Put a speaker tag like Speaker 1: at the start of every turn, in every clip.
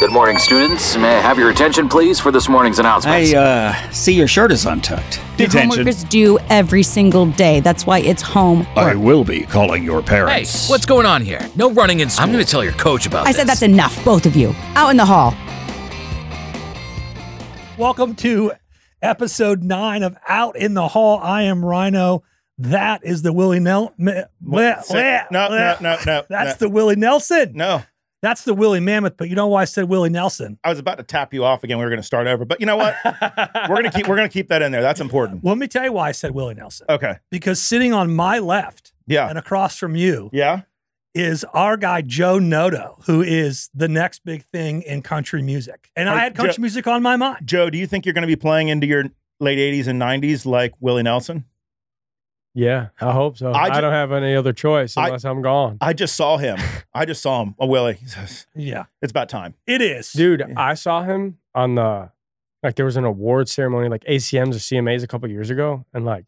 Speaker 1: Good morning, students. May I have your attention, please, for this morning's announcements?
Speaker 2: I uh, see your shirt is untucked.
Speaker 3: Your homework is due every single day. That's why it's home.
Speaker 2: I will be calling your
Speaker 4: Hey,
Speaker 2: parents.
Speaker 4: what's going on here? No running in school. I'm going to tell your coach about
Speaker 3: I said that's enough, both of you. Out in the hall.
Speaker 5: Welcome to episode nine of Out in the Hall. I am Rhino. That is the Willie Nel. me- bleh,
Speaker 6: say-
Speaker 5: bleh,
Speaker 6: no,
Speaker 5: bleh.
Speaker 6: no, no, no,
Speaker 5: That's
Speaker 6: no.
Speaker 5: the Willie Nelson.
Speaker 6: No,
Speaker 5: That's the Willie Mammoth. But you know why I said Willie Nelson?
Speaker 6: I was about to tap you off again. We were going to start over, but you know what? we're going to keep we're going to keep that in there. That's important.
Speaker 5: Well, let me tell you why I said Willie Nelson.
Speaker 6: Okay.
Speaker 5: Because sitting on my left
Speaker 6: Yeah.
Speaker 7: uh,
Speaker 5: and across from you
Speaker 6: Yeah.
Speaker 5: is our guy Joe Noto, who is the next big thing in country music. And I
Speaker 6: Hey,
Speaker 5: had country
Speaker 6: Joe-
Speaker 5: music on my mind.
Speaker 6: Joe, do you think you're going to be playing into your late 80s and 90s like Willie Nelson?
Speaker 7: Yeah, I hope so.
Speaker 6: I
Speaker 7: I,
Speaker 6: ju-
Speaker 7: don't have any other choice
Speaker 6: I-
Speaker 7: unless I, am gone.
Speaker 6: I just saw him. I just saw him. Oh, Willie. It's
Speaker 5: Yeah,
Speaker 6: about time.
Speaker 5: it is,
Speaker 7: Dude,
Speaker 5: Yeah.
Speaker 7: I saw him on the like there was an award ceremony like ACMs or CMAs a couple years ago, and like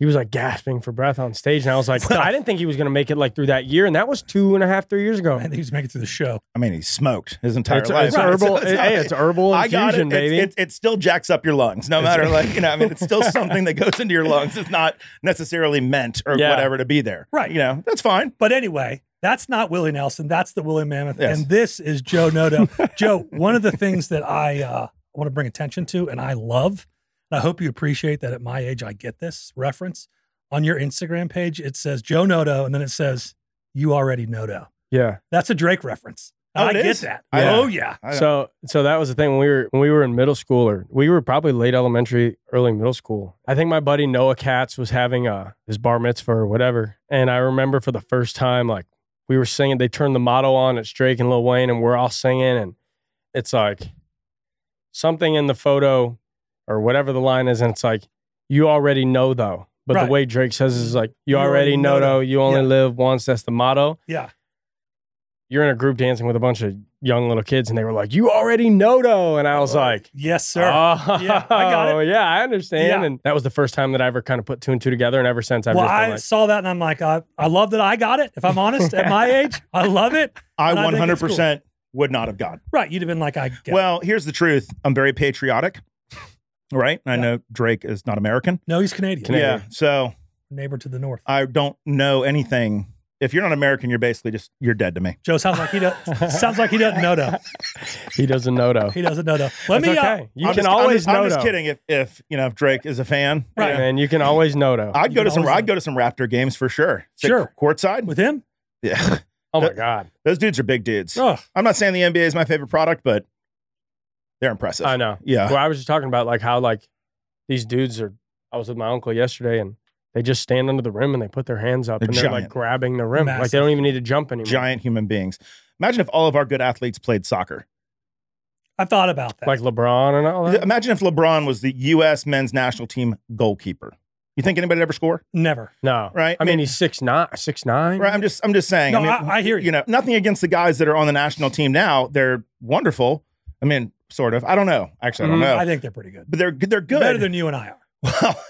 Speaker 7: he was like gasping for breath on stage, and I was like, I didn't think he was gonna make it like through that year, and that was two and a half, three years ago.
Speaker 5: I think he's making it through the show.
Speaker 6: I mean, he smoked his entire
Speaker 7: It's,
Speaker 6: life.
Speaker 7: it's
Speaker 6: Right.
Speaker 7: herbal.
Speaker 6: So
Speaker 7: hey, it's herbal
Speaker 6: I got
Speaker 7: infusion,
Speaker 6: it. It's-
Speaker 7: baby.
Speaker 6: It, it still jacks up your lungs, no matter like you know. I mean, it's still something that goes into your lungs. It's not necessarily meant or
Speaker 7: Yeah.
Speaker 6: whatever to be there,
Speaker 5: Right.
Speaker 6: You know, that's fine.
Speaker 5: But anyway, that's not Willie Nelson. That's the Willie Mammoth.
Speaker 6: Yes.
Speaker 5: And this is Joe Noto. Joe, one of the things that I uh, want to bring attention to and I love, and I hope you appreciate that at my age, I get this reference. On your Instagram page, it says Joe Noto, and then it says, You already Noto.
Speaker 7: yeah.
Speaker 5: That's a Drake reference. And
Speaker 6: Oh,
Speaker 5: I
Speaker 6: it
Speaker 5: get
Speaker 6: is?
Speaker 5: that.
Speaker 6: Yeah.
Speaker 5: Oh, yeah.
Speaker 6: I don't-
Speaker 7: So so that was the thing when we were when we were in middle school or we were probably late elementary, early middle school. I think my buddy Noah Katz was having a his bar mitzvah or whatever, and I remember for the first time like we were singing. They turned the motto on. It's Drake and Lil Wayne, and we're all singing, and it's like something in the photo or whatever the line is, and it's like you already know though. But
Speaker 5: Right.
Speaker 7: the way Drake says is like you, already, know though. You only
Speaker 5: Yeah.
Speaker 7: live once. That's the motto
Speaker 5: Yeah.
Speaker 7: you're in a group dancing with a bunch of young little kids, and they were like, "You already know, though," and I was like,
Speaker 5: Yes, sir.
Speaker 6: "Ah,
Speaker 7: "Oh,
Speaker 5: Yeah, I got it.
Speaker 7: yeah, I understand."
Speaker 5: Yeah.
Speaker 7: And that was the first time that I ever kind of put two and two together, and ever since I've
Speaker 5: well,
Speaker 7: just been
Speaker 5: I
Speaker 7: like,
Speaker 5: saw that and I'm like, I, I love that I got it. If I'm honest, at my age, I love it.
Speaker 6: I
Speaker 5: And I think it's
Speaker 6: 100% would not have gone.
Speaker 5: Right. You'd have been like, I get it.
Speaker 6: Well, here's the truth. I'm very patriotic, right? I
Speaker 5: Yeah.
Speaker 6: know Drake is not American.
Speaker 5: No, he's Canadian.
Speaker 6: Yeah. So
Speaker 5: Neighbor to the north.
Speaker 6: I don't know anything. If you're not American, you're basically just, you're dead to me.
Speaker 5: Joe sounds like he does. sounds like he doesn't know though.
Speaker 7: "He doesn't know, though."
Speaker 5: He doesn't know though. Let
Speaker 7: That's
Speaker 5: me.
Speaker 7: okay.
Speaker 5: Uh,
Speaker 7: you
Speaker 6: I'm
Speaker 7: can
Speaker 6: just- I'm
Speaker 7: always
Speaker 6: just- I'm
Speaker 7: know,
Speaker 6: just
Speaker 7: though.
Speaker 6: kidding if, if, you know, if Drake is a fan.
Speaker 5: Right.
Speaker 6: you know.
Speaker 7: man. You can always know, though.
Speaker 6: I'd go
Speaker 5: You
Speaker 6: to
Speaker 5: can
Speaker 6: some,
Speaker 5: always
Speaker 6: I'd go to some Raptor games for sure. Sit
Speaker 5: Sure.
Speaker 6: Courtside.
Speaker 5: with him.
Speaker 6: yeah.
Speaker 7: oh my
Speaker 6: that-
Speaker 7: god,
Speaker 6: Those dudes are big dudes.
Speaker 5: Oh,
Speaker 6: I'm not saying the NBA is my favorite product, but they're impressive.
Speaker 7: I know.
Speaker 6: Yeah.
Speaker 7: Well, I was just talking about like how like these dudes are. I was with my uncle yesterday, and they just stand under the rim and they put their hands up
Speaker 6: They're
Speaker 7: and they're like
Speaker 6: giant.
Speaker 7: grabbing the rim, like
Speaker 5: Massive.
Speaker 7: they don't even need to jump anymore.
Speaker 6: Giant human beings. Imagine if all of our good athletes played soccer.
Speaker 5: I thought about that.
Speaker 7: like LeBron and all that.
Speaker 6: Imagine if LeBron was the U.S. men's national team goalkeeper. You think anybody would ever score?
Speaker 5: never.
Speaker 7: No,
Speaker 6: Right?
Speaker 7: I mean,
Speaker 6: Man-
Speaker 7: he's six nine, six nine.
Speaker 6: Right. I'm just I'm just saying.
Speaker 5: No,
Speaker 6: I, mean,
Speaker 5: I, I hear you.
Speaker 6: you know, nothing against the guys that are on the national team now. They're wonderful. I mean, sort of. I don't know. Actually, I don't
Speaker 7: Mhm.
Speaker 6: know.
Speaker 5: I think they're pretty good.
Speaker 6: but they're they're good.
Speaker 5: Better than you and I are.
Speaker 6: Well,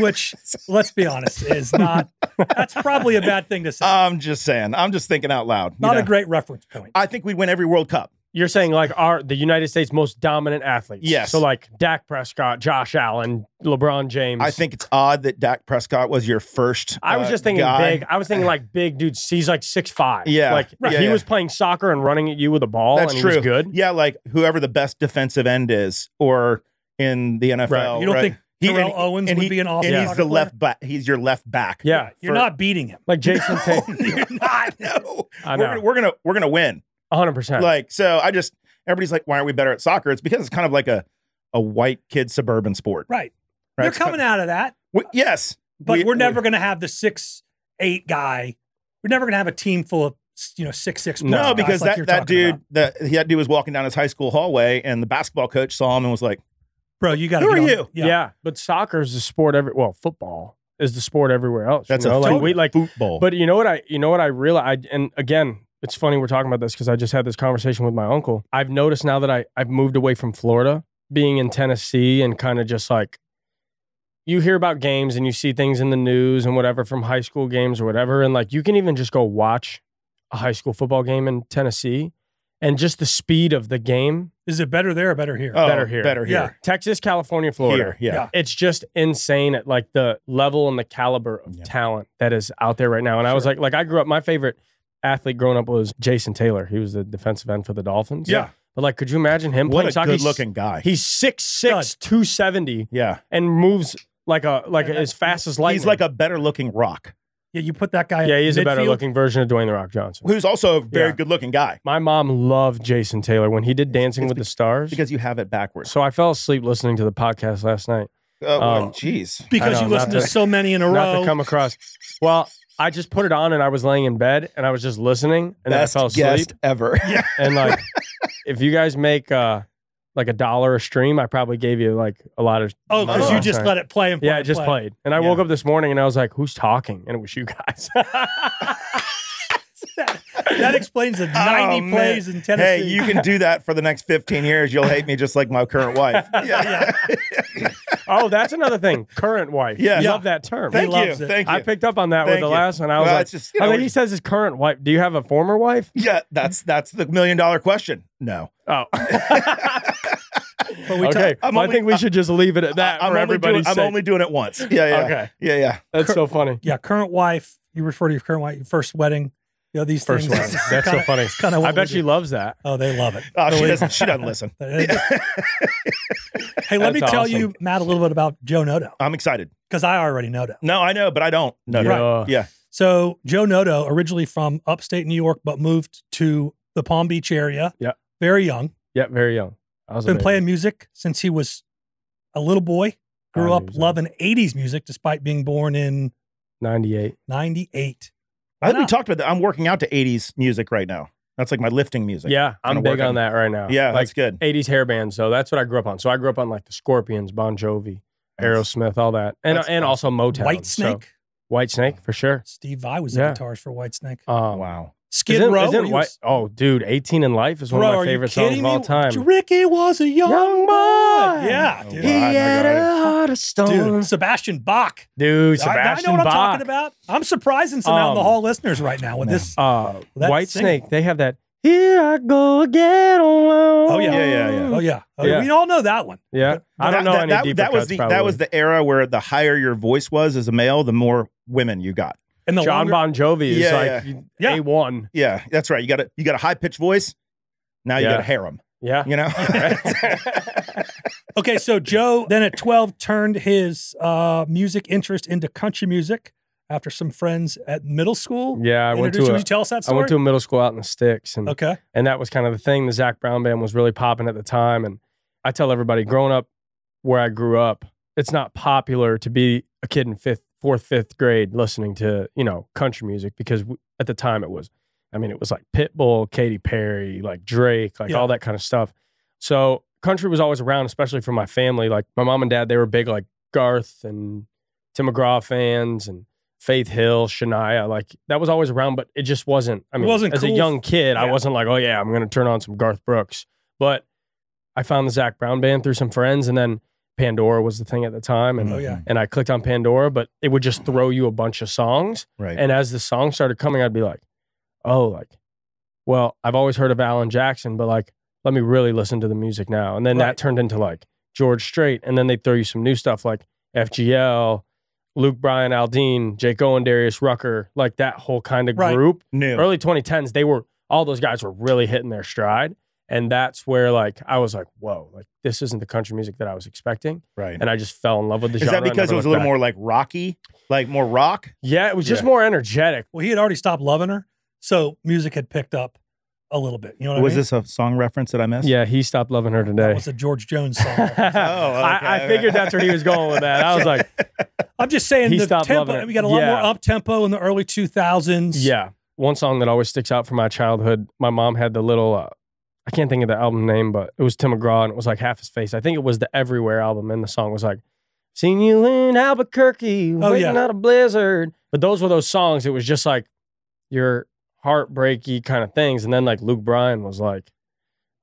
Speaker 5: Which, let's be honest, is not. That's probably a bad thing to say.
Speaker 6: I'm just saying. I'm just thinking out loud. Uh, you
Speaker 5: not a
Speaker 6: know?
Speaker 5: great reference point.
Speaker 6: I think we'd win every World Cup.
Speaker 7: You're saying like our the United States most dominant athletes.
Speaker 6: Yes.
Speaker 7: So like Dak Prescott, Josh Allen, LeBron James.
Speaker 6: I think it's odd that Dak Prescott was your first.
Speaker 7: I was
Speaker 6: uh,
Speaker 7: just thinking
Speaker 6: guy.
Speaker 7: big. I was thinking like big dude. He's like six five.
Speaker 6: Yeah.
Speaker 7: Like
Speaker 6: Right.
Speaker 7: if he
Speaker 6: Yeah,
Speaker 7: was playing soccer and running at you with a ball.
Speaker 6: That's
Speaker 7: and
Speaker 6: true.
Speaker 7: He was good.
Speaker 6: Yeah, like whoever the best defensive end is, or in the NFL.
Speaker 7: Right.
Speaker 5: you don't
Speaker 6: Oh, right?
Speaker 5: think
Speaker 6: He-
Speaker 5: Terrell
Speaker 6: and-
Speaker 5: Owens
Speaker 6: and
Speaker 5: would
Speaker 6: he-
Speaker 5: be an awesome?
Speaker 6: and
Speaker 5: soccer
Speaker 6: he's the
Speaker 5: player?
Speaker 6: left back. He's your left back.
Speaker 7: Yeah.
Speaker 5: You're
Speaker 6: for-
Speaker 5: not beating him.
Speaker 7: Like Jason Tatum.
Speaker 6: You're not. No.
Speaker 7: I
Speaker 6: We're gonna,
Speaker 7: know.
Speaker 6: we're gonna we're gonna win.
Speaker 7: hundred percent.
Speaker 6: Like so, I just everybody's like, why aren't we better at soccer? It's because it's kind of like a a white kid suburban sport.
Speaker 5: Right.
Speaker 6: Right.
Speaker 5: You're
Speaker 6: It's kind
Speaker 5: coming
Speaker 6: of-
Speaker 5: out of that,
Speaker 6: We- yes,
Speaker 5: but
Speaker 6: we-
Speaker 5: we, are never going to have the six eight guy. We're never going to have a team full of you know six six.
Speaker 7: No,
Speaker 6: No,
Speaker 5: guys
Speaker 6: because
Speaker 5: Oh, like
Speaker 6: that,
Speaker 5: you're
Speaker 6: that
Speaker 5: talking
Speaker 6: dude
Speaker 5: about.
Speaker 6: that that dude was walking down his high school hallway, and the basketball coach saw him and was like,
Speaker 5: bro, you got to.
Speaker 6: Who are you?
Speaker 7: yeah. But soccer is the sport every well, football is the sport everywhere else.
Speaker 6: "That's
Speaker 7: you
Speaker 6: a
Speaker 7: know? like
Speaker 6: foot-
Speaker 7: we like
Speaker 6: football."
Speaker 7: But you know what I you know what I realized and again, it's funny we're talking about this because I just had this conversation with my uncle. I've noticed now that I, I've moved away from Florida, being in Tennessee and kind of just like you hear about games and you see things in the news and whatever from high school games or whatever. And like you can even just go watch a high school football game in Tennessee and just the speed of the game.
Speaker 5: Is it better there or better here?
Speaker 6: Oh,
Speaker 7: better here.
Speaker 6: Better here.
Speaker 5: Yeah.
Speaker 7: Texas, California,
Speaker 6: Here,
Speaker 7: Florida.
Speaker 6: yeah.
Speaker 5: Yeah.
Speaker 7: It's just insane at like the level and the caliber of
Speaker 6: Yeah.
Speaker 7: talent that is out there right now. And I was like, like I grew up, my favorite athlete growing up was Jason Taylor. He was the defensive end for the Dolphins.
Speaker 6: Yeah.
Speaker 7: But like, could you imagine him
Speaker 6: What
Speaker 7: playing
Speaker 6: a
Speaker 7: soccer?
Speaker 6: good looking guy.
Speaker 7: He's 6'6", 270,
Speaker 6: yeah.
Speaker 7: and moves like a like
Speaker 5: Yeah,
Speaker 7: as fast as lightning.
Speaker 6: He's like a better looking rock
Speaker 5: Yeah, you put that guy.
Speaker 7: yeah,
Speaker 5: at
Speaker 7: he's a better
Speaker 5: midfield.
Speaker 7: looking version of Dwayne the Rock Johnson.
Speaker 6: who's also a very
Speaker 7: Yeah.
Speaker 6: good looking guy
Speaker 7: My mom loved Jason Taylor when he did Dancing
Speaker 6: it's
Speaker 7: with
Speaker 6: be-
Speaker 7: the Stars.
Speaker 6: because you have it backwards.
Speaker 7: so I fell asleep listening to the podcast last night.
Speaker 6: Oh, well,
Speaker 7: Um,
Speaker 6: jeez.
Speaker 5: Because
Speaker 7: I
Speaker 5: you
Speaker 7: know,
Speaker 5: listen
Speaker 7: not
Speaker 5: to
Speaker 7: to-
Speaker 5: so many in a
Speaker 7: not
Speaker 5: row.
Speaker 7: to come across. Well, I just put it on and I was laying in bed and I was just listening and
Speaker 6: Best
Speaker 7: then I fell asleep.
Speaker 6: guest ever. Yeah.
Speaker 7: And like, if you guys make uh like a dollar a stream, I probably gave you like a lot of
Speaker 5: oh, because you
Speaker 7: Oh,
Speaker 5: just
Speaker 7: sorry.
Speaker 5: let it play and play.
Speaker 7: yeah. It
Speaker 5: and
Speaker 7: just
Speaker 5: play.
Speaker 7: played, and I
Speaker 6: Yeah.
Speaker 7: woke up this morning and I was like, "Who's talking?" And it was you guys.
Speaker 5: That explains the
Speaker 6: Oh,
Speaker 5: 90
Speaker 6: man.
Speaker 5: plays in Tennessee.
Speaker 6: Hey, you can do that for the next 15 years. You'll hate me just like my current wife. Yeah.
Speaker 7: oh, that's another thing. Current wife.
Speaker 6: Yeah.
Speaker 7: love that term.
Speaker 6: Thank
Speaker 5: He
Speaker 6: you.
Speaker 5: loves it.
Speaker 6: Thank you.
Speaker 7: I picked up on that with
Speaker 6: Thank
Speaker 7: the
Speaker 6: you.
Speaker 7: last one. I was
Speaker 6: Well,
Speaker 7: like,
Speaker 6: it's just, you know,
Speaker 7: I
Speaker 6: we're
Speaker 7: think he says his current wife. Do you have a former wife?
Speaker 6: yeah, that's that's the million dollar question. No.
Speaker 7: Oh.
Speaker 5: But we
Speaker 7: okay.
Speaker 5: talk-
Speaker 6: I'm
Speaker 7: Well, I
Speaker 6: only-
Speaker 7: think we should just leave it at that
Speaker 6: I- I'm
Speaker 7: for
Speaker 6: only
Speaker 7: everybody's
Speaker 6: doing, I'm
Speaker 7: sake.
Speaker 6: only doing it once. Yeah, yeah.
Speaker 7: Okay.
Speaker 6: Yeah, yeah.
Speaker 7: That's so funny.
Speaker 5: yeah, current wife. You refer to your current wife, your first wedding. You know, these
Speaker 7: First
Speaker 5: things.
Speaker 7: one. That's so funny.
Speaker 5: kind of
Speaker 7: I bet she loves that.
Speaker 5: Oh, they love it.
Speaker 6: Oh, she
Speaker 5: Believe
Speaker 6: doesn't she doesn't listen.
Speaker 5: hey, let me
Speaker 7: That's
Speaker 5: tell
Speaker 7: awesome.
Speaker 5: you, Matt, a little bit about Joe Noto
Speaker 6: I'm excited.
Speaker 5: because I already know Noto.
Speaker 6: No, I know, but I don't. No, no.
Speaker 7: Yeah.
Speaker 6: Yeah.
Speaker 5: So Joe Noto, originally from upstate New York, but moved to the Palm Beach area.
Speaker 7: Yeah.
Speaker 5: very young.
Speaker 7: Yeah, very young. I was a
Speaker 5: Been
Speaker 7: baby.
Speaker 5: playing music since he was a little boy. Grew
Speaker 7: Five
Speaker 5: up
Speaker 7: years old.
Speaker 5: loving '80s music, despite being born in
Speaker 7: 98.
Speaker 5: '98.
Speaker 6: I think we
Speaker 5: No.
Speaker 6: talked about that. I'm working out to 80s music right now. That's like my lifting music.
Speaker 7: yeah,
Speaker 6: kinda
Speaker 7: I'm big
Speaker 6: working.
Speaker 7: on that right now.
Speaker 6: Yeah,
Speaker 7: like
Speaker 6: that's good.
Speaker 7: 80s hair bands. So that's what I grew up on. So I grew up on like the Scorpions, Bon Jovi,
Speaker 6: That's-
Speaker 7: Aerosmith, all that, and
Speaker 6: That's
Speaker 7: and also Motown.
Speaker 5: White
Speaker 7: So
Speaker 5: Snake.
Speaker 7: White Snake for sure.
Speaker 5: Steve Vai was
Speaker 7: Yeah.
Speaker 5: the guitarist for White Snake.
Speaker 7: Um,
Speaker 6: Wow.
Speaker 5: Skid
Speaker 7: isn't-
Speaker 5: Row.
Speaker 7: isn't
Speaker 5: he
Speaker 7: White-
Speaker 5: was-
Speaker 7: oh, dude, 18 in Life is one
Speaker 5: Bro,
Speaker 7: of
Speaker 5: are
Speaker 7: my
Speaker 5: you
Speaker 7: favorite songs
Speaker 5: kidding
Speaker 7: of all
Speaker 5: me?
Speaker 7: time.
Speaker 5: Ricky was a young,
Speaker 7: Young
Speaker 5: boy.
Speaker 7: boy.
Speaker 5: Yeah,
Speaker 6: Oh,
Speaker 5: dude.
Speaker 6: wow.
Speaker 7: heart of
Speaker 5: Dude, Sebastian Bach.
Speaker 7: Dude,
Speaker 5: I- I, know
Speaker 7: Sebastian
Speaker 5: what I'm
Speaker 7: Bach.
Speaker 5: talking about. I'm surprising some out in the
Speaker 7: Um,
Speaker 5: hall listeners right now with
Speaker 6: no.
Speaker 5: this.
Speaker 7: Uh,
Speaker 5: That
Speaker 7: White
Speaker 5: single.
Speaker 7: Snake. They have that. Here I go again alone.
Speaker 5: Oh, yeah.
Speaker 6: Yeah, yeah, yeah.
Speaker 5: Oh yeah. Oh, yeah.
Speaker 7: Yeah.
Speaker 5: we all know that one.
Speaker 7: Yeah, I
Speaker 6: That-
Speaker 7: don't know
Speaker 6: that,
Speaker 7: any
Speaker 6: that,
Speaker 7: deeper
Speaker 6: that was
Speaker 7: cuts,
Speaker 6: the
Speaker 7: probably.
Speaker 6: that was the era where the higher your voice was as a male, the more women you got.
Speaker 5: And the
Speaker 7: John
Speaker 5: longer-
Speaker 7: Bon Jovi is
Speaker 6: Yeah,
Speaker 7: like
Speaker 5: yeah.
Speaker 7: a one.
Speaker 6: Yeah, that's right. You got a you got a high pitched voice. Now you
Speaker 7: Yeah.
Speaker 6: got a harem.
Speaker 7: Yeah,
Speaker 6: You know.
Speaker 5: Okay, so Joe then at 12 turned his uh, music interest into country music after some friends at middle school.
Speaker 7: yeah. I went
Speaker 5: Introduced-
Speaker 7: to
Speaker 5: would
Speaker 7: a,
Speaker 5: you tell us that
Speaker 7: I
Speaker 5: story?
Speaker 7: went to a middle school out in the sticks, and
Speaker 5: Okay.
Speaker 7: and that was kind of the thing. The Zach Brown band was really popping at the time, and I tell everybody, growing up where I grew up, it's not popular to be a kid in fifth, fourth, fifth grade listening to you know country music because w- at the time it was, I mean, it was like Pitbull, Katy Perry, like Drake, like
Speaker 5: Yeah.
Speaker 7: all that kind of stuff. So country was always around, especially for my family. Like my mom and dad, they were big like Garth and Tim McGraw fans and Faith Hill, Shania. Like that was always around, but it just wasn't. I mean,
Speaker 5: wasn't
Speaker 7: as
Speaker 5: cool.
Speaker 7: a young kid, I
Speaker 5: Yeah.
Speaker 7: wasn't like, oh yeah, I'm gonna turn on some Garth Brooks. But I found the Zach Brown band through some friends, and then Pandora was the thing at the time, and
Speaker 5: Oh, yeah.
Speaker 7: and I clicked on Pandora, but it would just throw you a bunch of songs.
Speaker 6: Right.
Speaker 7: And as the song started coming, I'd be like, oh, like, well, I've always heard of Alan Jackson, but like, let me really listen to the music now. And then
Speaker 5: Right.
Speaker 7: that turned into like George Strait. And then they throw you some new stuff like FGL, Luke Bryan Aldean, Jake Owen, Darius Rucker, like that whole kind of
Speaker 5: Right.
Speaker 7: group.
Speaker 6: New.
Speaker 7: Early 2010s, they were, all those guys were really hitting their stride. And that's where like, I was like, whoa, like, this isn't the country music that I was expecting.
Speaker 6: Right.
Speaker 7: And I just fell in love with the
Speaker 6: Is
Speaker 7: genre.
Speaker 6: that
Speaker 7: and
Speaker 6: because
Speaker 7: never
Speaker 6: it was a little
Speaker 7: looked back.
Speaker 6: more like rocky, like more rock?
Speaker 7: Yeah, it was just
Speaker 6: Yeah.
Speaker 7: more energetic.
Speaker 5: Well, he had already stopped loving her, so music had picked up a little bit. You know what
Speaker 6: Was
Speaker 5: I mean?
Speaker 6: this a song reference that I missed?
Speaker 7: Yeah, he stopped loving her
Speaker 5: That
Speaker 7: today.
Speaker 5: was a George Jones
Speaker 7: I,
Speaker 5: song.
Speaker 7: I
Speaker 6: Oh, okay.
Speaker 7: figured that's where he was going with that. I was like,
Speaker 5: I'm just saying
Speaker 7: He
Speaker 5: the
Speaker 7: stopped
Speaker 5: tempo.
Speaker 7: loving it.
Speaker 5: We got a lot
Speaker 7: Yeah.
Speaker 5: more up tempo in the early 2000s.
Speaker 7: yeah. One song that always sticks out from my childhood. My mom had the little, uh, I can't think of the album name, but it was Tim McGraw and it was like half his face. I think it was the Everywhere album, and the song was like, "Seen you in Albuquerque,
Speaker 5: Oh,
Speaker 7: waiting
Speaker 5: yeah.
Speaker 7: out a blizzard." But those were those songs. It was just like your heartbreaky kind of things, and then like Luke Bryan was like.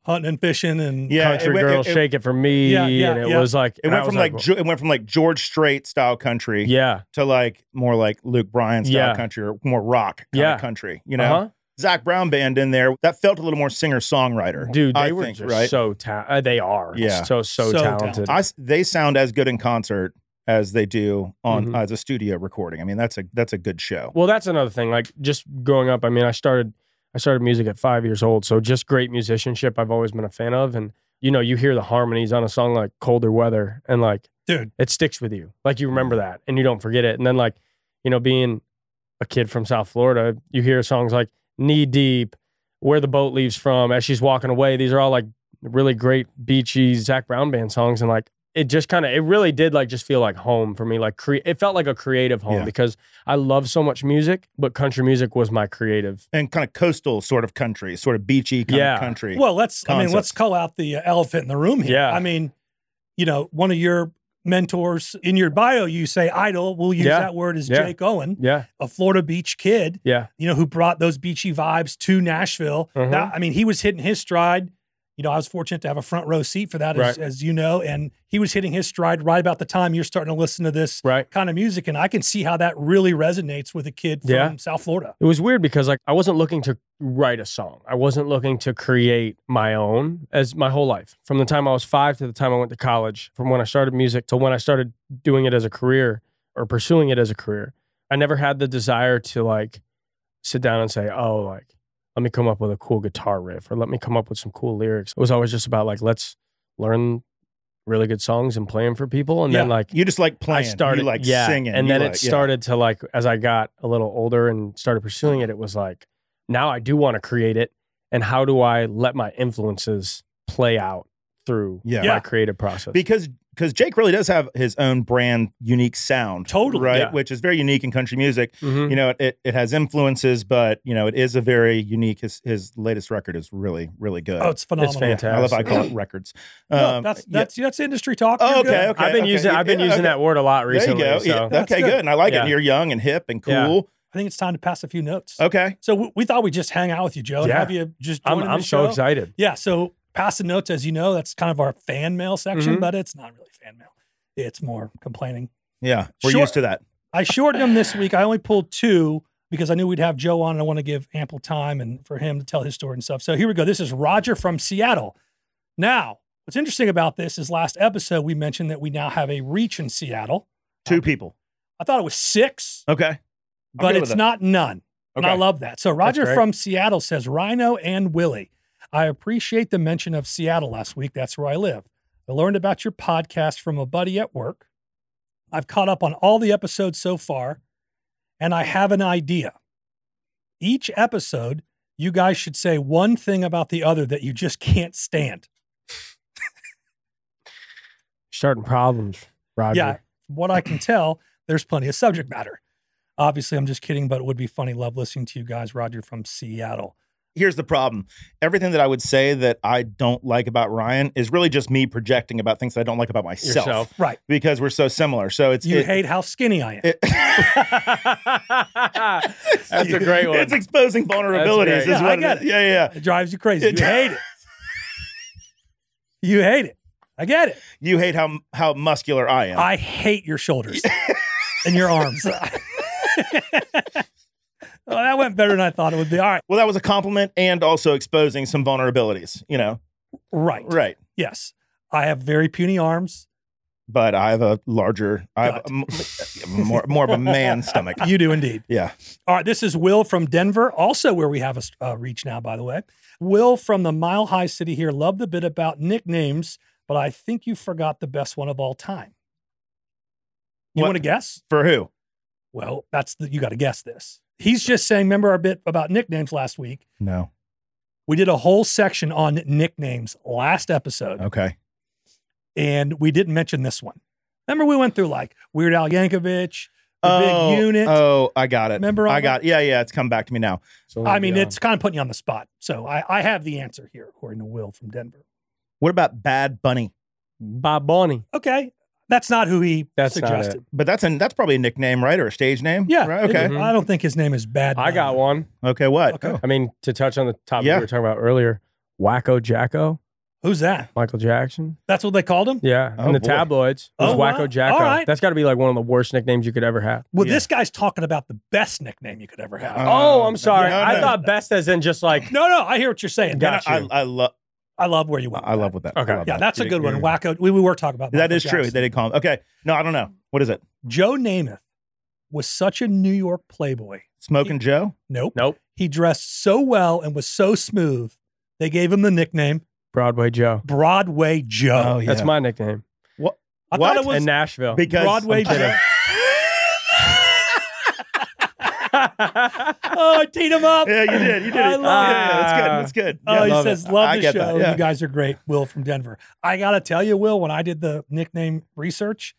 Speaker 5: hunting and fishing and
Speaker 6: Yeah, it
Speaker 7: Country
Speaker 6: went-
Speaker 7: girl,
Speaker 6: it- it-
Speaker 7: shake it for me,
Speaker 5: Yeah, yeah,
Speaker 7: and it
Speaker 5: yeah.
Speaker 7: was like
Speaker 6: It
Speaker 7: and I
Speaker 6: went from
Speaker 7: was
Speaker 6: like Jo- it went from like George Strait style country
Speaker 7: yeah,
Speaker 6: to like more like Luke Bryan style
Speaker 7: Yeah.
Speaker 6: country or more rock kind
Speaker 7: Yeah.
Speaker 6: of country. You know,
Speaker 7: Uh-huh.
Speaker 6: Zach Brown band in there. That felt a little more singer songwriter.
Speaker 7: Dude, they
Speaker 6: I
Speaker 7: were
Speaker 6: think,
Speaker 7: just
Speaker 6: right.
Speaker 7: so ta- uh, they are
Speaker 6: Yeah.
Speaker 7: so so,
Speaker 5: So
Speaker 7: talented.
Speaker 5: talented.
Speaker 6: I s they sound as good in concert as they do on
Speaker 7: Mhm.
Speaker 6: as a studio recording. I mean, that's a that's a good show.
Speaker 7: Well, that's another thing. Like just growing up, I mean, I started I started music at five years old, so just great musicianship. I've always been a fan of, and you know, you hear the harmonies on a song like "Colder Weather," and like,
Speaker 5: Dude.
Speaker 7: it sticks with you. Like you remember that, and you don't forget it. And then like, you know, being a kid from South Florida, you hear songs like "Knee Deep," "Where the Boat Leaves From," "As She's Walking Away." These are all like really great beachy Zach Brown band songs, and like. It just kind of, it really did like just feel like home for me. Like, cre- it felt like a creative home
Speaker 6: Yeah.
Speaker 7: because I love so much music, but country music was my creative.
Speaker 6: and kind of coastal sort of country, sort of beachy kind
Speaker 7: Yeah.
Speaker 6: of country.
Speaker 5: Well, let's. I mean, let's
Speaker 6: Concepts.
Speaker 5: call out the uh, elephant in the room here.
Speaker 7: Yeah.
Speaker 5: I mean, you know, one of your mentors in your bio, you say idol. We'll use
Speaker 7: Yeah.
Speaker 5: that word as
Speaker 7: Yeah.
Speaker 5: Jake Owen,
Speaker 7: Yeah.
Speaker 5: a Florida Beach kid.
Speaker 7: Yeah.
Speaker 5: You know, who brought those beachy vibes to Nashville.
Speaker 7: Mhm.
Speaker 5: That- I mean, he was hitting his stride. You know, I was fortunate to have a front row seat for that, as,
Speaker 7: Right.
Speaker 5: as you know, and he was hitting his stride right about the time you're starting to listen to this
Speaker 7: Right.
Speaker 5: kind of music, and I can see how that really resonates with a kid from
Speaker 7: Yeah.
Speaker 5: South Florida.
Speaker 7: It was weird because like I wasn't looking to write a song. I wasn't looking to create my own as my whole life. From the time I was 5 to the time I went to college, from when I started music to when I started doing it as a career or pursuing it as a career. I never had the desire to like sit down and say, "Oh, like let me come up with a cool guitar riff or let me come up with some cool lyrics." It was always just about like let's learn really good songs and play them for people and then
Speaker 5: Yeah.
Speaker 7: like
Speaker 6: you just like playing.
Speaker 7: I started
Speaker 6: you like
Speaker 7: yeah,
Speaker 6: singing,
Speaker 7: and
Speaker 6: you
Speaker 7: then it
Speaker 6: like- yeah.
Speaker 7: started to like as I got a little older and started pursuing it, it was like now I do want to create it, and how do I let my influences play out through
Speaker 6: Yeah.
Speaker 7: my
Speaker 5: Yeah.
Speaker 7: creative process?
Speaker 6: because because Jake really does have his own brand, unique sound,
Speaker 5: Totally.
Speaker 6: right,
Speaker 7: Yeah.
Speaker 6: which is very unique in country music.
Speaker 7: Mhm.
Speaker 6: You know, it, it has influences, but you know, it is a very unique. His his latest record is really really good.
Speaker 5: Oh, it's phenomenal.
Speaker 7: it's
Speaker 6: I love
Speaker 7: fantastic.
Speaker 6: how I call it records.
Speaker 5: No,
Speaker 6: Um,
Speaker 5: that's
Speaker 6: yeah.
Speaker 5: that's that's industry talk.
Speaker 6: Oh,
Speaker 5: You're good.
Speaker 6: okay, okay.
Speaker 7: I've been using
Speaker 6: okay,
Speaker 7: I've been
Speaker 6: yeah,
Speaker 7: using
Speaker 6: okay.
Speaker 7: that word a lot recently.
Speaker 6: there you go.
Speaker 7: So.
Speaker 6: Yeah,
Speaker 5: That's
Speaker 6: okay,
Speaker 5: good.
Speaker 6: good. And I like
Speaker 7: Yeah.
Speaker 6: it. You're young and hip and
Speaker 7: Yeah.
Speaker 6: cool.
Speaker 5: I think it's time to pass a few notes.
Speaker 6: Okay.
Speaker 5: So w- we thought we'd just hang out with you, Joe, and
Speaker 7: Yeah.
Speaker 5: have you just join
Speaker 7: I'm
Speaker 5: in the
Speaker 7: I'm so
Speaker 5: show.
Speaker 7: excited.
Speaker 5: Yeah. So passing notes, as you know, that's kind of our fan mail section,
Speaker 7: Mhm.
Speaker 5: but it's not really fan mail. It's more complaining.
Speaker 6: Yeah, we're
Speaker 5: Sure.
Speaker 6: used to that.
Speaker 5: I shortened them this week. I only pulled two because I knew we'd have Joe on, and I want to give ample time and for him to tell his story and stuff. So here we go. This is Roger from Seattle. Now, what's interesting about this is last episode we mentioned that we now have a reach in Seattle.
Speaker 6: Two people.
Speaker 5: I thought it was six,
Speaker 6: Okay.
Speaker 5: Um,
Speaker 6: good
Speaker 5: but
Speaker 6: with
Speaker 5: it's
Speaker 6: that.
Speaker 5: not none. And I
Speaker 6: Okay.
Speaker 5: love that. So Roger
Speaker 7: great.
Speaker 5: from Seattle says Rhino and Willie. I appreciate the mention of Seattle last week. That's where I live. I learned about your podcast from a buddy at work. I've caught up on all the episodes so far, and I have an idea. Each episode, you guys should say one thing about the other that you just can't stand.
Speaker 7: Starting problems, Roger.
Speaker 5: Yeah, from what I can tell, there's plenty of subject matter. Obviously, I'm just kidding, but it would be funny. Love listening to you guys, Roger from Seattle.
Speaker 6: here's the problem everything that i would say that i don't like about ryan is really just me projecting about things that i don't like about myself
Speaker 7: Yourself.
Speaker 5: Right.
Speaker 6: because we're so similar so it's
Speaker 5: You
Speaker 6: it-
Speaker 5: hate how skinny I am.
Speaker 6: it-
Speaker 7: That's a great one.
Speaker 6: it's exposing vulnerabilities is
Speaker 7: That's great.
Speaker 5: Yeah, I
Speaker 6: what
Speaker 5: get
Speaker 6: it is. yeah yeah yeah.
Speaker 5: It drives you crazy.
Speaker 6: It-
Speaker 5: You hate it. You hate it. I get it.
Speaker 6: you hate how how muscular i am
Speaker 5: I hate your shoulders and your arms. well, that went better than I thought it would be. All right.
Speaker 6: well that was a compliment and also exposing some vulnerabilities you know
Speaker 5: Right.
Speaker 6: right
Speaker 5: Yes. I have very puny arms.
Speaker 6: but i have a larger i have a m- more more of a man stomach
Speaker 5: You do indeed.
Speaker 6: yeah
Speaker 5: All right. This is Will from Denver, also where we have a s- uh, reach now, by the way. Will from the Mile High City here loved the bit about nicknames, but I think you forgot the best one of all time. You
Speaker 6: What-
Speaker 5: want to guess?
Speaker 6: for who
Speaker 5: Well, that's the, you got to guess this. He's just saying, remember our bit about nicknames last week?
Speaker 6: no
Speaker 5: We did a whole section on nicknames last episode,
Speaker 6: okay
Speaker 5: and we didn't mention this one. Remember, we went through like Weird Al Yankovic, the big unit.
Speaker 6: oh i got it
Speaker 5: Remember all
Speaker 6: i
Speaker 5: that?
Speaker 6: got yeah yeah it's come back to me now
Speaker 7: So
Speaker 5: I mean,
Speaker 7: yeah.
Speaker 5: it's kind of putting you on the spot. So I, I have the answer here, according to Will from Denver.
Speaker 6: what about bad bunny
Speaker 7: Bob Bonnie.
Speaker 5: Okay. That's not who he
Speaker 7: That's not it.
Speaker 5: suggested.
Speaker 6: But that's an that's probably a nickname, right, or a stage name?
Speaker 5: Yeah.
Speaker 6: Right? Okay.
Speaker 5: it- I don't think his name is Bad.
Speaker 7: I got
Speaker 5: Bunny.
Speaker 7: one.
Speaker 6: Okay. What?
Speaker 5: Okay.
Speaker 6: Oh.
Speaker 7: I mean, to touch on the topic
Speaker 6: Yeah.
Speaker 7: we were talking about earlier, Wacko Jacko.
Speaker 5: Who's that?
Speaker 7: Michael Jackson.
Speaker 5: That's what they called him?
Speaker 7: Yeah,
Speaker 6: Oh,
Speaker 7: in the
Speaker 6: boy.
Speaker 7: tabloids, it was
Speaker 5: Oh,
Speaker 7: Wacko
Speaker 5: wow.
Speaker 7: Jacko.
Speaker 5: All right.
Speaker 7: That's got to be like one of the worst nicknames you could ever have.
Speaker 5: Well,
Speaker 6: Yeah.
Speaker 5: this guy's talking about the best nickname you could ever have.
Speaker 6: Uh,
Speaker 7: oh,
Speaker 6: no,
Speaker 7: I'm sorry.
Speaker 6: no,
Speaker 7: I
Speaker 6: no.
Speaker 7: thought best as in just like
Speaker 5: no, no, I hear what you're saying.
Speaker 7: Got
Speaker 6: I,
Speaker 7: you.
Speaker 6: I, love
Speaker 5: I love where you went.
Speaker 6: I love what that. I
Speaker 7: Okay.
Speaker 6: love
Speaker 5: Yeah,
Speaker 6: that.
Speaker 5: that's a
Speaker 6: Yeah,
Speaker 5: good one.
Speaker 6: yeah.
Speaker 5: Wacko. We, we were talking about
Speaker 6: That
Speaker 5: Michael
Speaker 6: is true.
Speaker 5: Jackson.
Speaker 6: They did call him. Okay. No, I don't know. What is it?
Speaker 5: Joe Namath was such a New York playboy.
Speaker 6: Smoking Joe?
Speaker 5: Nope.
Speaker 7: nope.
Speaker 5: He dressed so well and was so smooth. They gave him the nickname
Speaker 7: Broadway Joe.
Speaker 5: Broadway Joe.
Speaker 7: That's my nickname
Speaker 5: I
Speaker 6: Oh, what?
Speaker 5: thought it was
Speaker 7: in Nashville.
Speaker 6: because
Speaker 5: Broadway
Speaker 6: I'm kidding.
Speaker 5: Joe. oh, I teed him up.
Speaker 6: Yeah, you did. You did.
Speaker 5: I
Speaker 6: it.
Speaker 5: love
Speaker 6: yeah,
Speaker 7: it.
Speaker 6: yeah, that's good. That's good.
Speaker 5: Oh,
Speaker 6: Yeah,
Speaker 5: he
Speaker 6: love
Speaker 5: says,
Speaker 6: it.
Speaker 5: love
Speaker 6: I
Speaker 5: the
Speaker 6: get
Speaker 5: show.
Speaker 6: that, yeah.
Speaker 5: You guys are great. Will from Denver. I got to tell you, Will, when I did the nickname research,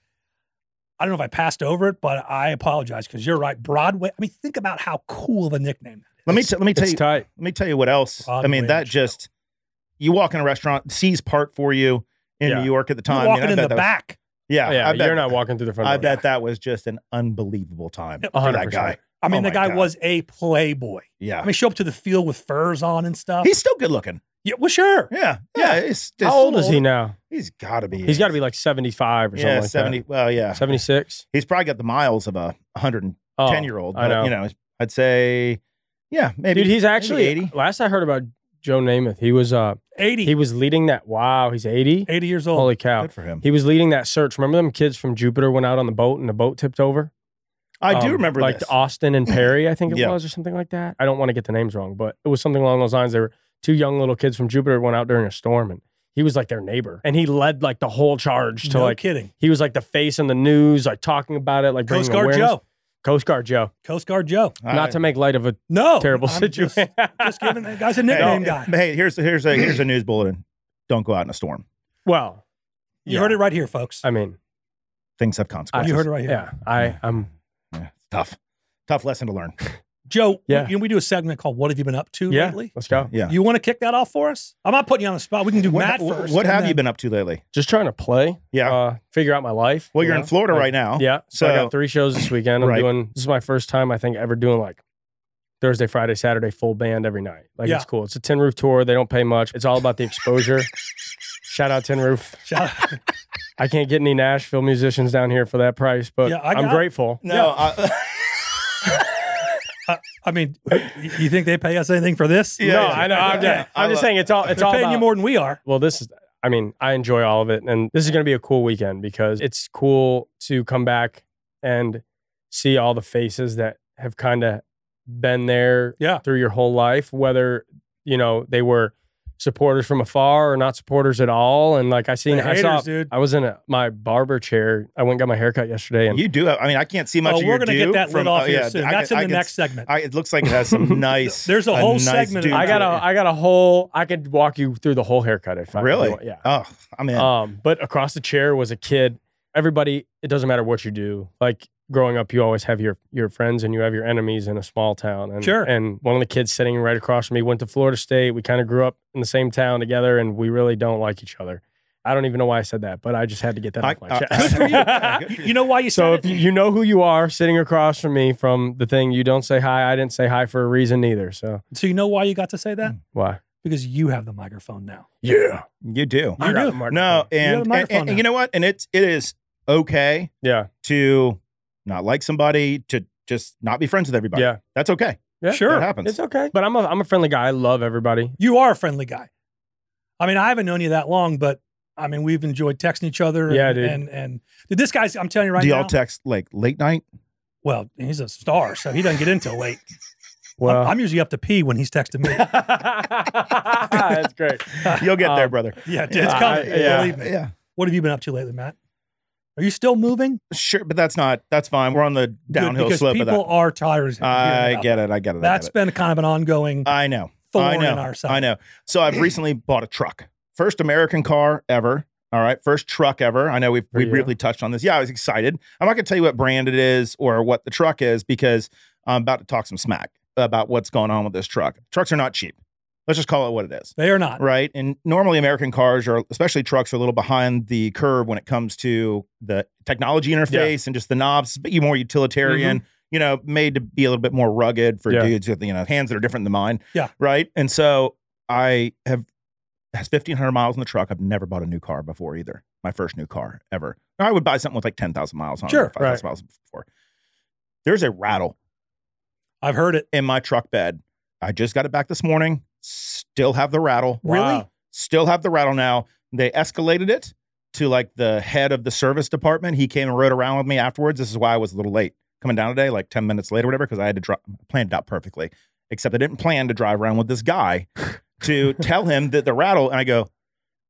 Speaker 5: I don't know if I passed over it, but I apologize because you're right. Broadway. I mean, think about how cool of a nickname.
Speaker 6: Let me t- let me tell
Speaker 7: It's
Speaker 6: you.
Speaker 7: tight.
Speaker 6: let me tell you what else. I mean,
Speaker 5: Broadway
Speaker 6: that
Speaker 5: show.
Speaker 6: just you walk in a restaurant, sees part for you in
Speaker 7: Yeah.
Speaker 6: New York at the
Speaker 5: You're
Speaker 6: time.
Speaker 5: walking
Speaker 6: and I
Speaker 5: in
Speaker 6: bet
Speaker 5: the
Speaker 6: that was-
Speaker 5: back.
Speaker 6: yeah,
Speaker 7: Yeah,
Speaker 6: I bet,
Speaker 7: you're not walking through the front
Speaker 6: I
Speaker 7: door.
Speaker 6: bet that was just an unbelievable time for
Speaker 7: 100%.
Speaker 6: that guy.
Speaker 5: I mean,
Speaker 6: Oh
Speaker 5: the
Speaker 6: my
Speaker 5: guy
Speaker 6: God.
Speaker 5: was a playboy.
Speaker 6: Yeah,
Speaker 5: I mean, show up to the field with furs on and stuff.
Speaker 6: he's still good looking.
Speaker 5: yeah, well, sure.
Speaker 6: Yeah, yeah. It's just,
Speaker 7: uh, How old is he now?
Speaker 6: He's got to be.
Speaker 7: He's got to be like 75 or something
Speaker 6: yeah,
Speaker 7: like
Speaker 6: seventy. Well, yeah,
Speaker 7: that. 76?
Speaker 6: he's probably got the miles of a hundred and
Speaker 7: Oh,
Speaker 6: ten year old.
Speaker 7: I
Speaker 6: But
Speaker 7: know.
Speaker 6: you know, I'd say, yeah, maybe.
Speaker 7: Dude, he's actually
Speaker 6: maybe 80.
Speaker 7: Last I heard about Joe Namath, he was uh
Speaker 5: 80.
Speaker 7: he was leading that. Wow, he's 80.
Speaker 5: 80 years old.
Speaker 7: Holy cow.
Speaker 6: Good for him.
Speaker 7: He was leading that search. Remember them kids from Jupiter went out on the boat and the boat tipped over?
Speaker 6: I do
Speaker 7: Um,
Speaker 6: remember
Speaker 7: like
Speaker 6: this.
Speaker 7: Austin and Perry, I think it
Speaker 6: Yeah.
Speaker 7: was, or something like that. I don't want to get the names wrong, but it was something along those lines. They were two young little kids from Jupiter went out during a storm, and he was like their neighbor, and he led like the whole charge to
Speaker 5: no
Speaker 7: like
Speaker 5: kidding.
Speaker 7: he was like the face in the news, like talking about it, like
Speaker 5: Coast
Speaker 7: bringing
Speaker 5: Guard
Speaker 7: awareness.
Speaker 5: Joe.
Speaker 7: Coast Guard Joe.
Speaker 5: Coast Guard Joe.
Speaker 6: All
Speaker 7: Not
Speaker 6: right.
Speaker 7: to make light of a
Speaker 6: Oh,
Speaker 5: No.
Speaker 7: terrible
Speaker 5: I'm just-
Speaker 7: situation.
Speaker 5: Just giving that guy's a nickname
Speaker 6: hey,
Speaker 5: guy.
Speaker 6: Hey, here's here's a here's a news bulletin. Don't go out in a storm.
Speaker 7: well,
Speaker 5: You
Speaker 7: yeah.
Speaker 5: heard it right here, folks.
Speaker 7: I mean,
Speaker 6: Things have consequences.
Speaker 5: you heard it right here.
Speaker 7: yeah, I, I'm.
Speaker 6: Yeah, it's tough, tough lesson to learn.
Speaker 5: Joe,
Speaker 7: Yeah.
Speaker 5: you know, we do a segment called What Have You Been Up To
Speaker 7: Yeah,
Speaker 5: Lately?
Speaker 7: let's go.
Speaker 6: Yeah.
Speaker 5: You want to kick that off for us? I'm not putting you on the spot. We can do
Speaker 6: what
Speaker 5: Matt
Speaker 6: what-
Speaker 5: first.
Speaker 6: what
Speaker 5: and
Speaker 6: have you
Speaker 5: then-
Speaker 6: been up to lately?
Speaker 7: Just trying to play.
Speaker 6: Yeah.
Speaker 7: Uh, figure out my life.
Speaker 6: well,
Speaker 7: you
Speaker 6: you're in
Speaker 7: know?
Speaker 6: Florida
Speaker 7: Like,
Speaker 6: right
Speaker 5: Oh,
Speaker 6: now.
Speaker 7: Yeah. So, I
Speaker 6: So-
Speaker 7: got three shows this weekend. I'm
Speaker 6: Right.
Speaker 7: doing this is my first time I think ever doing like Thursday, Friday, Saturday full band every night. Like
Speaker 5: Yeah.
Speaker 7: it's cool. It's a tin roof tour. They don't pay much. It's all about the exposure. Shout out tin roof.
Speaker 5: Shout out-
Speaker 7: I can't get any Nashville musicians down here for that price, but
Speaker 5: Yeah, I
Speaker 7: I'm
Speaker 5: got-
Speaker 7: grateful.
Speaker 6: No,
Speaker 5: Yeah.
Speaker 6: I,
Speaker 5: I mean, you you think they pay us anything for this?
Speaker 6: Yeah,
Speaker 7: no,
Speaker 6: yeah.
Speaker 7: I know. I'm,
Speaker 6: Yeah.
Speaker 7: just, I'm just saying it's all it's
Speaker 5: They're
Speaker 7: all
Speaker 5: paying
Speaker 7: about,
Speaker 5: you more than we are.
Speaker 7: well this is i mean i enjoy all of it and this is going to be a cool weekend because it's cool to come back and see all the faces that have kind of been there
Speaker 5: Yeah.
Speaker 7: through your whole life whether you know they were supporters from afar or not supporters at all and like i seen
Speaker 5: The
Speaker 7: i saw
Speaker 5: haters, dude.
Speaker 7: i was in a, my barber chair i went and got my haircut yesterday and
Speaker 6: you do. I mean, I can't see much.
Speaker 5: Oh,
Speaker 6: of
Speaker 5: we're
Speaker 6: your
Speaker 5: going to get
Speaker 6: dew
Speaker 5: that
Speaker 6: from-
Speaker 5: lid off
Speaker 6: oh,
Speaker 5: here
Speaker 6: yeah,
Speaker 5: soon.
Speaker 6: I
Speaker 5: That's in
Speaker 6: can- I
Speaker 5: the
Speaker 6: can
Speaker 5: next
Speaker 6: s-
Speaker 5: segment.
Speaker 6: I, it looks like it has some nice.
Speaker 5: There's a whole
Speaker 6: nice
Speaker 5: segment
Speaker 6: dew
Speaker 5: of-
Speaker 7: i
Speaker 6: to
Speaker 7: got a
Speaker 6: it.
Speaker 7: i got a whole i could walk you through the whole haircut if I if you
Speaker 6: really.
Speaker 7: want. yeah
Speaker 6: Oh, I'm
Speaker 5: Uh,
Speaker 6: in.
Speaker 7: Um, but across the chair was a kid. Everybody, it doesn't matter what you do. Like growing up, you always have your your friends and you have your enemies in a small town. And,
Speaker 5: Sure.
Speaker 7: And one of the kids sitting right across from me went to Florida State. We kind of grew up in the same town together, and we really don't like each other. I don't even know why I said that, but I just had to get that
Speaker 6: I-
Speaker 7: off my
Speaker 6: I-
Speaker 7: chest.
Speaker 6: Good for you. Yeah, good for
Speaker 5: You you know why you
Speaker 7: So
Speaker 5: said
Speaker 7: if you, you know who you are sitting across from me from the thing, you don't say hi. I didn't say hi for a reason either. So
Speaker 5: it? So you know why you got to say
Speaker 6: Hmm.
Speaker 5: that?
Speaker 7: why?
Speaker 5: Because you have the microphone now.
Speaker 7: Yeah.
Speaker 6: you do.
Speaker 5: You do.
Speaker 6: No,
Speaker 5: You got a
Speaker 6: and, and,
Speaker 5: microphone
Speaker 6: and-
Speaker 5: now.
Speaker 6: and you know what? And it's it is okay
Speaker 7: Yeah.
Speaker 6: to not like somebody to just not be friends with everybody.
Speaker 7: Yeah.
Speaker 6: that's okay.
Speaker 7: Yeah.
Speaker 6: That
Speaker 5: Sure.
Speaker 6: happens.
Speaker 7: It's okay. But I'm a, I'm a friendly guy. I love everybody.
Speaker 5: You are a friendly guy. I mean, I haven't known you that long, but I mean, we've enjoyed texting each other.
Speaker 7: Yeah,
Speaker 5: and,
Speaker 7: dude.
Speaker 5: And, and dude, this guy's, I'm telling you right
Speaker 6: do y'all
Speaker 5: now.
Speaker 6: text like late night?
Speaker 5: well, he's a star, so he doesn't get into late.
Speaker 7: Well,
Speaker 5: I'm, I'm usually up to pee when he's texting me.
Speaker 7: That's great.
Speaker 6: You'll get there,
Speaker 7: Um,
Speaker 6: brother.
Speaker 5: Yeah, dude, it's
Speaker 7: I-
Speaker 5: coming.
Speaker 7: yeah.
Speaker 5: Believe me.
Speaker 6: Yeah,
Speaker 5: What have you been up to lately, Matt? Are you still moving?
Speaker 6: sure, but that's not that's fine. We're on the downhill
Speaker 5: Good, because
Speaker 6: slope of
Speaker 5: people
Speaker 6: that.
Speaker 5: are tired. of hearing
Speaker 6: I
Speaker 5: about
Speaker 6: get it. I get it.
Speaker 5: that.
Speaker 6: I
Speaker 5: That's
Speaker 6: get
Speaker 5: been kind of an ongoing
Speaker 6: it. I know.
Speaker 5: thorn
Speaker 6: I know.
Speaker 5: in our side.
Speaker 6: I know. So I've recently bought a truck. First American car ever. All right, first truck ever. I know we've
Speaker 7: For
Speaker 6: we
Speaker 7: you?
Speaker 6: briefly touched on this. Yeah, I was excited. I'm not going to tell you what brand it is or what the truck is because I'm about to talk some smack about what's going on with this truck. Trucks are not cheap. Let's just call it what it is.
Speaker 5: They are not.
Speaker 6: Right. And normally American cars are, especially trucks, are a little behind the curve when it comes to the technology interface and just the knobs, but you more utilitarian,
Speaker 5: Mm-hmm.
Speaker 6: you know, made to be a little bit more rugged for
Speaker 7: Yeah.
Speaker 6: dudes with, you know, hands that are different than mine.
Speaker 5: Yeah.
Speaker 6: Right. And so I have has 1,500 miles in the truck. I've never bought a new car before either. My first new car ever. Now, I would buy something with like 10,000 miles on
Speaker 5: Sure,
Speaker 6: it, 5,000 miles before. There's a rattle
Speaker 5: I've heard it.
Speaker 6: in my truck bed. I just got it back this morning. Still have the rattle.
Speaker 5: Really?
Speaker 6: Still have the rattle now. They escalated it to like the head of the service department. He came and rode around with me afterwards. This is why I was a little late coming down today, like 10 minutes late or whatever, because I had to drive, planned it out perfectly. Except I didn't plan to drive around with this guy to tell him that the rattle. And I go,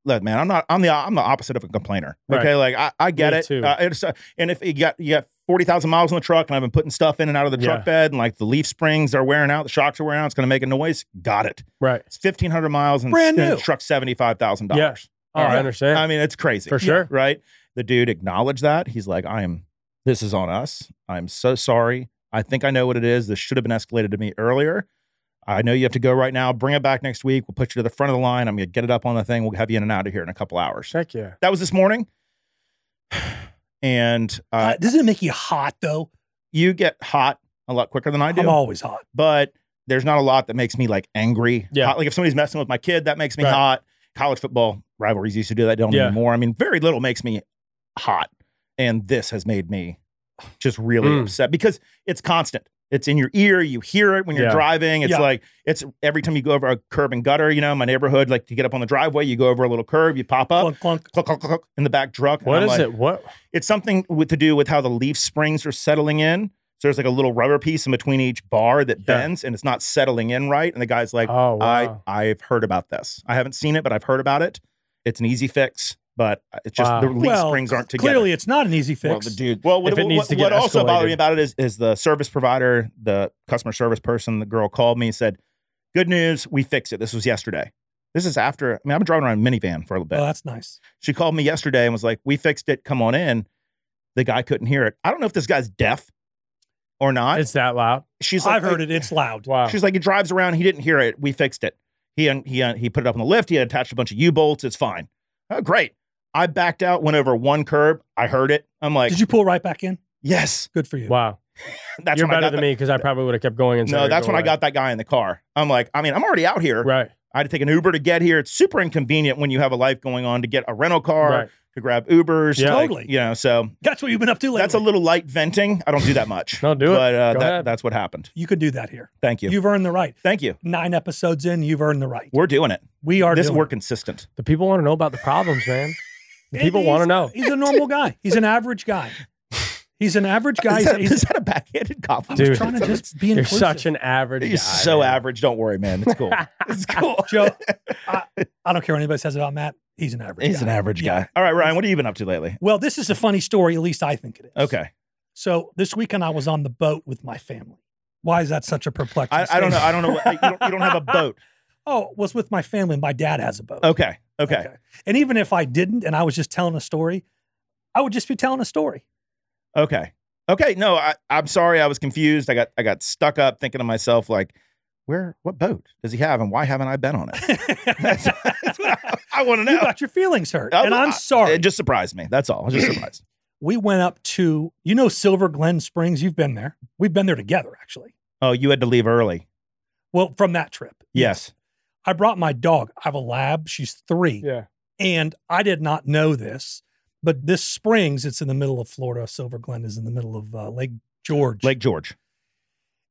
Speaker 6: look, man, I'm not, I'm the, I'm the opposite of a complainer.
Speaker 7: Right.
Speaker 6: Okay. Like I, I get
Speaker 7: Me
Speaker 6: it.
Speaker 7: too.
Speaker 6: Uh, it's, uh, and if you got, you got 40,000 miles on the truck and I've been putting stuff in and out of the
Speaker 7: Yeah.
Speaker 6: truck bed and like the leaf springs are wearing out, the shocks are wearing out, it's going to make a noise. Got it.
Speaker 7: Right.
Speaker 6: It's 1,500 miles and
Speaker 5: Brand
Speaker 6: and
Speaker 5: new.
Speaker 6: the truck's $75,000.
Speaker 7: Yeah. Oh,
Speaker 6: All
Speaker 7: I
Speaker 6: right.
Speaker 7: understand.
Speaker 6: I mean, it's crazy.
Speaker 7: For sure.
Speaker 6: Right? The dude acknowledged that. He's like, I am, this is on us. I'm so sorry. I think I know what it is. This should have been escalated to me earlier. I know you have to go right now. Bring it back next week. We'll put you to the front of the line. I'm going to get it up on the thing. We'll have you in and out of here in a couple hours.
Speaker 7: Heck yeah.
Speaker 6: That was this morning. And uh,
Speaker 5: God, doesn't it make you hot though?
Speaker 6: you get hot a lot quicker than I do
Speaker 5: I'm always hot.
Speaker 6: but there's not a lot that makes me like angry.
Speaker 7: Yeah.
Speaker 6: Hot- Like if somebody's messing with my kid, that makes me
Speaker 7: Right.
Speaker 6: hot. College football rivalries used to do that. Don't
Speaker 7: Yeah.
Speaker 6: anymore. I mean, very little makes me hot, and this has made me just really
Speaker 7: Mm.
Speaker 6: upset because it's constant. It's in your ear. You hear it when you're
Speaker 7: Yeah.
Speaker 6: driving. It's
Speaker 5: Yeah.
Speaker 6: like it's every time you go over a curb and gutter. You know, in my neighborhood, like to get up on the driveway, you go over a little curb, you pop up.
Speaker 5: Clunk, clunk.
Speaker 6: Cluck, cluck, cluck, cluck, in the back truck. and
Speaker 7: What
Speaker 6: I'm
Speaker 7: is
Speaker 6: like,
Speaker 7: it? What?
Speaker 6: it's something with to do with how the leaf springs are settling in. So there's like a little rubber piece in between each bar that bends and it's not settling in right. And the guy's like,
Speaker 7: oh, wow.
Speaker 6: I I've heard about this. I haven't seen it, but I've heard about it. It's an easy fix, but it's just
Speaker 7: Wow.
Speaker 6: the leaf
Speaker 5: Well,
Speaker 6: springs aren't together.
Speaker 5: Clearly, it's not an easy fix.
Speaker 6: Well, the dude. Well, what,
Speaker 7: If it
Speaker 6: what-
Speaker 7: needs
Speaker 6: what-
Speaker 7: to get
Speaker 6: what also bothered
Speaker 7: escalated.
Speaker 6: me about it is is the service provider, the customer service person. The girl called me and said, "Good news, we fixed it. This was yesterday. This is after. I mean, I've been driving around a minivan for a little bit.
Speaker 5: Oh, that's nice.
Speaker 6: She called me yesterday and was like, "We fixed it. Come on in." The guy couldn't hear it. I don't know if this guy's deaf or not.
Speaker 7: it's that loud.
Speaker 6: she's like,
Speaker 5: I've heard it. It's loud.
Speaker 7: Wow.
Speaker 6: She's like, "He drives around. He didn't hear it. We fixed it. He un- he un- he put it up on the lift. He attached a bunch of U bolts. It's fine. Oh, great." I backed out, went over one curb. I heard it. I'm like,
Speaker 5: Did you pull right back in?
Speaker 6: "Yes,
Speaker 5: Good for you.
Speaker 7: wow.
Speaker 6: that's
Speaker 7: You're
Speaker 6: when I
Speaker 7: better
Speaker 6: got
Speaker 7: than
Speaker 6: the-
Speaker 7: me because I probably would have kept going and
Speaker 6: No, that's when I got that guy in the car. I'm like, I mean, I'm already out here.
Speaker 7: Right.
Speaker 6: I had to take an Uber to get here. It's super inconvenient when you have a life going on to get a rental car,
Speaker 7: Right.
Speaker 6: to grab Ubers.
Speaker 7: Yeah.
Speaker 6: like,
Speaker 5: Totally.
Speaker 6: you know, so
Speaker 5: That's what you've been up to lately.
Speaker 6: That's a little light venting. I don't do that much.
Speaker 7: No, do it.
Speaker 6: But uh,
Speaker 7: Go
Speaker 6: that,
Speaker 7: ahead.
Speaker 6: that's what happened.
Speaker 5: you can do that here.
Speaker 6: Thank you.
Speaker 5: You've earned the right.
Speaker 6: Thank you.
Speaker 5: Nine episodes in, you've earned the right.
Speaker 6: We're doing it.
Speaker 5: We are
Speaker 6: this
Speaker 5: doing
Speaker 6: we're consistent.
Speaker 7: The people want to know about the problems, man. The
Speaker 5: it.
Speaker 7: people
Speaker 5: He's-
Speaker 7: want to know.
Speaker 5: He's a normal guy. He's an average guy. He's an average guy.
Speaker 6: is,
Speaker 5: He's,
Speaker 6: that,
Speaker 5: he's,
Speaker 6: is that a backhanded compliment?
Speaker 7: Dude.
Speaker 5: trying to
Speaker 6: It's-
Speaker 5: just be
Speaker 7: You're
Speaker 5: inclusive.
Speaker 7: such an average.
Speaker 6: He's
Speaker 7: guy,
Speaker 6: so
Speaker 7: man.
Speaker 6: average. Don't worry, man. It's cool. it's cool.
Speaker 5: Joe, I, I don't care what anybody says about Matt. He's an average
Speaker 6: He's
Speaker 5: guy.
Speaker 6: an average
Speaker 5: Yeah.
Speaker 6: guy. All right, Ryan, what have you been up to lately?
Speaker 5: Well, this is a funny story. At least I think it is.
Speaker 6: Okay.
Speaker 5: So this weekend I was on the boat with my family. Why is that such a perplexing?
Speaker 6: I, I don't
Speaker 5: statement?
Speaker 6: know. I don't know. What, you, don't, you don't have a boat.
Speaker 5: oh, was with my family. My dad has a boat.
Speaker 6: Okay. Okay. Okay.
Speaker 5: And even if I didn't, and I was just telling a story, I would just be telling a story.
Speaker 6: Okay. No, I, I'm sorry. I was confused. I got I got stuck up thinking to myself, like, where, what boat does he have and why haven't I been on it?
Speaker 5: you
Speaker 6: That's, that's what I, want to know.
Speaker 5: got your feelings hurt, and
Speaker 6: Oh, I-
Speaker 5: I'm sorry.
Speaker 6: It just surprised me. That's all. I was just surprised.
Speaker 5: we went up to you know Silver Glen Springs. You've been there. We've been there together actually.
Speaker 6: Oh, you had to leave early.
Speaker 5: Well, from that trip.
Speaker 6: Yes.
Speaker 5: I brought my dog. I have a lab. She's three.
Speaker 7: Yeah.
Speaker 5: And I did not know this, but this Springs, it's in the middle of Florida. Silver Glen is in the middle of uh, Lake George.
Speaker 6: Lake George.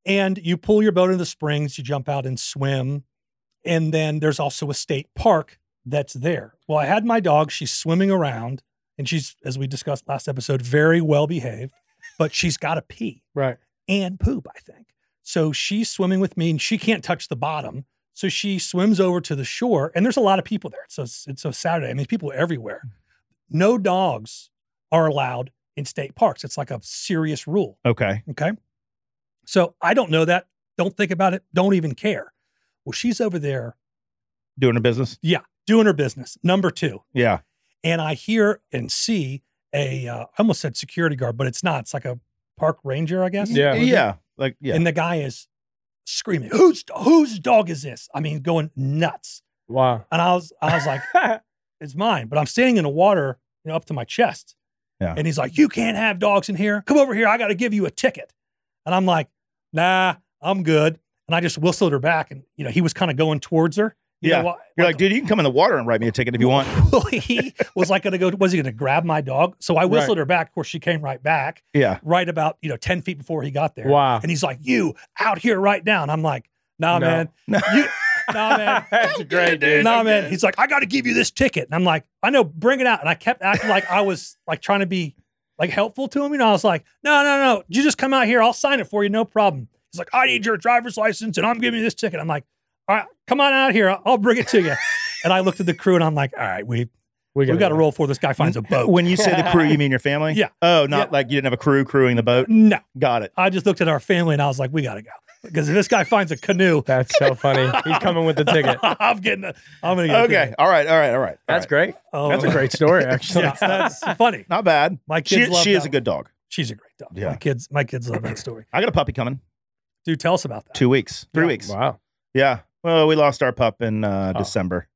Speaker 5: And you pull your boat into the springs, you jump out and swim. And then there's also a state park that's there. Well, I had my dog. She's swimming around and she's, as we discussed last episode, very well behaved, but she's got to pee
Speaker 7: Right.
Speaker 5: and poop, I think. So she's swimming with me and she can't touch the bottom. So she swims over to the shore and there's a lot of people there. So it's, it's a Saturday. I mean, people everywhere. No dogs are allowed in state parks. It's like a serious rule.
Speaker 6: Okay.
Speaker 5: Okay. So I don't know that. Don't think about it. Don't even care. Well, she's over there
Speaker 6: Doing a business.
Speaker 5: doing her business, number two.
Speaker 6: Yeah.
Speaker 5: And I hear and see a, uh, I almost said security guard, but it's not. It's like a park ranger, I guess.
Speaker 7: Yeah.
Speaker 6: Yeah. Like yeah.
Speaker 5: And the guy is screaming, "Whose whose dog is this?" I mean, going nuts.
Speaker 7: Wow.
Speaker 5: And I was I was like, "It's mine," but I'm standing in the water, you know, up to my chest.
Speaker 6: Yeah.
Speaker 5: And he's like, "You can't have dogs in here. Come over here. I got to give you a ticket." And I'm like, "Nah, I'm good." And I just whistled her back, and you know, he was kind of going towards her. You
Speaker 6: Yeah.
Speaker 5: know what?
Speaker 6: You're like, dude, you can come in the water and write me a ticket if you want.
Speaker 5: he was like going to go. Was he going to grab my dog? So I whistled her back. Of course, she came right back.
Speaker 6: Yeah.
Speaker 5: right about you know 10 feet before he got there
Speaker 7: Wow.
Speaker 5: and he's like you out here right now and i'm like nah
Speaker 7: No.
Speaker 5: man
Speaker 6: No.
Speaker 5: you nah man
Speaker 6: That's great, dude.
Speaker 5: nah man he's like i gotta give you this ticket and i'm like i know bring it out and i kept acting like i was like trying to be like helpful to him you know i was like no no no you just come out here i'll sign it for you no problem he's like i need your driver's license and i'm giving you this ticket i'm like all right come on out here i'll, I'll bring it to you and i looked at the crew and i'm like all right we we got to roll for this guy finds a boat
Speaker 6: Uh, When you say the crew, you mean your family?
Speaker 5: Yeah.
Speaker 6: Oh, not
Speaker 5: Yeah.
Speaker 6: like you didn't have a crew crewing the boat.
Speaker 5: no
Speaker 6: Got it.
Speaker 5: I just looked at our family and I was like, we gotta go because if this guy finds a canoe,
Speaker 7: That's so funny. He's coming with the ticket.
Speaker 5: I'm getting. A, I'm gonna get. A
Speaker 6: Okay.
Speaker 5: ticket.
Speaker 6: All right. All right. All right.
Speaker 7: That's great.
Speaker 5: Oh,
Speaker 7: That's a great story, actually.
Speaker 5: Yeah, that's funny.
Speaker 6: Not bad.
Speaker 5: My
Speaker 6: She,
Speaker 5: kids love
Speaker 6: she
Speaker 5: that
Speaker 6: is a
Speaker 5: one.
Speaker 6: good dog.
Speaker 5: She's a great dog. Yeah.
Speaker 6: Yeah.
Speaker 5: My kids. My kids love that story.
Speaker 6: I got a puppy coming.
Speaker 5: Dude, tell us about that.
Speaker 6: Two weeks. Three
Speaker 5: Yeah.
Speaker 6: weeks.
Speaker 7: Wow.
Speaker 6: Yeah. Well, we lost our pup in uh,
Speaker 7: Oh.
Speaker 6: December,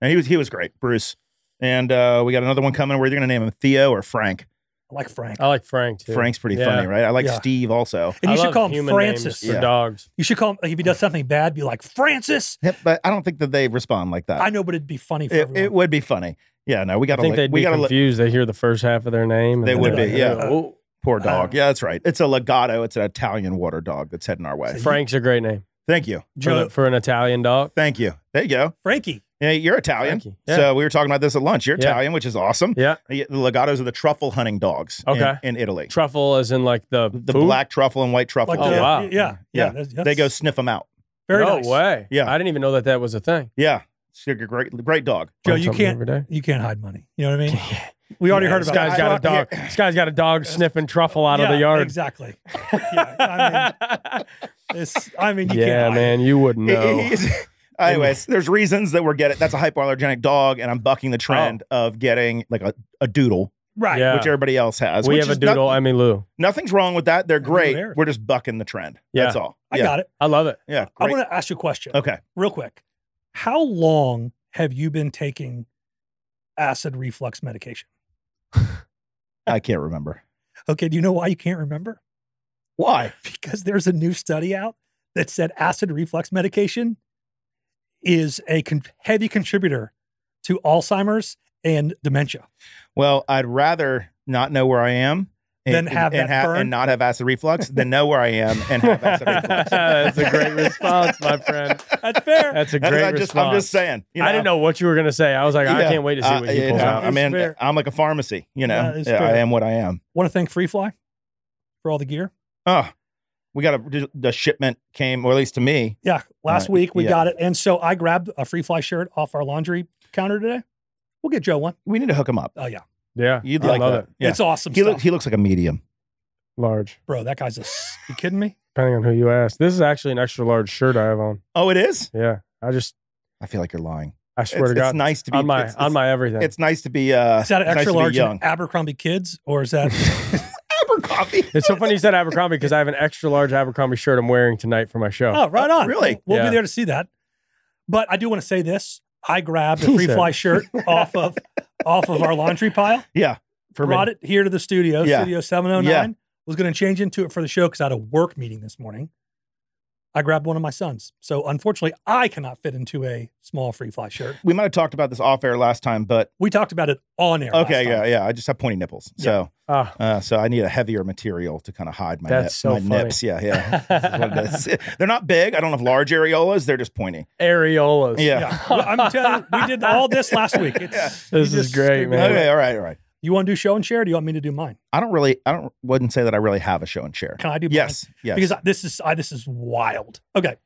Speaker 6: and he was he was gregreat, Bruce. And uh, we got another one coming. We're either going to name him Theo or Frank.
Speaker 5: I like Frank.
Speaker 7: I like Frank too.
Speaker 6: Frank's pretty
Speaker 7: Yeah.
Speaker 6: funny, right? I like
Speaker 5: Yeah.
Speaker 6: Steve also.
Speaker 5: and
Speaker 7: I
Speaker 5: you should
Speaker 7: love
Speaker 5: call him
Speaker 7: human names
Speaker 5: Francis.
Speaker 7: for
Speaker 6: Yeah.
Speaker 7: dogs.
Speaker 5: You should call him like if he does something bad, be like Francis.
Speaker 6: Yep, but I don't think that they respond like that.
Speaker 5: I know, but it'd be funny for
Speaker 6: it,
Speaker 5: everyone.
Speaker 6: it would be funny. Yeah. No, we got to.
Speaker 7: I think they'd
Speaker 6: we
Speaker 7: be
Speaker 6: got to.
Speaker 7: confused. They hear the first half of their name. and
Speaker 6: They
Speaker 7: then
Speaker 6: would
Speaker 7: they're
Speaker 6: be,
Speaker 7: like,
Speaker 6: yeah.
Speaker 7: "Oh,
Speaker 6: Poor dog.
Speaker 5: Uh,
Speaker 6: yeah, that's right. It's a legato. It's an Italian water dog that's heading our way.
Speaker 7: oh, Frank's a great name
Speaker 6: Thank you.
Speaker 7: for, the-
Speaker 5: Joe,
Speaker 7: for an Italian dog.
Speaker 6: Thank you. There you go.
Speaker 5: Frankie.
Speaker 6: Yeah, you're Italian.
Speaker 7: Frankie. Yeah.
Speaker 6: So we were talking about this at lunch. You're
Speaker 7: Yeah.
Speaker 6: Italian, which is awesome.
Speaker 7: Yeah.
Speaker 6: Yeah, The legatos are the truffle hunting dogs. in-
Speaker 7: Okay.
Speaker 6: In, Italy,
Speaker 7: Truffle, as in like the
Speaker 6: the
Speaker 7: food?
Speaker 6: black truffle and white truffle.
Speaker 5: Like
Speaker 7: Oh,
Speaker 5: the-
Speaker 7: wow.
Speaker 5: Yeah. Yeah.
Speaker 6: Yeah.
Speaker 5: that's-
Speaker 6: They
Speaker 5: that's
Speaker 6: go sniff them out.
Speaker 5: Very
Speaker 7: no
Speaker 5: nice.
Speaker 7: way.
Speaker 6: Yeah.
Speaker 7: I didn't even know that that was a thing.
Speaker 6: Yeah. It's a great, great dog.
Speaker 5: Joe,
Speaker 7: Learn
Speaker 5: you
Speaker 7: something
Speaker 5: can't.
Speaker 7: every day.
Speaker 5: You can't hide money. You know what I mean? We already
Speaker 7: Yeah,
Speaker 5: heard
Speaker 7: this
Speaker 5: about
Speaker 7: guy's
Speaker 5: that.
Speaker 7: got a dog. This guy's got a dog sniffing truffle out of
Speaker 5: Yeah,
Speaker 7: the yard.
Speaker 5: Exactly. Yeah, I mean, it's, I mean, you
Speaker 7: yeah,
Speaker 5: can't hide it.
Speaker 7: man, you wouldn't know.
Speaker 6: He's- Anyways, there's reasons that we're getting. That's a hypoallergenic dog, and I'm bucking the trend of getting like a, a doodle,
Speaker 5: Right.
Speaker 7: Oh. Yeah.
Speaker 6: which everybody else has.
Speaker 7: we
Speaker 6: which
Speaker 7: have a
Speaker 6: is not-
Speaker 7: doodle, Emmy Lou.
Speaker 6: nothing's wrong with that. They're
Speaker 5: doodle
Speaker 6: great.
Speaker 5: there.
Speaker 6: We're just bucking the trend.
Speaker 7: Yeah.
Speaker 6: That's all.
Speaker 5: I
Speaker 6: yeah.
Speaker 5: got it.
Speaker 7: I love it.
Speaker 6: Yeah.
Speaker 5: I
Speaker 6: Great.
Speaker 5: want to ask you a question
Speaker 6: okay.
Speaker 5: real quick. How long have you been taking acid reflux medication?
Speaker 6: I can't remember.
Speaker 5: Okay. Do you know why you can't remember?
Speaker 6: Why?
Speaker 5: Because there's a new study out that said acid reflux medication is a con- heavy contributor to Alzheimer's and dementia.
Speaker 6: Well, I'd rather not know where I am and,
Speaker 5: Than have
Speaker 6: and,
Speaker 5: that
Speaker 6: have-
Speaker 5: burn?
Speaker 6: and not have acid reflux than know where I am and have acid reflux.
Speaker 7: That's a great response, my friend.
Speaker 5: That's fair.
Speaker 7: That's a
Speaker 6: That's-
Speaker 7: great
Speaker 6: I just,
Speaker 7: response.
Speaker 6: I'm just saying. You know,
Speaker 7: I didn't know what you were gonna say. I was like, I
Speaker 6: Yeah.
Speaker 7: can't wait to see
Speaker 6: Uh,
Speaker 7: what he
Speaker 6: you
Speaker 7: pulls
Speaker 6: know,
Speaker 7: out.
Speaker 6: I
Speaker 5: It's
Speaker 6: mean,
Speaker 5: fair.
Speaker 6: I'm like a pharmacy. You know,
Speaker 5: That is
Speaker 6: Yeah, I
Speaker 5: fair.
Speaker 6: am what I am.
Speaker 5: Want to thank FreeFly for all the gear?
Speaker 6: Oh, we got a the shipment came, or at least to me.
Speaker 5: Yeah, last
Speaker 6: Uh,
Speaker 5: week we
Speaker 6: yeah.
Speaker 5: got it, and so I grabbed a free fly shirt off our laundry counter today. We'll get Joe one.
Speaker 6: We need to hook him up.
Speaker 5: Oh yeah,
Speaker 7: yeah,
Speaker 6: You'd
Speaker 7: I
Speaker 6: like
Speaker 7: love
Speaker 6: that.
Speaker 7: it.
Speaker 6: Yeah.
Speaker 5: it's awesome
Speaker 6: he
Speaker 5: stuff,
Speaker 6: looks he looks like a medium.
Speaker 7: Large,
Speaker 5: bro. That guy's a. s- You kidding me?
Speaker 7: depending on who you ask. This is actually an extra large shirt I have on.
Speaker 6: Oh, it is.
Speaker 7: Yeah, I just,
Speaker 6: I feel like you're lying.
Speaker 7: I swear
Speaker 6: it's,
Speaker 7: to God,
Speaker 6: it's nice to be
Speaker 7: on my
Speaker 6: it's,
Speaker 7: on
Speaker 6: it's-
Speaker 7: my everything. It's,
Speaker 6: It's nice to be. uh
Speaker 5: Is that an
Speaker 6: it's nice
Speaker 5: extra
Speaker 6: to be
Speaker 5: large
Speaker 6: Young.
Speaker 5: in Abercrombie kids, or is that?
Speaker 6: Abercrombie.
Speaker 7: so funny you said Abercrombie because I have an extra large Abercrombie shirt I'm wearing tonight for my show.
Speaker 5: oh, right on.
Speaker 6: Really?
Speaker 5: We'll be
Speaker 7: Yeah.
Speaker 5: there to see that. But I do want to say this: I grabbed a
Speaker 7: He
Speaker 5: free
Speaker 7: said-
Speaker 5: fly shirt off of off of our laundry pile,
Speaker 6: Yeah.
Speaker 7: for me.
Speaker 5: brought it here to the studio,
Speaker 6: Yeah.
Speaker 5: Studio Seven Hundred Nine. Was going to change into it for the show because I had a work meeting this morning. I grabbed one of my sons, so unfortunately, I cannot fit into a small free fly shirt.
Speaker 6: We might have talked about this off air last time, but
Speaker 5: We talked about it on air.
Speaker 6: okay,
Speaker 5: last
Speaker 6: yeah,
Speaker 5: time.
Speaker 6: yeah. I just have pointy nipples, so
Speaker 7: Ah.
Speaker 6: uh, so I need a heavier material to kind of hide my
Speaker 7: That's
Speaker 6: nip-
Speaker 7: so
Speaker 6: my
Speaker 7: funny.
Speaker 6: nips. Yeah, yeah. That's what it is. They're not big. I don't have large areolas. They're just pointy.
Speaker 7: areolas.
Speaker 6: Yeah.
Speaker 5: Yeah. Well, I'm telling you, we did all this last week. It's,
Speaker 7: This
Speaker 5: you
Speaker 7: is
Speaker 5: just
Speaker 7: great,
Speaker 5: screwed me
Speaker 7: man.
Speaker 5: up.
Speaker 6: Okay. Oh, All right. All right.
Speaker 5: You want to do show and share? Or do you want me to do mine?
Speaker 6: I don't really. I don't. Wouldn't say that I really have a show and share.
Speaker 5: Can I do mine?
Speaker 6: Yes. Yes.
Speaker 5: Because I, this is I, this is wild. Okay.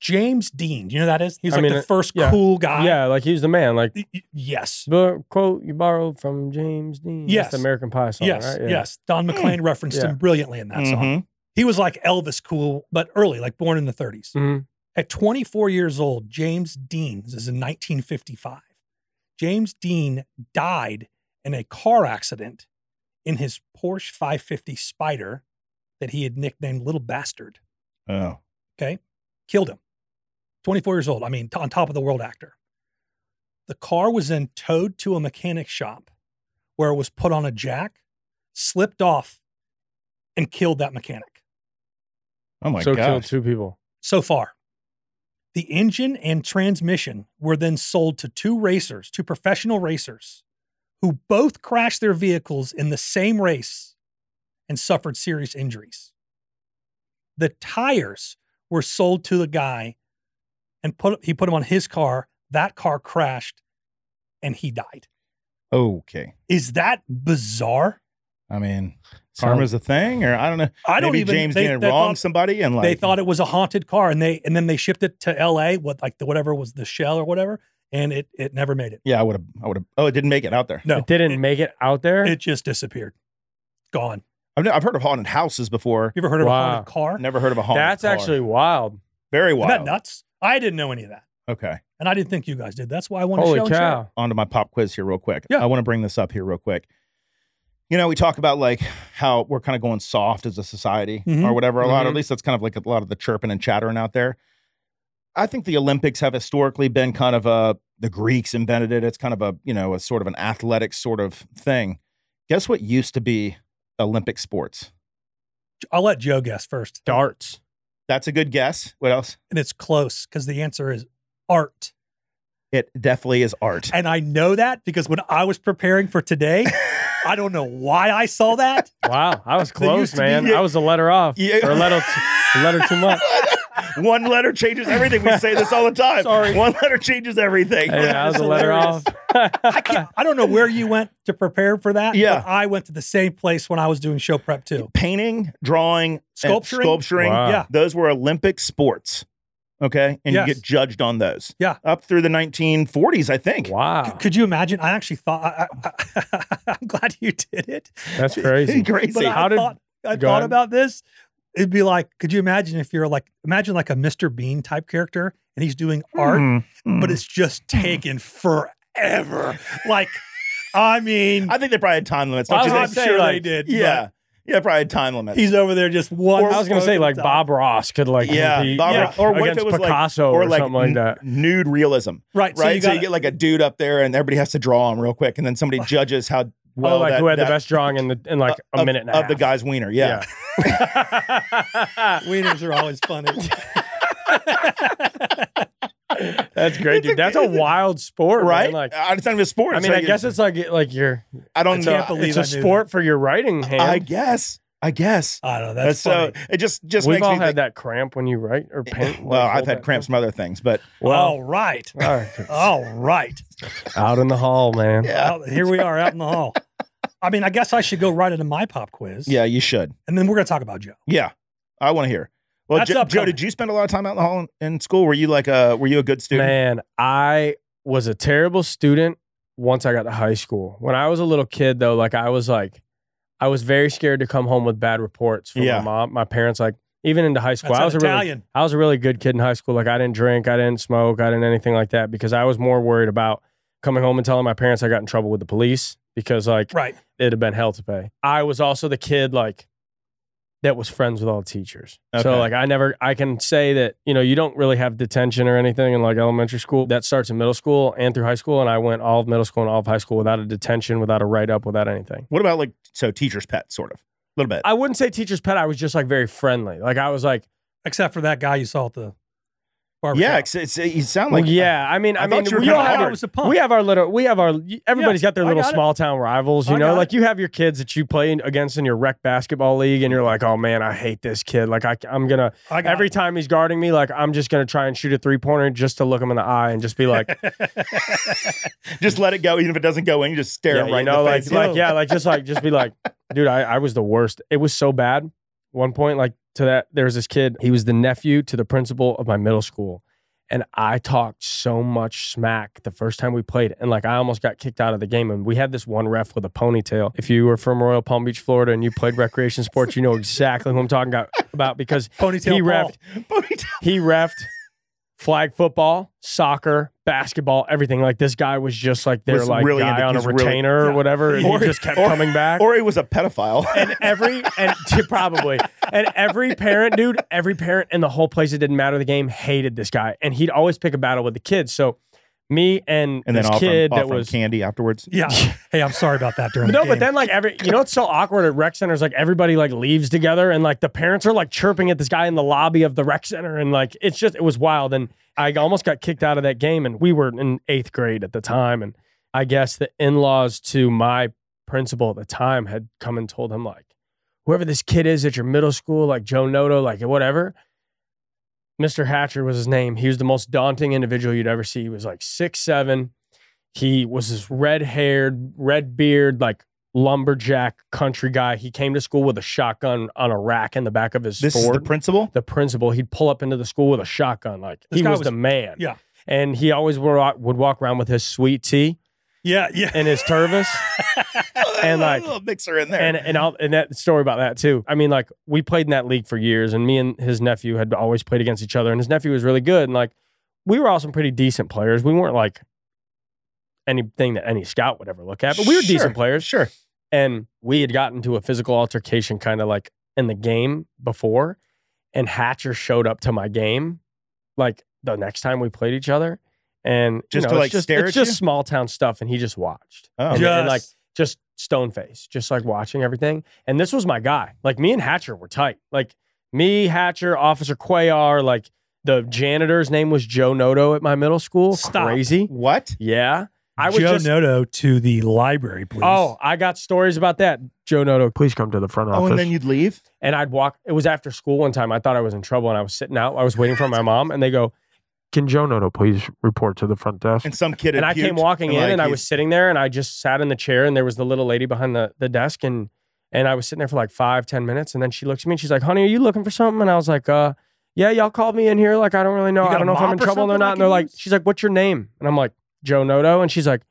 Speaker 5: James Dean, you know who that is? He's
Speaker 7: I
Speaker 5: like
Speaker 7: mean, uh,
Speaker 5: the first
Speaker 7: yeah.
Speaker 5: cool guy.
Speaker 7: yeah, like he's the man. Like
Speaker 5: Y- y- Yes.
Speaker 7: the quote you borrowed from James Dean. That's
Speaker 5: Yes.
Speaker 7: the American Pie song.
Speaker 5: yes.
Speaker 7: right? Yeah. Hmm.
Speaker 5: Yes. Don McLean referenced
Speaker 7: Yeah. Mm-hmm.
Speaker 5: him brilliantly in that song.
Speaker 6: Mhm.
Speaker 5: He was like Elvis cool, but early, like born in the 30s.
Speaker 7: Mhm.
Speaker 5: At 24 years old, James Dean, this is in 1955, James Dean died in a car accident in his Porsche 550 Spider that he had nicknamed Little Bastard.
Speaker 6: Oh.
Speaker 5: Killed him. 24 years old. I mean, t- on top of the world actor. The car was then towed to a mechanic shop where it was put on a jack, slipped off, and killed that mechanic.
Speaker 6: Oh my
Speaker 7: so
Speaker 6: gosh.
Speaker 7: killed two people.
Speaker 5: So far. The engine and transmission were then sold to two racers, two professional racers, who both crashed their vehicles in the same race and suffered serious injuries. The tires were sold to the guy and put he put them on his car. That car crashed and he died.
Speaker 6: Okay.
Speaker 5: Is that bizarre?
Speaker 6: I mean, karma's a thing, or I don't know.
Speaker 5: I don't
Speaker 6: Maybe
Speaker 5: even
Speaker 6: James
Speaker 5: they-
Speaker 6: didn't
Speaker 5: they
Speaker 6: wrong
Speaker 5: thought-
Speaker 6: somebody, and like
Speaker 5: they thought it was a haunted car and they and then they shipped it to LA what like the whatever was the shell or whatever and it it never made it.
Speaker 6: Yeah, I would have. I would have. Oh, it didn't make it out there.
Speaker 5: No.
Speaker 7: It didn't make it out there.
Speaker 5: It just disappeared. Gone.
Speaker 6: I've, ne- I've heard of haunted houses before.
Speaker 5: You ever heard of a
Speaker 7: Wow.
Speaker 5: haunted car?
Speaker 6: Never heard of a haunted.
Speaker 7: That's
Speaker 6: car.
Speaker 7: actually wild.
Speaker 6: very
Speaker 5: Isn't
Speaker 6: wild.
Speaker 5: that nuts? I didn't know any of that.
Speaker 6: Okay,
Speaker 5: And I didn't think you guys did. That's why I wanted
Speaker 7: Holy
Speaker 5: to show and share.
Speaker 7: cow.
Speaker 6: onto my pop quiz here real quick.
Speaker 5: Yeah.
Speaker 6: I want to bring this up here real quick. You know, we talk about like how we're kind of going soft as a society
Speaker 5: Mhm.
Speaker 6: or whatever. A lot,
Speaker 7: Mhm.
Speaker 6: at least that's kind of like a lot of the chirping and chattering out there. I think the Olympics have historically been kind of a the Greeks invented it. It's kind of a you know a sort of an athletic sort of thing. Guess what used to be Olympic sports?
Speaker 5: I'll let Joe guess first.
Speaker 7: Darts.
Speaker 6: That's a good guess. What else?
Speaker 5: And it's close because the answer is art.
Speaker 6: It definitely is art.
Speaker 5: And I know that because when I was preparing for today, I don't know why I saw that.
Speaker 7: Wow. I was close,
Speaker 6: used to be-
Speaker 7: man.
Speaker 6: yeah.
Speaker 7: I was a letter off.
Speaker 6: Yeah.
Speaker 7: Or a letter, t- a letter too much.
Speaker 6: One letter changes everything. We say this all the time.
Speaker 7: Sorry.
Speaker 6: One letter changes everything.
Speaker 7: Hey, I was
Speaker 5: That's
Speaker 7: a letter off.
Speaker 5: I can't I don't know where you went to prepare for that.
Speaker 6: Yeah.
Speaker 5: But I went to the same place when I was doing show prep too.
Speaker 6: Painting, drawing, and
Speaker 5: Sculpturing?
Speaker 6: sculpturing.
Speaker 7: Wow.
Speaker 5: Yeah.
Speaker 6: Those were Olympic sports. Okay. And you
Speaker 5: Yes.
Speaker 6: get judged on those.
Speaker 5: Yeah.
Speaker 6: Up through the 1940s, I think.
Speaker 7: Wow.
Speaker 5: Could you imagine? I actually thought I, I, I'm glad you did it.
Speaker 7: That's crazy.
Speaker 5: But
Speaker 6: crazy.
Speaker 5: I
Speaker 7: How did-
Speaker 5: thought I
Speaker 7: go
Speaker 5: thought
Speaker 7: ahead.
Speaker 5: about this. It'd be like, could you imagine if you're like, imagine like a Mr. Bean type character and he's doing
Speaker 7: Hmm.
Speaker 5: art,
Speaker 6: Mm, mm.
Speaker 5: but it's just taken forever. Like, I mean,
Speaker 6: I think they probably had time limits.
Speaker 7: Well,
Speaker 6: Don't
Speaker 7: I
Speaker 6: you
Speaker 7: was
Speaker 5: I'm
Speaker 6: think?
Speaker 7: gonna say,
Speaker 5: sure they
Speaker 7: like,
Speaker 5: did.
Speaker 6: yeah. Yeah, probably had time limits.
Speaker 5: but he's over there just one.
Speaker 7: I was gonna say
Speaker 5: stroke
Speaker 7: like
Speaker 5: at a
Speaker 7: Bob Ross could like
Speaker 6: yeah,
Speaker 7: compete
Speaker 6: Bob-
Speaker 7: like,
Speaker 6: or what if
Speaker 7: against
Speaker 6: it was
Speaker 7: Picasso
Speaker 6: like,
Speaker 7: or, something like oh,
Speaker 6: n-
Speaker 7: that.
Speaker 6: nude realism.
Speaker 5: time. right?
Speaker 6: right? So you,
Speaker 5: got
Speaker 6: get like a dude up there, and everybody has to draw him real quick, and then somebody judges how well
Speaker 7: oh, like
Speaker 6: that-
Speaker 7: who had
Speaker 6: that-
Speaker 7: the best drawing in the in like a
Speaker 6: of-
Speaker 7: minute and a
Speaker 6: of
Speaker 7: half.
Speaker 6: the guy's wiener. Yeah,
Speaker 7: Yeah.
Speaker 5: wieners are always funny.
Speaker 7: Oh, That's great, dude. That's a wild sport, man.
Speaker 6: right.
Speaker 7: Like,
Speaker 6: I it's not even sports.
Speaker 7: I mean, I guess it's like like your
Speaker 6: I
Speaker 5: I
Speaker 6: don't know.
Speaker 5: can't believe
Speaker 7: it's
Speaker 5: I
Speaker 7: a
Speaker 5: knew
Speaker 7: sport for your writing hand.
Speaker 6: I guess. I guess.
Speaker 5: I don't know. That's
Speaker 6: That's so.
Speaker 5: funny.
Speaker 6: It just just
Speaker 7: Oh, We've
Speaker 6: makes
Speaker 7: all
Speaker 6: me
Speaker 7: had
Speaker 6: think.
Speaker 7: that cramp when you write or paint.
Speaker 6: Well,
Speaker 7: like,
Speaker 6: I've
Speaker 7: hold
Speaker 6: had
Speaker 7: that
Speaker 6: cramps
Speaker 7: cramp.
Speaker 6: from other things, but
Speaker 5: all right,
Speaker 7: All right.
Speaker 5: all right.
Speaker 7: out in the hall, man.
Speaker 6: yeah,
Speaker 5: Out- here we are out in the hall. I mean, I guess I should go right into my pop quiz.
Speaker 6: yeah, you should.
Speaker 5: and then we're gonna talk about Joe.
Speaker 6: Yeah, I want to hear. Well,
Speaker 5: That's
Speaker 6: Jo- Joe,
Speaker 5: upcoming.
Speaker 6: did you spend a lot of time out in the hall in, in school? Were you like a Were you a good student?
Speaker 7: Man, I was a terrible student once I got to high school. When I was a little kid, though, like I was like, I was very scared to come home with bad reports from
Speaker 6: Yeah.
Speaker 7: my mom, my parents. Like even into high school,
Speaker 5: That's
Speaker 7: I was
Speaker 5: an
Speaker 7: a really,
Speaker 5: Italian.
Speaker 7: I was a really good kid in high school. Like I didn't drink, I didn't smoke, I didn't anything like that because I was more worried about coming home and telling my parents I got in trouble with the police because like
Speaker 5: Right.
Speaker 7: it'd have been hell to pay. I was also the kid like that was friends with all the teachers.
Speaker 6: Okay.
Speaker 7: So like I never I can say that, you know, you don't really have detention or anything in like elementary school. That starts in middle school and through high school. And I went all of middle school and all of high school without a detention, without a write up, without anything.
Speaker 6: What about like so teacher's pet sort of a little bit?
Speaker 7: I wouldn't say teacher's pet. I was just like very friendly. Like I was like,
Speaker 5: Except for that guy you saw at the barbershop.
Speaker 6: yeah, it's, it's, you sound
Speaker 7: well,
Speaker 6: like
Speaker 7: yeah. I mean,
Speaker 6: Oh I
Speaker 7: I,
Speaker 6: thought
Speaker 7: mean,
Speaker 6: you were
Speaker 7: we
Speaker 6: kinda
Speaker 7: all have
Speaker 6: awkward.
Speaker 5: I
Speaker 7: our,
Speaker 5: was a punk.
Speaker 7: we have our little, we have our, everybody's got their
Speaker 5: I
Speaker 7: little
Speaker 5: got it.
Speaker 7: small town rivals, you
Speaker 5: I
Speaker 7: know?
Speaker 5: got
Speaker 7: Like you have your kids that you play against in your rec basketball league and you're like, oh man, I hate this kid. Like I, I'm going to,
Speaker 5: I got
Speaker 7: every time he's guarding me, like I'm just going to try and shoot a three pointer just to look him in the eye and just be like,
Speaker 6: just let it go, even if it doesn't go in. You just stare
Speaker 7: yeah,
Speaker 6: him right
Speaker 7: you know,
Speaker 6: in the
Speaker 7: like,
Speaker 6: face.
Speaker 7: like, yeah, like, just like, just be like, dude, I, I was the worst. It was so bad. One point, like, to that, there was this kid. He was the nephew to the principal of my middle school. And I talked so much smack the first time we played. And like, I almost got kicked out of the game. And we had this one ref with a ponytail. If you were from Royal Palm Beach, Florida, and you played recreation sports, you know exactly who I'm talking about, about because
Speaker 5: ponytail.
Speaker 7: he
Speaker 5: Paul.
Speaker 7: reffed he refed flag football, soccer, basketball, everything. Like this guy was just like their
Speaker 6: Was
Speaker 7: like
Speaker 6: really
Speaker 7: guy
Speaker 6: into-
Speaker 7: on a
Speaker 6: he's really-
Speaker 7: retainer or
Speaker 5: yeah.
Speaker 7: whatever, and
Speaker 6: Or-
Speaker 7: he just kept
Speaker 6: or-
Speaker 7: coming back.
Speaker 6: or he was a pedophile.
Speaker 7: and every and probably and every parent, dude, every parent in the whole place, it didn't matter the game, hated this guy, and he'd always pick a battle with the kids. So me and,
Speaker 6: and then
Speaker 7: this
Speaker 6: offer, 'em-
Speaker 7: kid
Speaker 6: offer
Speaker 7: that
Speaker 6: 'em
Speaker 7: was
Speaker 6: candy afterwards.
Speaker 5: Yeah. hey, I'm sorry about that during the
Speaker 7: No,
Speaker 5: game.
Speaker 7: but then like every you know it's so awkward at rec centers like everybody like leaves together and like the parents are like chirping at this guy in the lobby of the rec center and like it's just it was wild and I almost got kicked out of that game and we were in 8th grade at the time and I guess the in-laws to my principal at the time had come and told him like whoever this kid is at your middle school like Joe Noto like whatever Mr. Hatcher was his name. He was the most daunting individual you'd ever see. He was like six seven. He was this red haired, red beard, like lumberjack country guy. He came to school with a shotgun on a rack in the back of his
Speaker 6: This is
Speaker 7: Ford.
Speaker 6: the principal.
Speaker 7: the principal, he'd pull up into the school with a shotgun. Like
Speaker 5: This
Speaker 7: he
Speaker 5: guy
Speaker 7: was,
Speaker 5: was-
Speaker 7: the man.
Speaker 5: yeah.
Speaker 7: And he always would walk, would walk around with his sweet tea
Speaker 5: yeah, yeah.
Speaker 7: and his turvis. and, like-
Speaker 6: a little mixer in there.
Speaker 7: and and I'll, and that story about that too. I mean, like we played in that league for years, and me and his nephew had always played against each other, and his nephew was really good, and like we were all some pretty decent players. We weren't like anything that any scout would ever look at, but we were
Speaker 6: Sure,
Speaker 7: decent players.
Speaker 6: Sure.
Speaker 7: And we had gotten to a physical altercation, kind of like in the game before, and Hatcher showed up to my game, like the next time we played each other, and you
Speaker 6: Just
Speaker 7: know,
Speaker 6: to,
Speaker 7: it's
Speaker 6: like, stare
Speaker 7: it's
Speaker 6: at
Speaker 7: just
Speaker 6: you?
Speaker 7: small town stuff, and he just watched
Speaker 6: Oh,
Speaker 7: Yeah. and,
Speaker 5: Just-
Speaker 7: like, just stone face, just like watching everything. And this was my guy. Like me and Hatcher were tight. Like me, Hatcher, Officer Cuellar, like the janitor's name was Joe Noto at my middle school.
Speaker 5: Stop.
Speaker 7: Crazy.
Speaker 6: what?
Speaker 7: Yeah. I was
Speaker 5: Joe
Speaker 7: just
Speaker 5: Noto to the library, please.
Speaker 7: Oh, I got stories about that. Joe Noto, please come to the front office.
Speaker 6: Oh, and then you'd leave.
Speaker 7: and I'd walk. It was after school one time. I thought I was in trouble and I was sitting out. I was waiting for my mom and they go, Can Joe Noto please report to the front desk?
Speaker 6: And some kid. had
Speaker 7: and I came
Speaker 6: puked,
Speaker 7: walking in
Speaker 6: like,
Speaker 7: and I
Speaker 6: he's-
Speaker 7: was sitting there and I just sat in the chair and there was the little lady behind the, the desk and and I was sitting there for like five, ten minutes and then she looks at me and she's like, Honey, are you looking for something? And I was like, uh, yeah, y'all called me in here. Like, I don't really know.
Speaker 5: You got
Speaker 7: I don't
Speaker 5: a
Speaker 7: know if I'm
Speaker 5: mop
Speaker 7: in
Speaker 5: or
Speaker 7: trouble or
Speaker 5: something I
Speaker 7: not. And they're
Speaker 5: can
Speaker 7: like,
Speaker 5: use?
Speaker 7: she's like, What's your name? And I'm like, Joe Noto. And she's like,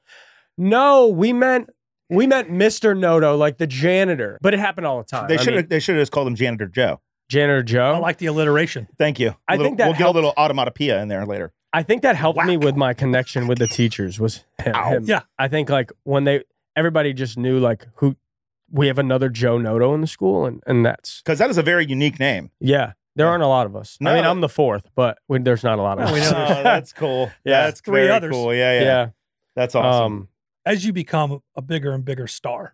Speaker 7: No, we meant we meant Mr. Noto, like the janitor. But it happened all the time.
Speaker 6: They
Speaker 7: I
Speaker 6: should
Speaker 7: mean,
Speaker 6: have. They should have just called him Janitor Joe.
Speaker 7: janitor Joe.
Speaker 5: I like the alliteration.
Speaker 6: Thank you.
Speaker 7: I
Speaker 6: A little-
Speaker 7: think that
Speaker 6: we'll get a
Speaker 7: helped.
Speaker 6: little automatopoeia in there later.
Speaker 7: I think that helped me with my connection with the teachers was him. him.
Speaker 5: Yeah.
Speaker 7: I think like when they everybody just knew like who we have another Joe Noto in the school and and that's
Speaker 6: Because that is a very unique name.
Speaker 7: yeah. There
Speaker 6: Yeah.
Speaker 7: aren't a lot of us. I mean,
Speaker 6: No.
Speaker 7: I'm the fourth, but we, there's not a lot of
Speaker 5: No, we
Speaker 7: us.
Speaker 5: know.
Speaker 6: Oh, that's cool.
Speaker 7: Yeah.
Speaker 6: that's
Speaker 5: Three
Speaker 6: very
Speaker 5: others.
Speaker 6: cool. Yeah, yeah,
Speaker 7: yeah.
Speaker 6: That's awesome.
Speaker 7: Um,
Speaker 5: As you become a bigger and bigger star,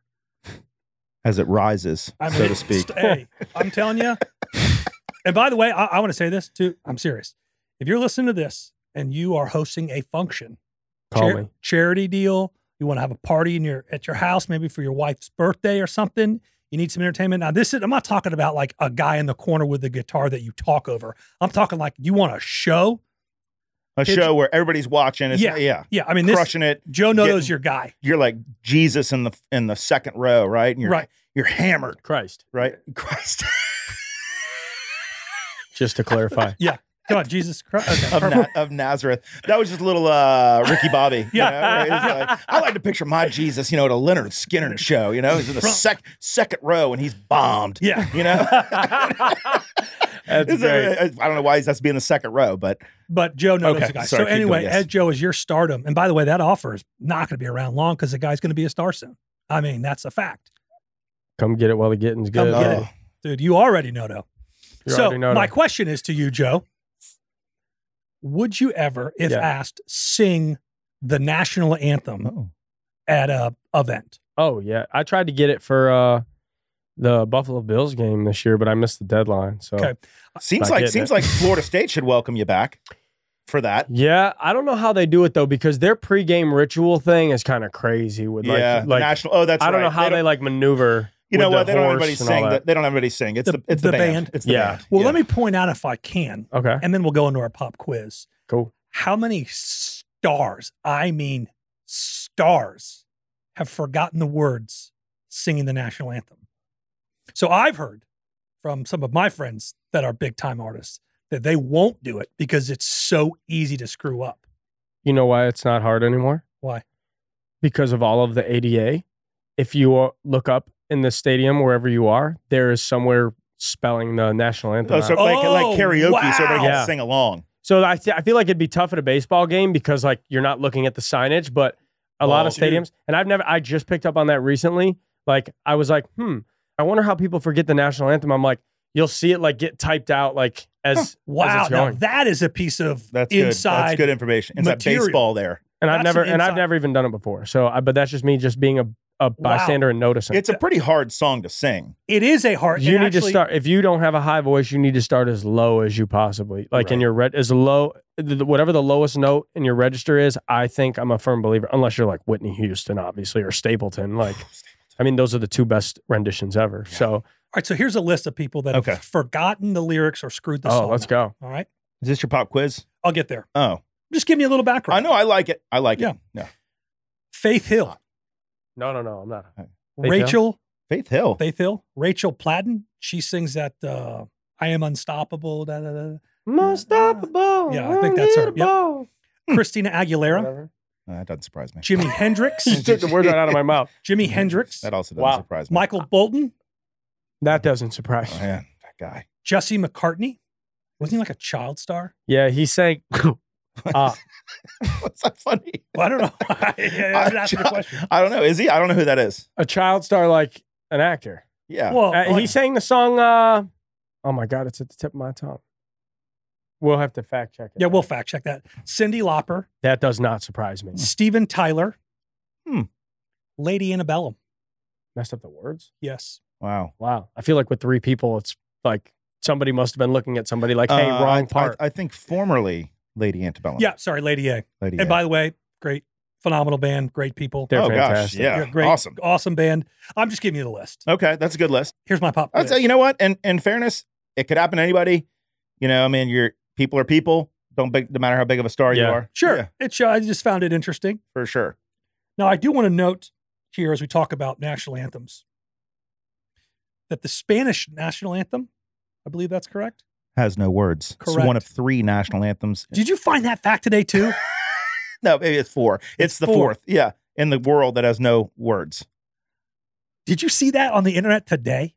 Speaker 6: As it rises,
Speaker 5: I mean,
Speaker 6: so to speak.
Speaker 5: st- eh, hey, I'm telling you. And by the way, I, I want to say this too. I'm serious. If you're listening to this and you are hosting a function,
Speaker 7: call
Speaker 5: char-
Speaker 7: me.
Speaker 5: charity deal, you want to have a party in your at your house, maybe for your wife's birthday or something, you need some entertainment. Now, this is I'm not talking about like a guy in the corner with the guitar that you talk over. I'm talking like you want a show.
Speaker 6: A
Speaker 5: Did
Speaker 6: show where everybody's watching. It's,
Speaker 5: Yeah.
Speaker 6: yeah,
Speaker 5: Yeah, I mean this.
Speaker 6: crushing it.
Speaker 5: Joe Noto's
Speaker 6: Getting-
Speaker 5: your guy.
Speaker 6: You're like Jesus in the in the second row, right? And you're
Speaker 5: Right.
Speaker 6: You're hammered,
Speaker 7: Christ.
Speaker 6: right? Christ
Speaker 7: Just to clarify.
Speaker 5: Come on, Jesus Christ. Okay,
Speaker 6: of,
Speaker 5: perfect.
Speaker 6: Na- of Nazareth. That was just a little uh, Ricky Bobby. you
Speaker 5: Yeah.
Speaker 6: know, right? It's like- I like to picture my Jesus, you know, at a Leonard Skinner show. You know, he's in the
Speaker 5: Front.
Speaker 6: sec- second row and he's bombed.
Speaker 5: yeah.
Speaker 6: You know,
Speaker 7: That's
Speaker 6: It's
Speaker 7: great.
Speaker 6: a- I don't know why he's has to be in the second row, but
Speaker 5: But Joe knows
Speaker 6: Okay,
Speaker 5: the guy.
Speaker 6: sorry,
Speaker 5: so
Speaker 6: keep going,
Speaker 5: anyway,
Speaker 6: yes.
Speaker 5: Ed Joe is your stardom. And by the way, that offer is not going to be around long because the guy's going to be a star soon. I mean, that's a fact.
Speaker 7: Come get it while the getting's
Speaker 5: Come
Speaker 7: good.
Speaker 5: get
Speaker 6: oh,
Speaker 5: it. Dude, you already know though.
Speaker 7: You
Speaker 5: so
Speaker 7: already know
Speaker 5: my
Speaker 7: that.
Speaker 5: question is to you, Joe. Would you ever, if
Speaker 7: Yeah.
Speaker 5: asked, sing the national anthem
Speaker 6: oh.
Speaker 5: at a event?
Speaker 7: Oh yeah, I tried to get it for uh, the Buffalo Bills game this year, but I missed the deadline. So
Speaker 5: Okay.
Speaker 6: seems
Speaker 7: Not
Speaker 6: like
Speaker 7: getting
Speaker 6: seems
Speaker 7: it.
Speaker 6: like Florida State should welcome you back for that.
Speaker 7: Yeah, I don't know how they do it though, because their pregame ritual thing is kind of crazy. With like,
Speaker 6: yeah,
Speaker 7: like
Speaker 6: national. Oh, that's
Speaker 7: I don't
Speaker 6: right.
Speaker 7: know how they,
Speaker 6: don't-
Speaker 7: like maneuver.
Speaker 6: You know
Speaker 7: with
Speaker 6: what?
Speaker 7: The
Speaker 6: They don't have
Speaker 7: horse
Speaker 6: anybody
Speaker 7: and all
Speaker 6: sing.
Speaker 7: that.
Speaker 6: They don't have anybody sing. It's
Speaker 5: The-
Speaker 6: the, it's the,
Speaker 5: the
Speaker 6: band.
Speaker 5: band.
Speaker 6: It's the
Speaker 7: Yeah.
Speaker 6: band.
Speaker 5: Well,
Speaker 6: Yeah.
Speaker 5: let me point out if I can,
Speaker 7: Okay,
Speaker 5: and then we'll go into our pop quiz.
Speaker 7: cool.
Speaker 5: How many stars, I mean stars, have forgotten the words singing the national anthem? So I've heard from some of my friends that are big time artists that they won't do it because it's so easy to screw up.
Speaker 7: You know why it's not hard anymore?
Speaker 5: Why?
Speaker 7: Because of all of the ADA. If you uh, look up in the stadium wherever you are, there is somewhere spelling the national anthem.
Speaker 6: Oh,
Speaker 7: out.
Speaker 6: so like,
Speaker 5: Oh,
Speaker 6: like karaoke, so everybody can
Speaker 7: wow.
Speaker 6: sing along.
Speaker 7: So I, th- I feel like it'd be tough at a baseball game because like you're not looking at the signage, but a lot of
Speaker 6: Oh, dude.
Speaker 7: stadiums, and I've never, I just picked up on that recently. Like I was like, hmm, I wonder how people forget the national anthem. I'm like, you'll see it like get typed out like as as
Speaker 5: Wow,
Speaker 7: it's
Speaker 5: now
Speaker 7: going.
Speaker 5: that is a piece of
Speaker 6: That's good.
Speaker 5: inside.
Speaker 6: That's good information. Inside
Speaker 5: material.
Speaker 6: baseball there.
Speaker 7: And I've
Speaker 5: That's
Speaker 7: never
Speaker 5: an
Speaker 7: and I've
Speaker 5: inside-
Speaker 7: never even done it before. So, I, but that's just me just being a, a bystander and noticing.
Speaker 6: It's a pretty hard song to sing.
Speaker 5: It is a hard.
Speaker 7: you
Speaker 5: and
Speaker 7: need to
Speaker 5: actually-
Speaker 7: start if you don't have a high voice. You need to start as low as you possibly like in
Speaker 6: Right.
Speaker 7: your red as low th- whatever the lowest note in your register is. I think I'm a firm believer, unless you're like Whitney Houston, obviously, or
Speaker 5: Oh,
Speaker 7: Stapleton. Like, I mean, those are the two best renditions ever. So,
Speaker 5: All right, so here's a list of people that
Speaker 6: Okay.
Speaker 5: have forgotten the lyrics or screwed the
Speaker 7: oh,
Speaker 5: song.
Speaker 7: let's
Speaker 5: up.
Speaker 7: go.
Speaker 5: All right,
Speaker 6: Is this your pop quiz?
Speaker 5: I'll get there.
Speaker 6: Oh,
Speaker 5: Just give me a little
Speaker 6: I
Speaker 5: background.
Speaker 6: know. I like it. I like
Speaker 5: Yeah.
Speaker 6: it. Yeah.
Speaker 5: Faith Hill,
Speaker 7: No, no, no, I'm not. Faith Hill?
Speaker 5: Rachel,
Speaker 6: Faith Hill.
Speaker 5: Faith Hill, Rachel Platten. She sings that uh, "I Am Unstoppable." Da, da, da.
Speaker 7: Must stop the ball.
Speaker 5: Yeah, I think that's her. Yep.
Speaker 7: Yep.
Speaker 6: Hmm.
Speaker 5: Christina Aguilera,
Speaker 7: Whatever.
Speaker 6: Uh, that doesn't surprise me.
Speaker 5: Jimi Hendrix,
Speaker 7: You took the word right out of my mouth.
Speaker 5: Jimi Hendrix,
Speaker 6: That also doesn't
Speaker 7: Wow.
Speaker 6: surprise me. Oh,
Speaker 5: Michael Bolton,
Speaker 7: That doesn't surprise. me.
Speaker 6: Man, that guy.
Speaker 5: Jesse McCartney. Wasn't he like a child star?
Speaker 7: Yeah, he sang. Ah.
Speaker 6: What's that funny?
Speaker 5: Well, I don't know. I, I, that's the
Speaker 6: Child-
Speaker 5: question.
Speaker 6: I don't know. Is he? I don't know who that is.
Speaker 7: a child star like an actor.
Speaker 6: Yeah.
Speaker 5: Well,
Speaker 7: Uh, he
Speaker 5: like-
Speaker 7: sang the song. Uh, oh my god, it's at the tip of my tongue. We'll have to fact check it.
Speaker 5: yeah, we'll fact check that. Cindy Lauper,
Speaker 7: that does not surprise me.
Speaker 5: Steven Tyler,
Speaker 6: Hmm.
Speaker 5: Lady Antebellum.
Speaker 7: Messed up the words.
Speaker 5: Yes.
Speaker 6: wow.
Speaker 7: Wow, I feel like with three people, it's like somebody must have been looking at somebody like, "Hey,
Speaker 6: Uh,
Speaker 7: wrong
Speaker 6: I,
Speaker 7: part."
Speaker 6: I, I think formerly Lady Antebellum.
Speaker 5: Yeah, sorry, Lady A.
Speaker 6: Lady
Speaker 5: And
Speaker 6: A.
Speaker 5: by the way, great, phenomenal band, great people.
Speaker 7: They're
Speaker 6: oh gosh,
Speaker 7: fantastic.
Speaker 6: yeah,
Speaker 5: You're a great,
Speaker 6: awesome.
Speaker 5: awesome band. I'm just giving you the list.
Speaker 6: Okay, that's a good list.
Speaker 5: Here's my pop.
Speaker 6: I'd
Speaker 5: quiz.
Speaker 6: say, uh, you know what? And in fairness, it could happen to anybody. You know, I mean, you're people are people. Don't big, no matter how big of a star
Speaker 7: Yeah.
Speaker 6: you are.
Speaker 5: sure.
Speaker 6: Yeah,
Speaker 5: It's, uh, I just found it interesting.
Speaker 6: for sure.
Speaker 5: Now, I do want to note here as we talk about national anthems that the Spanish national anthem, I believe that's correct.
Speaker 6: Has no words. It's one
Speaker 5: Correct.
Speaker 6: of three national anthems.
Speaker 5: Did you find that fact today too?
Speaker 6: no, maybe it's four. It's,
Speaker 5: It's
Speaker 6: the
Speaker 5: four.
Speaker 6: fourth. Yeah, in the world that has no words.
Speaker 5: Did you see that on the internet today?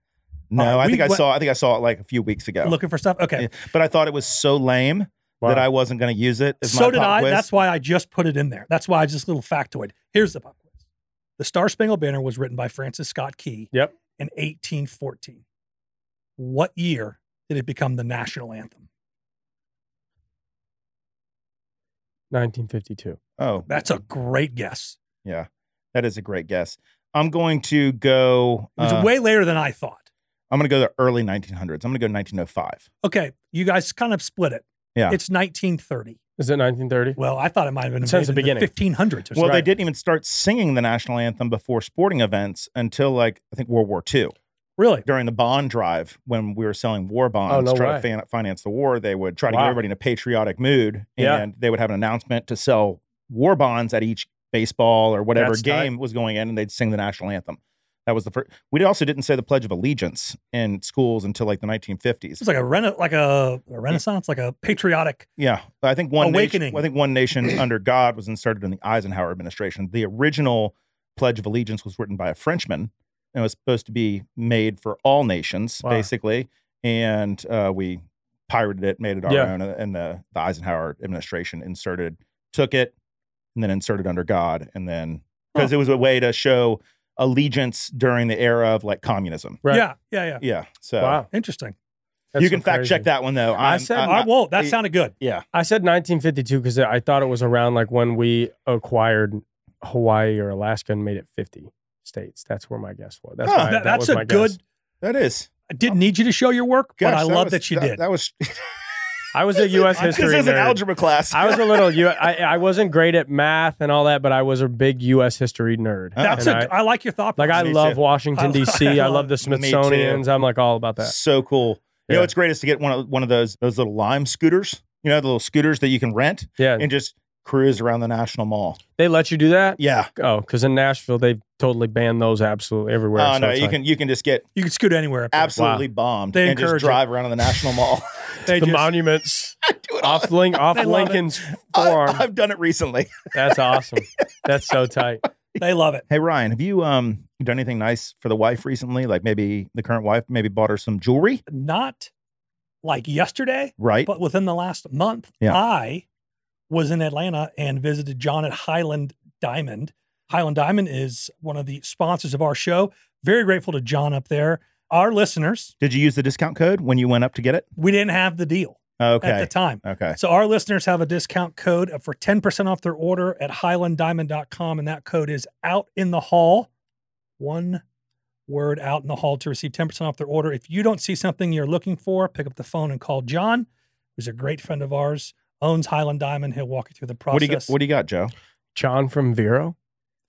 Speaker 6: No,
Speaker 5: Uh,
Speaker 6: I
Speaker 5: we
Speaker 6: think I
Speaker 5: went-
Speaker 6: saw. I think I saw it like a few weeks ago.
Speaker 5: Looking for stuff? Okay.
Speaker 6: Oh. Yeah, but I thought it was so lame
Speaker 7: Wow.
Speaker 6: that I wasn't going to use it. As
Speaker 5: So
Speaker 6: my
Speaker 5: did
Speaker 6: pop
Speaker 5: I.
Speaker 6: quiz.
Speaker 5: That's why I just put it in there. That's why I just little factoid. Here's the pop quiz. The Star Spangled Banner was written by Francis Scott Key
Speaker 7: Yep.
Speaker 5: in 1814. What year did it become the national anthem?
Speaker 7: 1952.
Speaker 6: Oh,
Speaker 5: That's a great guess.
Speaker 6: yeah, that is a great guess. I'm going to go.
Speaker 5: It was
Speaker 6: uh,
Speaker 5: way later than I thought.
Speaker 6: I'm going to go the early 1900s. I'm going to go 1905.
Speaker 5: Okay, you guys kind of split it.
Speaker 6: Yeah.
Speaker 5: It's 1930.
Speaker 7: Is it 1930?
Speaker 5: Well, I thought it might have been
Speaker 7: Since the
Speaker 5: made in
Speaker 7: beginning.
Speaker 5: 1500s. Or
Speaker 6: well,
Speaker 5: something.
Speaker 6: they
Speaker 7: right.
Speaker 6: didn't even start singing the national anthem before sporting events until like I think World War II
Speaker 5: really?
Speaker 6: during the bond drive when we were selling war bonds
Speaker 7: Oh, no
Speaker 6: to try
Speaker 7: way.
Speaker 6: to fan- finance the war. They would try to
Speaker 7: Wow.
Speaker 6: get everybody in a patriotic mood,
Speaker 7: Yeah.
Speaker 6: and they would have an announcement to sell war bonds at each baseball or whatever
Speaker 7: That's tight.
Speaker 6: game was going in, and they'd sing the national anthem. That was the first. We also didn't say the Pledge of Allegiance in schools until like the 1950s.
Speaker 5: It's like a rena- like a, a renaissance, like a patriotic.
Speaker 6: Yeah, but I think one
Speaker 5: Awakening.
Speaker 6: Nation, I think one nation under God was inserted in the Eisenhower administration. The original Pledge of Allegiance was written by a Frenchman, and it was supposed to be made for all nations,
Speaker 7: Wow.
Speaker 6: basically. And uh, we pirated it, made it our
Speaker 7: Yeah.
Speaker 6: own, and the, the Eisenhower administration inserted, took it, and then inserted under God, and then because it was a way to show allegiance during the era of like communism.
Speaker 7: Right.
Speaker 5: Yeah, yeah, yeah.
Speaker 6: Yeah, so
Speaker 7: Wow.
Speaker 5: Interesting.
Speaker 7: That's
Speaker 6: you can
Speaker 7: so
Speaker 6: fact
Speaker 7: crazy.
Speaker 6: check that one though.
Speaker 7: I
Speaker 6: I'm-
Speaker 7: said
Speaker 6: I'm
Speaker 5: I
Speaker 6: not-
Speaker 5: won't. That
Speaker 6: it-
Speaker 5: sounded good.
Speaker 6: Yeah,
Speaker 7: I said 1952 because I thought it was around like when we acquired Hawaii or Alaska and made it 50 states. That's where my guess was. That's
Speaker 6: Oh,
Speaker 7: why-
Speaker 5: That-
Speaker 7: that
Speaker 5: that's
Speaker 7: was
Speaker 5: a
Speaker 7: my
Speaker 5: good.
Speaker 7: guess.
Speaker 6: that is.
Speaker 5: I didn't need you to show your work, but
Speaker 6: Gosh,
Speaker 5: I love
Speaker 6: was-
Speaker 5: that you did.
Speaker 6: That was
Speaker 7: I was a U.S. history
Speaker 6: This is
Speaker 7: nerd.
Speaker 6: an algebra class.
Speaker 7: I was a little. U- I, I wasn't great at math and all that, but I was a big U.S. history nerd.
Speaker 6: Uh-huh.
Speaker 5: That's
Speaker 7: And
Speaker 5: a.
Speaker 7: I-
Speaker 5: I like your thought.
Speaker 7: like I
Speaker 5: process.
Speaker 6: Me
Speaker 7: love
Speaker 6: too.
Speaker 7: Washington
Speaker 5: I
Speaker 7: D.C. I
Speaker 5: love-
Speaker 7: love the
Speaker 6: Me too.
Speaker 7: Smithsonian's. I'm like all about that.
Speaker 6: so cool. You
Speaker 7: Yeah.
Speaker 6: know what's great is to get one of one of those those little lime scooters. You know the little scooters that you can rent
Speaker 7: Yeah,
Speaker 6: and just cruise around the National Mall.
Speaker 7: they let you do that.
Speaker 6: Yeah.
Speaker 7: Oh, because in Nashville they totally banned those absolutely everywhere.
Speaker 6: Oh
Speaker 7: so
Speaker 6: no,
Speaker 7: it's
Speaker 6: you
Speaker 7: like-
Speaker 6: can you can just get
Speaker 5: You could scoot anywhere. up there.
Speaker 6: absolutely bombed
Speaker 5: They
Speaker 6: and just
Speaker 5: encourage it.
Speaker 6: drive around the National Mall.
Speaker 5: They
Speaker 7: the
Speaker 5: just-
Speaker 7: monuments
Speaker 6: I do it all.
Speaker 7: off, Link, off
Speaker 5: They love it.
Speaker 7: Lincoln's
Speaker 6: I,
Speaker 7: forearm.
Speaker 6: have done it recently.
Speaker 7: That's awesome. That's so tight.
Speaker 5: They love it.
Speaker 6: Hey Ryan, have you um done anything nice for the wife recently? Like maybe the current wife maybe bought her some jewelry,
Speaker 5: Not like yesterday,
Speaker 6: right?
Speaker 5: but within the last month,
Speaker 6: Yeah.
Speaker 5: I was in Atlanta and visited John at Highland Diamond. Highland Diamond is one of the sponsors of our show. Very grateful to John up there. Our listeners,
Speaker 6: Did you use the discount code when you went up to get it?
Speaker 5: we didn't have the deal. at
Speaker 6: Okay.
Speaker 5: the time.
Speaker 6: Okay.
Speaker 5: So our listeners have a discount code for 10% off their order at highlanddiamond.com. And that code is out in the hall. One word out in the hall to receive 10% off their order. If you don't see something you're looking for, pick up the phone and call John, who's a great friend of ours, owns Highland Diamond. He'll walk you through the process.
Speaker 6: What do you got? What do you got, Joe?
Speaker 7: John from Vero,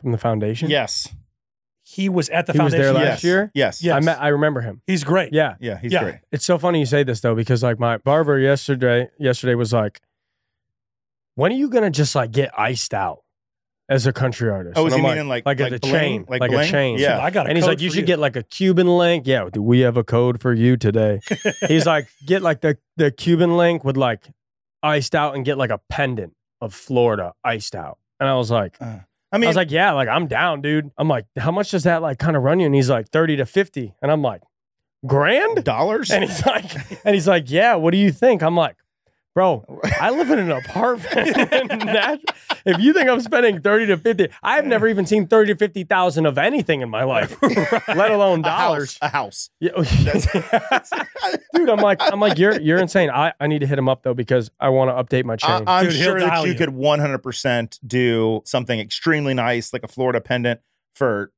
Speaker 7: from the foundation.
Speaker 6: Yes.
Speaker 5: he was at the
Speaker 7: He was
Speaker 5: foundation.
Speaker 7: there
Speaker 6: yes.
Speaker 7: last year?
Speaker 6: Yes.
Speaker 5: Yeah.
Speaker 7: I
Speaker 5: Yes.
Speaker 7: met, I remember him.
Speaker 5: He's great.
Speaker 7: Yeah.
Speaker 6: Yeah. He's
Speaker 5: Yeah.
Speaker 6: great.
Speaker 7: It's so funny you say this though, because like my barber yesterday, yesterday was like, "When are you gonna just like get iced out as a country artist?"
Speaker 6: Oh, is
Speaker 7: And
Speaker 6: he
Speaker 7: I'm
Speaker 6: meaning like
Speaker 7: like, at
Speaker 6: like
Speaker 7: the
Speaker 6: bling?
Speaker 7: chain,
Speaker 6: Like
Speaker 7: like, a
Speaker 6: bling?
Speaker 7: chain?
Speaker 5: Dude,
Speaker 6: Yeah.
Speaker 5: I got a
Speaker 7: And he's
Speaker 5: code
Speaker 7: like, you
Speaker 5: for
Speaker 7: should get like a Cuban link. Yeah, do we have a code for you today? he's like, get like the the Cuban link with like iced out and get like a pendant of Florida iced out. And I was like,
Speaker 6: I
Speaker 7: I
Speaker 6: mean,
Speaker 7: was like, yeah, like I'm down, dude. I'm like, how much does that like kind of run you? And he's like, thirty to fifty. And I'm like, grand.
Speaker 6: dollars.
Speaker 7: And he's like, and he's like, yeah. What do you think? I'm like, bro, I live in an apartment. in Nash- if you think I'm spending thirty to fifty, I've never even seen thirty to fifty thousand of anything in my life, let alone
Speaker 6: A
Speaker 7: dollars.
Speaker 6: house, A house.
Speaker 7: Yeah. dude, I'm like, I'm like, you're you're insane. I, I need to hit him up though because I want to
Speaker 6: Uh,
Speaker 7: update my chain.
Speaker 6: I, am
Speaker 5: Dude, he'll
Speaker 6: sure that
Speaker 5: dial
Speaker 6: you,
Speaker 5: you.
Speaker 6: could 100% do something extremely nice, like a Florida pendant, for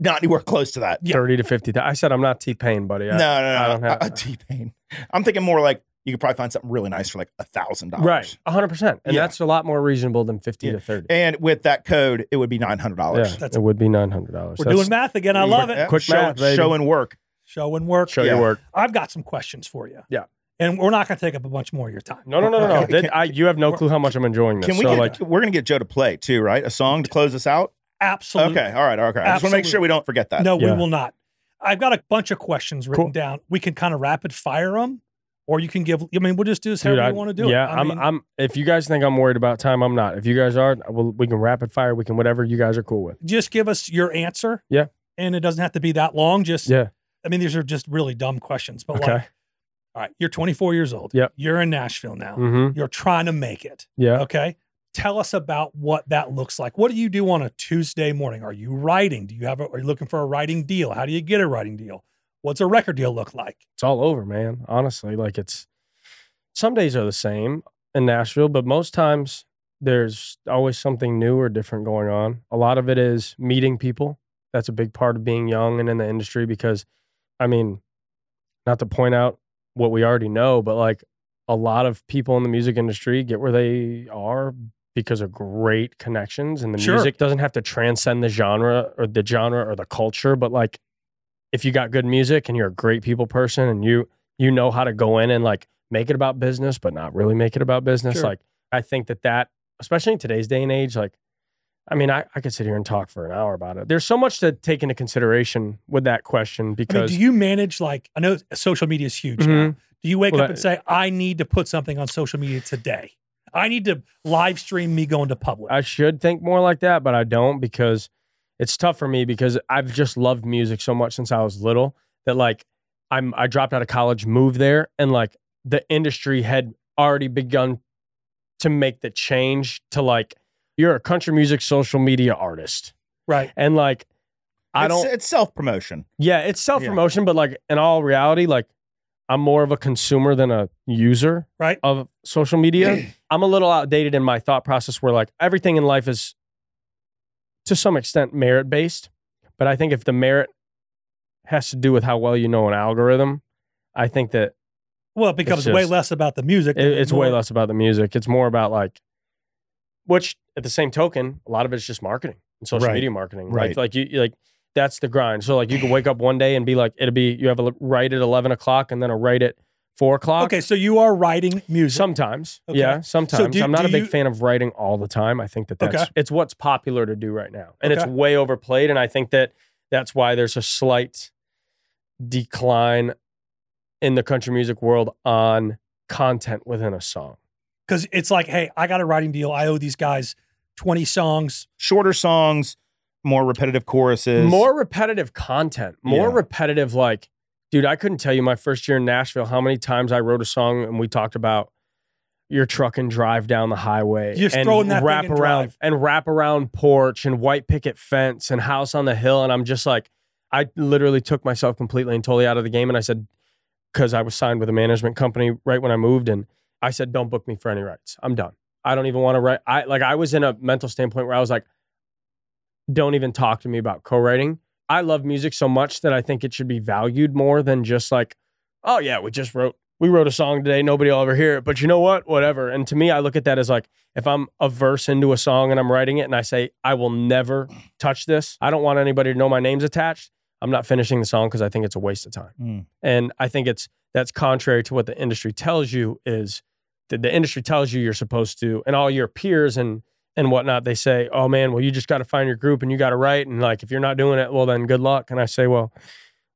Speaker 6: not anywhere close to that.
Speaker 5: yeah.
Speaker 7: Thirty to fifty. I said I'm not T Pain, buddy. I-
Speaker 6: No,
Speaker 7: I
Speaker 6: no, Uh,
Speaker 7: don't
Speaker 6: no.
Speaker 7: have-
Speaker 6: A T Pain. I'm thinking more like you could probably find something really nice for like a thousand dollars.
Speaker 7: Right, hundred percent, and
Speaker 6: Yeah.
Speaker 7: that's a lot more reasonable than fifty
Speaker 6: Yeah.
Speaker 7: to thirty.
Speaker 6: And with that code, it would be nine hundred
Speaker 7: Yeah,
Speaker 6: dollars.
Speaker 5: That's-
Speaker 7: it would be nine hundred dollars.
Speaker 5: We're doing math again. I love it.
Speaker 7: Quick
Speaker 6: show,
Speaker 7: math, baby.
Speaker 6: show and work.
Speaker 5: Show and work.
Speaker 7: Show
Speaker 6: Yeah.
Speaker 7: your work.
Speaker 5: I've got some questions for you.
Speaker 7: Yeah.
Speaker 5: And we're not going to take up a bunch more of your time.
Speaker 7: No, no, no, no, no.
Speaker 6: Okay,
Speaker 7: That- I, you have no clue how much I'm enjoying this.
Speaker 6: Can we
Speaker 7: so
Speaker 6: get?
Speaker 7: like,
Speaker 6: we're gonna get Joe to play too, right? A song to close us out.
Speaker 5: Absolutely.
Speaker 6: Okay, all right, all right. I just want to make
Speaker 5: Absolutely.
Speaker 6: sure we don't forget that.
Speaker 5: No,
Speaker 7: Uh, Yeah.
Speaker 5: we will not. I've got a bunch of questions written down. We can kind of rapid fire them, or you can give. I mean, we'll just do this
Speaker 7: dude,
Speaker 5: however
Speaker 7: I,
Speaker 5: you want to do
Speaker 7: yeah,
Speaker 5: it.
Speaker 7: I'm,
Speaker 5: mean,
Speaker 7: I'm. If you guys think I'm worried about time, I'm not. If you guys are, we'll, we can rapid fire. We can whatever you guys are cool with.
Speaker 5: just give us your answer.
Speaker 7: Yeah.
Speaker 5: and it doesn't have to be that long. Just
Speaker 7: Yeah.
Speaker 5: I mean, these are just really dumb questions. But
Speaker 7: Okay.
Speaker 5: like, all right, you're 24 years old.
Speaker 7: Yep.
Speaker 5: You're in Nashville now.
Speaker 7: Mm-hmm.
Speaker 5: You're trying to make it.
Speaker 7: Yeah.
Speaker 5: Okay. Tell us about what that looks like. What do you do on a Tuesday morning? Are you writing? Do you have? A, are you looking for a writing deal? How do you get a writing deal? What's a record deal look like?
Speaker 7: it's all over, man. Honestly, like it's some days are the same in Nashville, but most times there's always something new or different going on. A lot of it is meeting people. That's a big part of being young and in the industry because I mean, not to point out what we already know, but like a lot of people in the music industry get where they are because of great connections and the
Speaker 5: Sure.
Speaker 7: music doesn't have to transcend the genre or the genre or the culture, but like if you got good music and you're a great people person and you you know how to go in and like make it about business but not really make it about business
Speaker 5: Sure.
Speaker 7: like i think that that especially in today's day and age like i mean I, I could sit here and talk for an hour about it there's so much to take into consideration with that question
Speaker 5: I mean,
Speaker 7: because
Speaker 5: do you manage like I know social media is huge.
Speaker 7: Mhm.
Speaker 5: Now. Do you wake
Speaker 7: Well,
Speaker 5: up and
Speaker 7: that-
Speaker 5: say, "I need to put something on social media today. I need to live stream me going to public."
Speaker 7: I should think more like that, but I don't because it's tough for me because I've just loved music so much since I was little that like I'm I dropped out of college, moved there, and like the industry had already begun to make the change to like you're a country music social media artist.
Speaker 5: right.
Speaker 7: And like I
Speaker 6: It's-
Speaker 7: don't
Speaker 6: It's self promotion.
Speaker 7: yeah, it's self promotion, but like in all reality, like I'm more of a consumer than a user
Speaker 5: Right.
Speaker 7: of social media. I'm a little outdated in my thought process where like everything in life is to some extent merit based. But I think if the merit has to do with how well you know an algorithm, I think that
Speaker 5: Well, it becomes way
Speaker 7: just-
Speaker 5: less about the music.
Speaker 7: it,
Speaker 5: and
Speaker 7: it's way
Speaker 5: more-
Speaker 7: less about the music. It's more about like, which at the same token, a lot of it's just marketing and social
Speaker 6: Right.
Speaker 7: media marketing.
Speaker 6: Right.
Speaker 7: Like, like you, you- like that's the grind. So like you can wake up one day and be like, it'll be you have a l- write at eleven o'clock and then a write at four o'clock.
Speaker 5: Okay, so you are writing music.
Speaker 7: Sometimes,
Speaker 5: Okay.
Speaker 7: yeah, sometimes.
Speaker 5: do-
Speaker 7: I'm not
Speaker 5: do
Speaker 7: a big
Speaker 5: you-
Speaker 7: fan of writing all the time. I think that
Speaker 5: Okay.
Speaker 7: that's it's what's popular to do right now, and it's
Speaker 5: Okay.
Speaker 7: way overplayed. And I think that that's why there's a slight decline in the country music world on content within a song.
Speaker 5: because it's like, hey, I got a writing deal. I owe these guys twenty songs.
Speaker 6: Shorter songs, more repetitive choruses.
Speaker 7: more repetitive content more
Speaker 6: Yeah.
Speaker 7: repetitive like dude i couldn't tell you my first year in nashville how many times i wrote a song and we talked about your truck and drive down the highway
Speaker 5: Just
Speaker 7: and
Speaker 5: throwing that thing
Speaker 7: wrap
Speaker 5: and
Speaker 7: around
Speaker 5: drive.
Speaker 7: and wrap around porch and white picket fence and house on the hill and i'm just like i literally took myself completely and totally out of the game and i said because I was signed with a management company right when I moved, and I said, "Don't book me for any rights. I'm done. I don't even want to write." I like I was in a mental standpoint where I was like, "Don't even talk to me about co-writing." I love music so much that I think it should be valued more than just like, "Oh yeah, we just wrote." We wrote a song today. Nobody will ever hear it, but you know what? Whatever. And to me, I look at that as like if I'm a verse into a song and I'm writing it, and I say I will never touch this. I don't want anybody to know my name's attached. I'm not finishing the song because I think it's a waste of time.
Speaker 6: Mm.
Speaker 7: And I think it's that's contrary to what the industry tells you is that the industry tells you you're supposed to, and all your peers and and whatnot, they say, Oh man, well, you just gotta find your group and you gotta write. And like if you're not doing it, well then good luck. And I say, Well,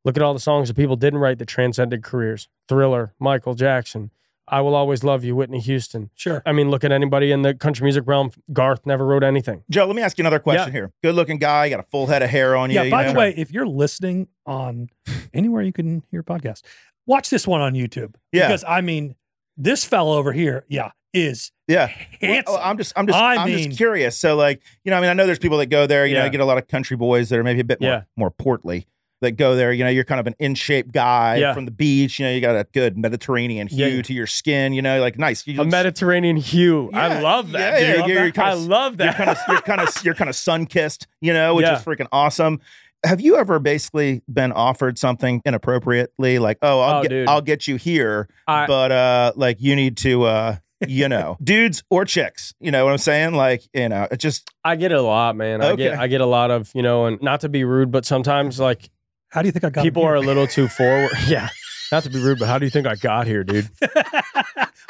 Speaker 7: look at all the songs that people didn't write that transcended careers. Thriller, Michael Jackson, I Will Always Love You, Whitney Houston.
Speaker 5: Sure.
Speaker 7: I mean, look at anybody in the country music realm. Garth never wrote anything.
Speaker 6: Joe, let me ask you another question
Speaker 7: Yeah.
Speaker 6: here. Good looking guy, got a full head of hair on you.
Speaker 5: Yeah.
Speaker 6: you
Speaker 5: by
Speaker 6: know?
Speaker 5: the way, if you're listening on anywhere you can hear podcasts, watch this one on YouTube.
Speaker 6: Yeah.
Speaker 5: Because I mean, this fella over here, yeah, is
Speaker 7: Uh,
Speaker 6: yeah. Well,
Speaker 5: handsome.
Speaker 6: I'm just, I'm just,
Speaker 5: I
Speaker 6: I am
Speaker 5: mean-
Speaker 6: just curious. So, like, you know, I mean, I know there's people that go there. You know,
Speaker 7: Yeah.
Speaker 6: you get a lot of country boys that are maybe a bit more,
Speaker 7: Yeah.
Speaker 6: more portly that go there. You know, you're kind of an in shape guy
Speaker 7: Yeah.
Speaker 6: from the beach. You know, you got a good Mediterranean hue
Speaker 7: Yeah.
Speaker 6: to your skin. You know, like nice. You
Speaker 7: A
Speaker 6: look-
Speaker 7: Mediterranean hue.
Speaker 6: Yeah,
Speaker 7: I love that,
Speaker 6: yeah, yeah,
Speaker 7: dude.
Speaker 6: you're- you're
Speaker 7: I
Speaker 6: kinda-
Speaker 7: love
Speaker 6: you're
Speaker 7: that.
Speaker 6: kind of, you're kind of, you're kind of sun kissed. You know, which
Speaker 7: Yeah.
Speaker 6: is freaking awesome. Have you ever basically been offered something inappropriately, like, "Oh, I'll
Speaker 7: Oh,
Speaker 6: get,
Speaker 7: dude.
Speaker 6: I'll get you here,
Speaker 7: I-
Speaker 6: but uh, like you need to, uh, you know, dudes or chicks, you know what I'm saying? Like, you know, it just
Speaker 7: I get it a lot, man. I get
Speaker 6: Okay.
Speaker 7: I get a lot of, you know, and not to be rude, but sometimes like
Speaker 5: How do you think I got
Speaker 7: people
Speaker 5: him
Speaker 7: are a
Speaker 5: here?
Speaker 7: little too forward. yeah. Not to be rude, but how do you think I got here, dude?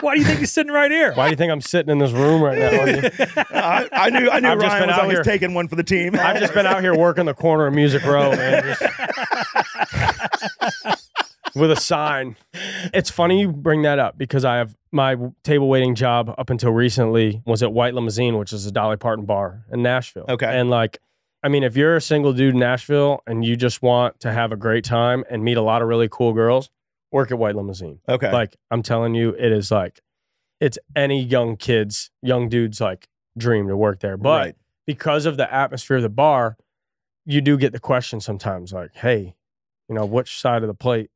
Speaker 5: Why do you think he's sitting right here?
Speaker 7: Why do you think I'm sitting in this room right now? Artie?
Speaker 6: I, I knew I knew
Speaker 7: I've just
Speaker 6: Ryan
Speaker 7: been
Speaker 6: was
Speaker 7: out
Speaker 6: always
Speaker 7: here-
Speaker 6: taking one for the team.
Speaker 7: I've just been out here working the corner of Music Row, man. just- with a sign. It's funny you bring that up because I have my table waiting job up until recently was at White Limousine, which is a Dolly Parton bar in Nashville.
Speaker 6: Okay.
Speaker 7: And like, I mean, if you're a single dude in Nashville and you just want to have a great time and meet a lot of really cool girls, work at White Limousine.
Speaker 6: okay.
Speaker 7: Like, I'm telling you, it is like, it's any young kid's, young dude's like dream to work there. But
Speaker 6: right.
Speaker 7: because of the atmosphere of the bar, you do get the question sometimes, like, "Hey, you know, which side of the plate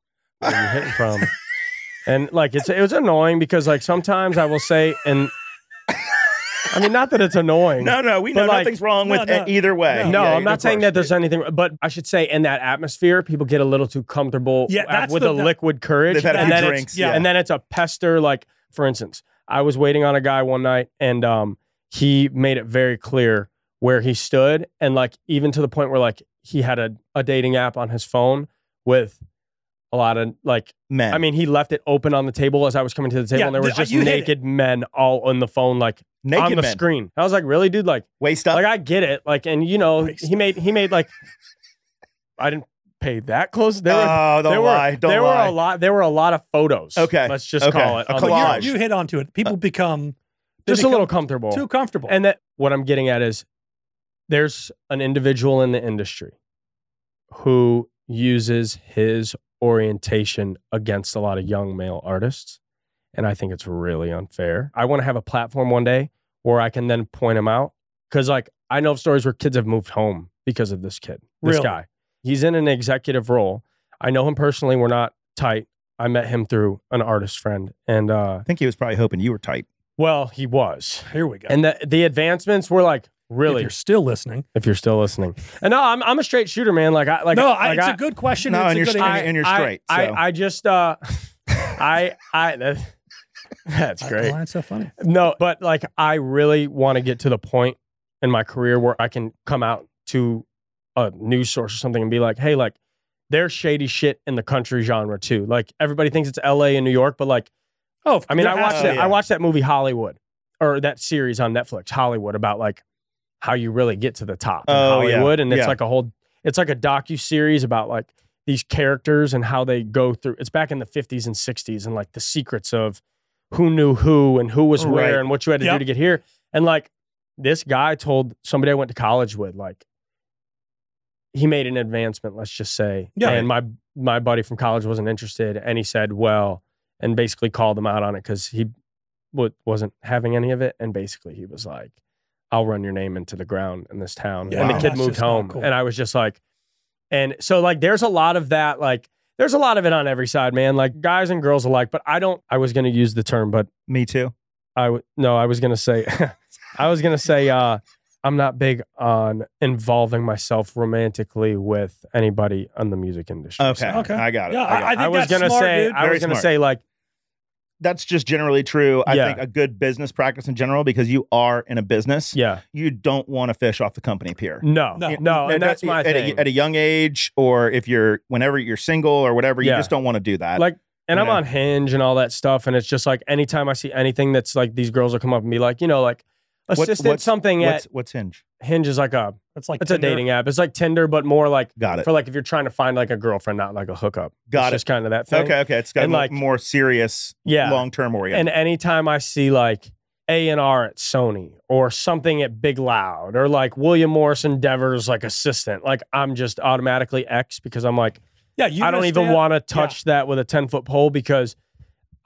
Speaker 7: are you hitting from?" and like, it's it was annoying because like sometimes I will say, and I mean, not that it's annoying.
Speaker 6: No, no, we
Speaker 7: But
Speaker 6: know
Speaker 7: like-
Speaker 6: nothing's wrong
Speaker 5: No,
Speaker 6: with
Speaker 5: no.
Speaker 6: e- either way.
Speaker 7: No,
Speaker 6: Yeah,
Speaker 7: I'm
Speaker 6: of
Speaker 7: not saying that
Speaker 6: course.
Speaker 7: there's anything, but I should say in that atmosphere, people get a little too comfortable
Speaker 5: Yeah,
Speaker 7: at-
Speaker 5: that's
Speaker 7: with
Speaker 5: the-
Speaker 7: the, liquid courage.
Speaker 6: They've had a
Speaker 7: and
Speaker 6: few
Speaker 7: then it's-
Speaker 6: drinks,
Speaker 7: yeah,
Speaker 6: yeah.
Speaker 7: and then it's a pester. Like for instance, I was waiting on a guy one night, and um, he made it very clear where he stood, and like even to the point where like he had a, a dating app on his phone with a lot of like
Speaker 6: men.
Speaker 7: I mean he left it open on the table as I was coming to the table,
Speaker 5: Yeah,
Speaker 7: and there was
Speaker 5: th- uh,
Speaker 7: just
Speaker 5: you hit it.
Speaker 7: naked men all on the phone like
Speaker 6: naked
Speaker 7: on the
Speaker 6: men.
Speaker 7: screen. I was like, really, dude, like.
Speaker 6: Waist up.
Speaker 7: Like I get it. Like and you know
Speaker 5: Christ.
Speaker 7: he made he made like I didn't pay that close. There were
Speaker 6: oh, don't
Speaker 7: there
Speaker 6: lie.
Speaker 7: were
Speaker 6: don't
Speaker 7: there
Speaker 6: lie.
Speaker 7: were a lot there were a lot of photos.
Speaker 6: Okay,
Speaker 7: let's just
Speaker 6: okay.
Speaker 7: call it
Speaker 6: A
Speaker 7: on the
Speaker 5: But you're-
Speaker 6: collage.
Speaker 7: couch.
Speaker 5: You hit onto it. People become they
Speaker 7: Uh, Just a little
Speaker 5: become
Speaker 7: comfortable.
Speaker 5: too comfortable.
Speaker 7: And that what I'm getting at is there's an individual in the industry who uses his orientation against a lot of young male artists. And I think it's really unfair. I want to have a platform one day where I can then point him out. Cause like I know of stories where kids have moved home because of this kid, this
Speaker 5: Really?
Speaker 7: guy. He's in an executive role. I know him personally. We're not tight. I met him through an artist friend. And uh
Speaker 6: I think he was probably hoping you were tight.
Speaker 7: well, he was.
Speaker 5: here we go.
Speaker 7: And the the advancements were like
Speaker 5: If
Speaker 7: really
Speaker 5: you're still listening.
Speaker 7: if you're still listening. And no, I'm I'm a straight shooter, man. Like I like
Speaker 5: no, I,
Speaker 7: like
Speaker 5: it's
Speaker 7: I-
Speaker 5: a good question.
Speaker 6: No,
Speaker 5: it's
Speaker 6: and
Speaker 5: a
Speaker 6: you're
Speaker 5: good
Speaker 6: straight.
Speaker 5: answer.
Speaker 6: and you're
Speaker 7: I-
Speaker 6: straight,
Speaker 7: I,
Speaker 6: so.
Speaker 7: I, just uh I I that- that's great.
Speaker 5: Why it's so funny.
Speaker 7: No, but like I really want to get to the point in my career where I can come out to a news source or something and be like, hey, like there's shady shit in the country genre too. Like everybody thinks it's LA and New York, but like
Speaker 5: Oh,
Speaker 7: I mean,
Speaker 5: there
Speaker 7: I
Speaker 5: has
Speaker 7: watched
Speaker 5: to
Speaker 7: that.
Speaker 5: be.
Speaker 6: yeah.
Speaker 7: I watched that movie Hollywood, or that series on Netflix, Hollywood, about like how you really get to the top in
Speaker 6: Oh, yeah.
Speaker 7: Hollywood, and it's
Speaker 6: Yeah.
Speaker 7: like a whole, it's like a docu series about like these characters and how they go through. It's back in the fifties and sixties, and like the secrets of who knew who and who was
Speaker 6: Right.
Speaker 7: where and what you had to do
Speaker 5: Yep.
Speaker 7: to get here. And like this guy told somebody I went to college with, like he made an advancement, let's just say.
Speaker 5: Yeah.
Speaker 7: And my my buddy from college wasn't interested, and he said, "Well," and basically called him out on it because he w- wasn't having any of it, and basically he was like, "I'll run your name into the ground in this town."
Speaker 5: Yeah,
Speaker 7: and the
Speaker 6: wow.
Speaker 7: kid
Speaker 5: that's
Speaker 7: moved
Speaker 5: just not
Speaker 7: home,
Speaker 5: cool.
Speaker 7: and I was just like, and so like there's a lot of that like There's a lot of it on every side, man. Like guys and girls alike. But I don't. I was gonna use the term, but
Speaker 6: Me too.
Speaker 7: I w- no. I was gonna say. I was gonna say. uh I'm not big on involving myself romantically with anybody on the music industry.
Speaker 6: Okay.
Speaker 7: side.
Speaker 5: Okay.
Speaker 6: I got it.
Speaker 5: Yeah,
Speaker 6: I got it.
Speaker 5: I think
Speaker 7: I was
Speaker 5: that's
Speaker 7: gonna
Speaker 5: smart,
Speaker 7: say.
Speaker 5: dude.
Speaker 7: I
Speaker 6: Very
Speaker 7: was gonna
Speaker 6: smart.
Speaker 7: say like.
Speaker 6: That's just generally true. I
Speaker 7: Yeah.
Speaker 6: think a good business practice in general because you are in a business.
Speaker 7: Yeah.
Speaker 6: You don't want to fish off the company pier.
Speaker 7: No.
Speaker 5: No.
Speaker 7: No.
Speaker 6: At-
Speaker 7: and that's my
Speaker 6: at,
Speaker 7: thing.
Speaker 6: A, at a young age, or if you're whenever you're single or whatever, you
Speaker 7: Yeah.
Speaker 6: just don't want to do that.
Speaker 7: like and
Speaker 6: you
Speaker 7: I'm
Speaker 6: know.
Speaker 7: on Hinge and all that stuff, and it's just like anytime I see anything that's like these girls will come up and be like, you know, like
Speaker 6: What's-
Speaker 7: assistant
Speaker 6: what's-
Speaker 7: something
Speaker 6: what's
Speaker 7: at
Speaker 6: what's Hinge?
Speaker 7: Hinge is like a
Speaker 5: That's like
Speaker 7: it's a
Speaker 5: Tinder.
Speaker 7: dating app. It's like Tinder, but more like
Speaker 6: Got it.
Speaker 7: for like if you're trying to find like a girlfriend, not like a hookup.
Speaker 6: Got
Speaker 7: it's
Speaker 6: it.
Speaker 7: Just kind of that thing.
Speaker 6: Okay, okay. It's got a
Speaker 7: And,
Speaker 6: mo-
Speaker 7: like-
Speaker 6: more serious,
Speaker 7: Yeah.
Speaker 6: long term oriented.
Speaker 7: And anytime I see like A and R at Sony or something at Big Loud or like William Morris Endeavor's like assistant, like I'm just automatically X because I'm like
Speaker 5: Yeah, you
Speaker 7: I don't even
Speaker 5: understand-
Speaker 7: want to touch that with a 10 foot pole because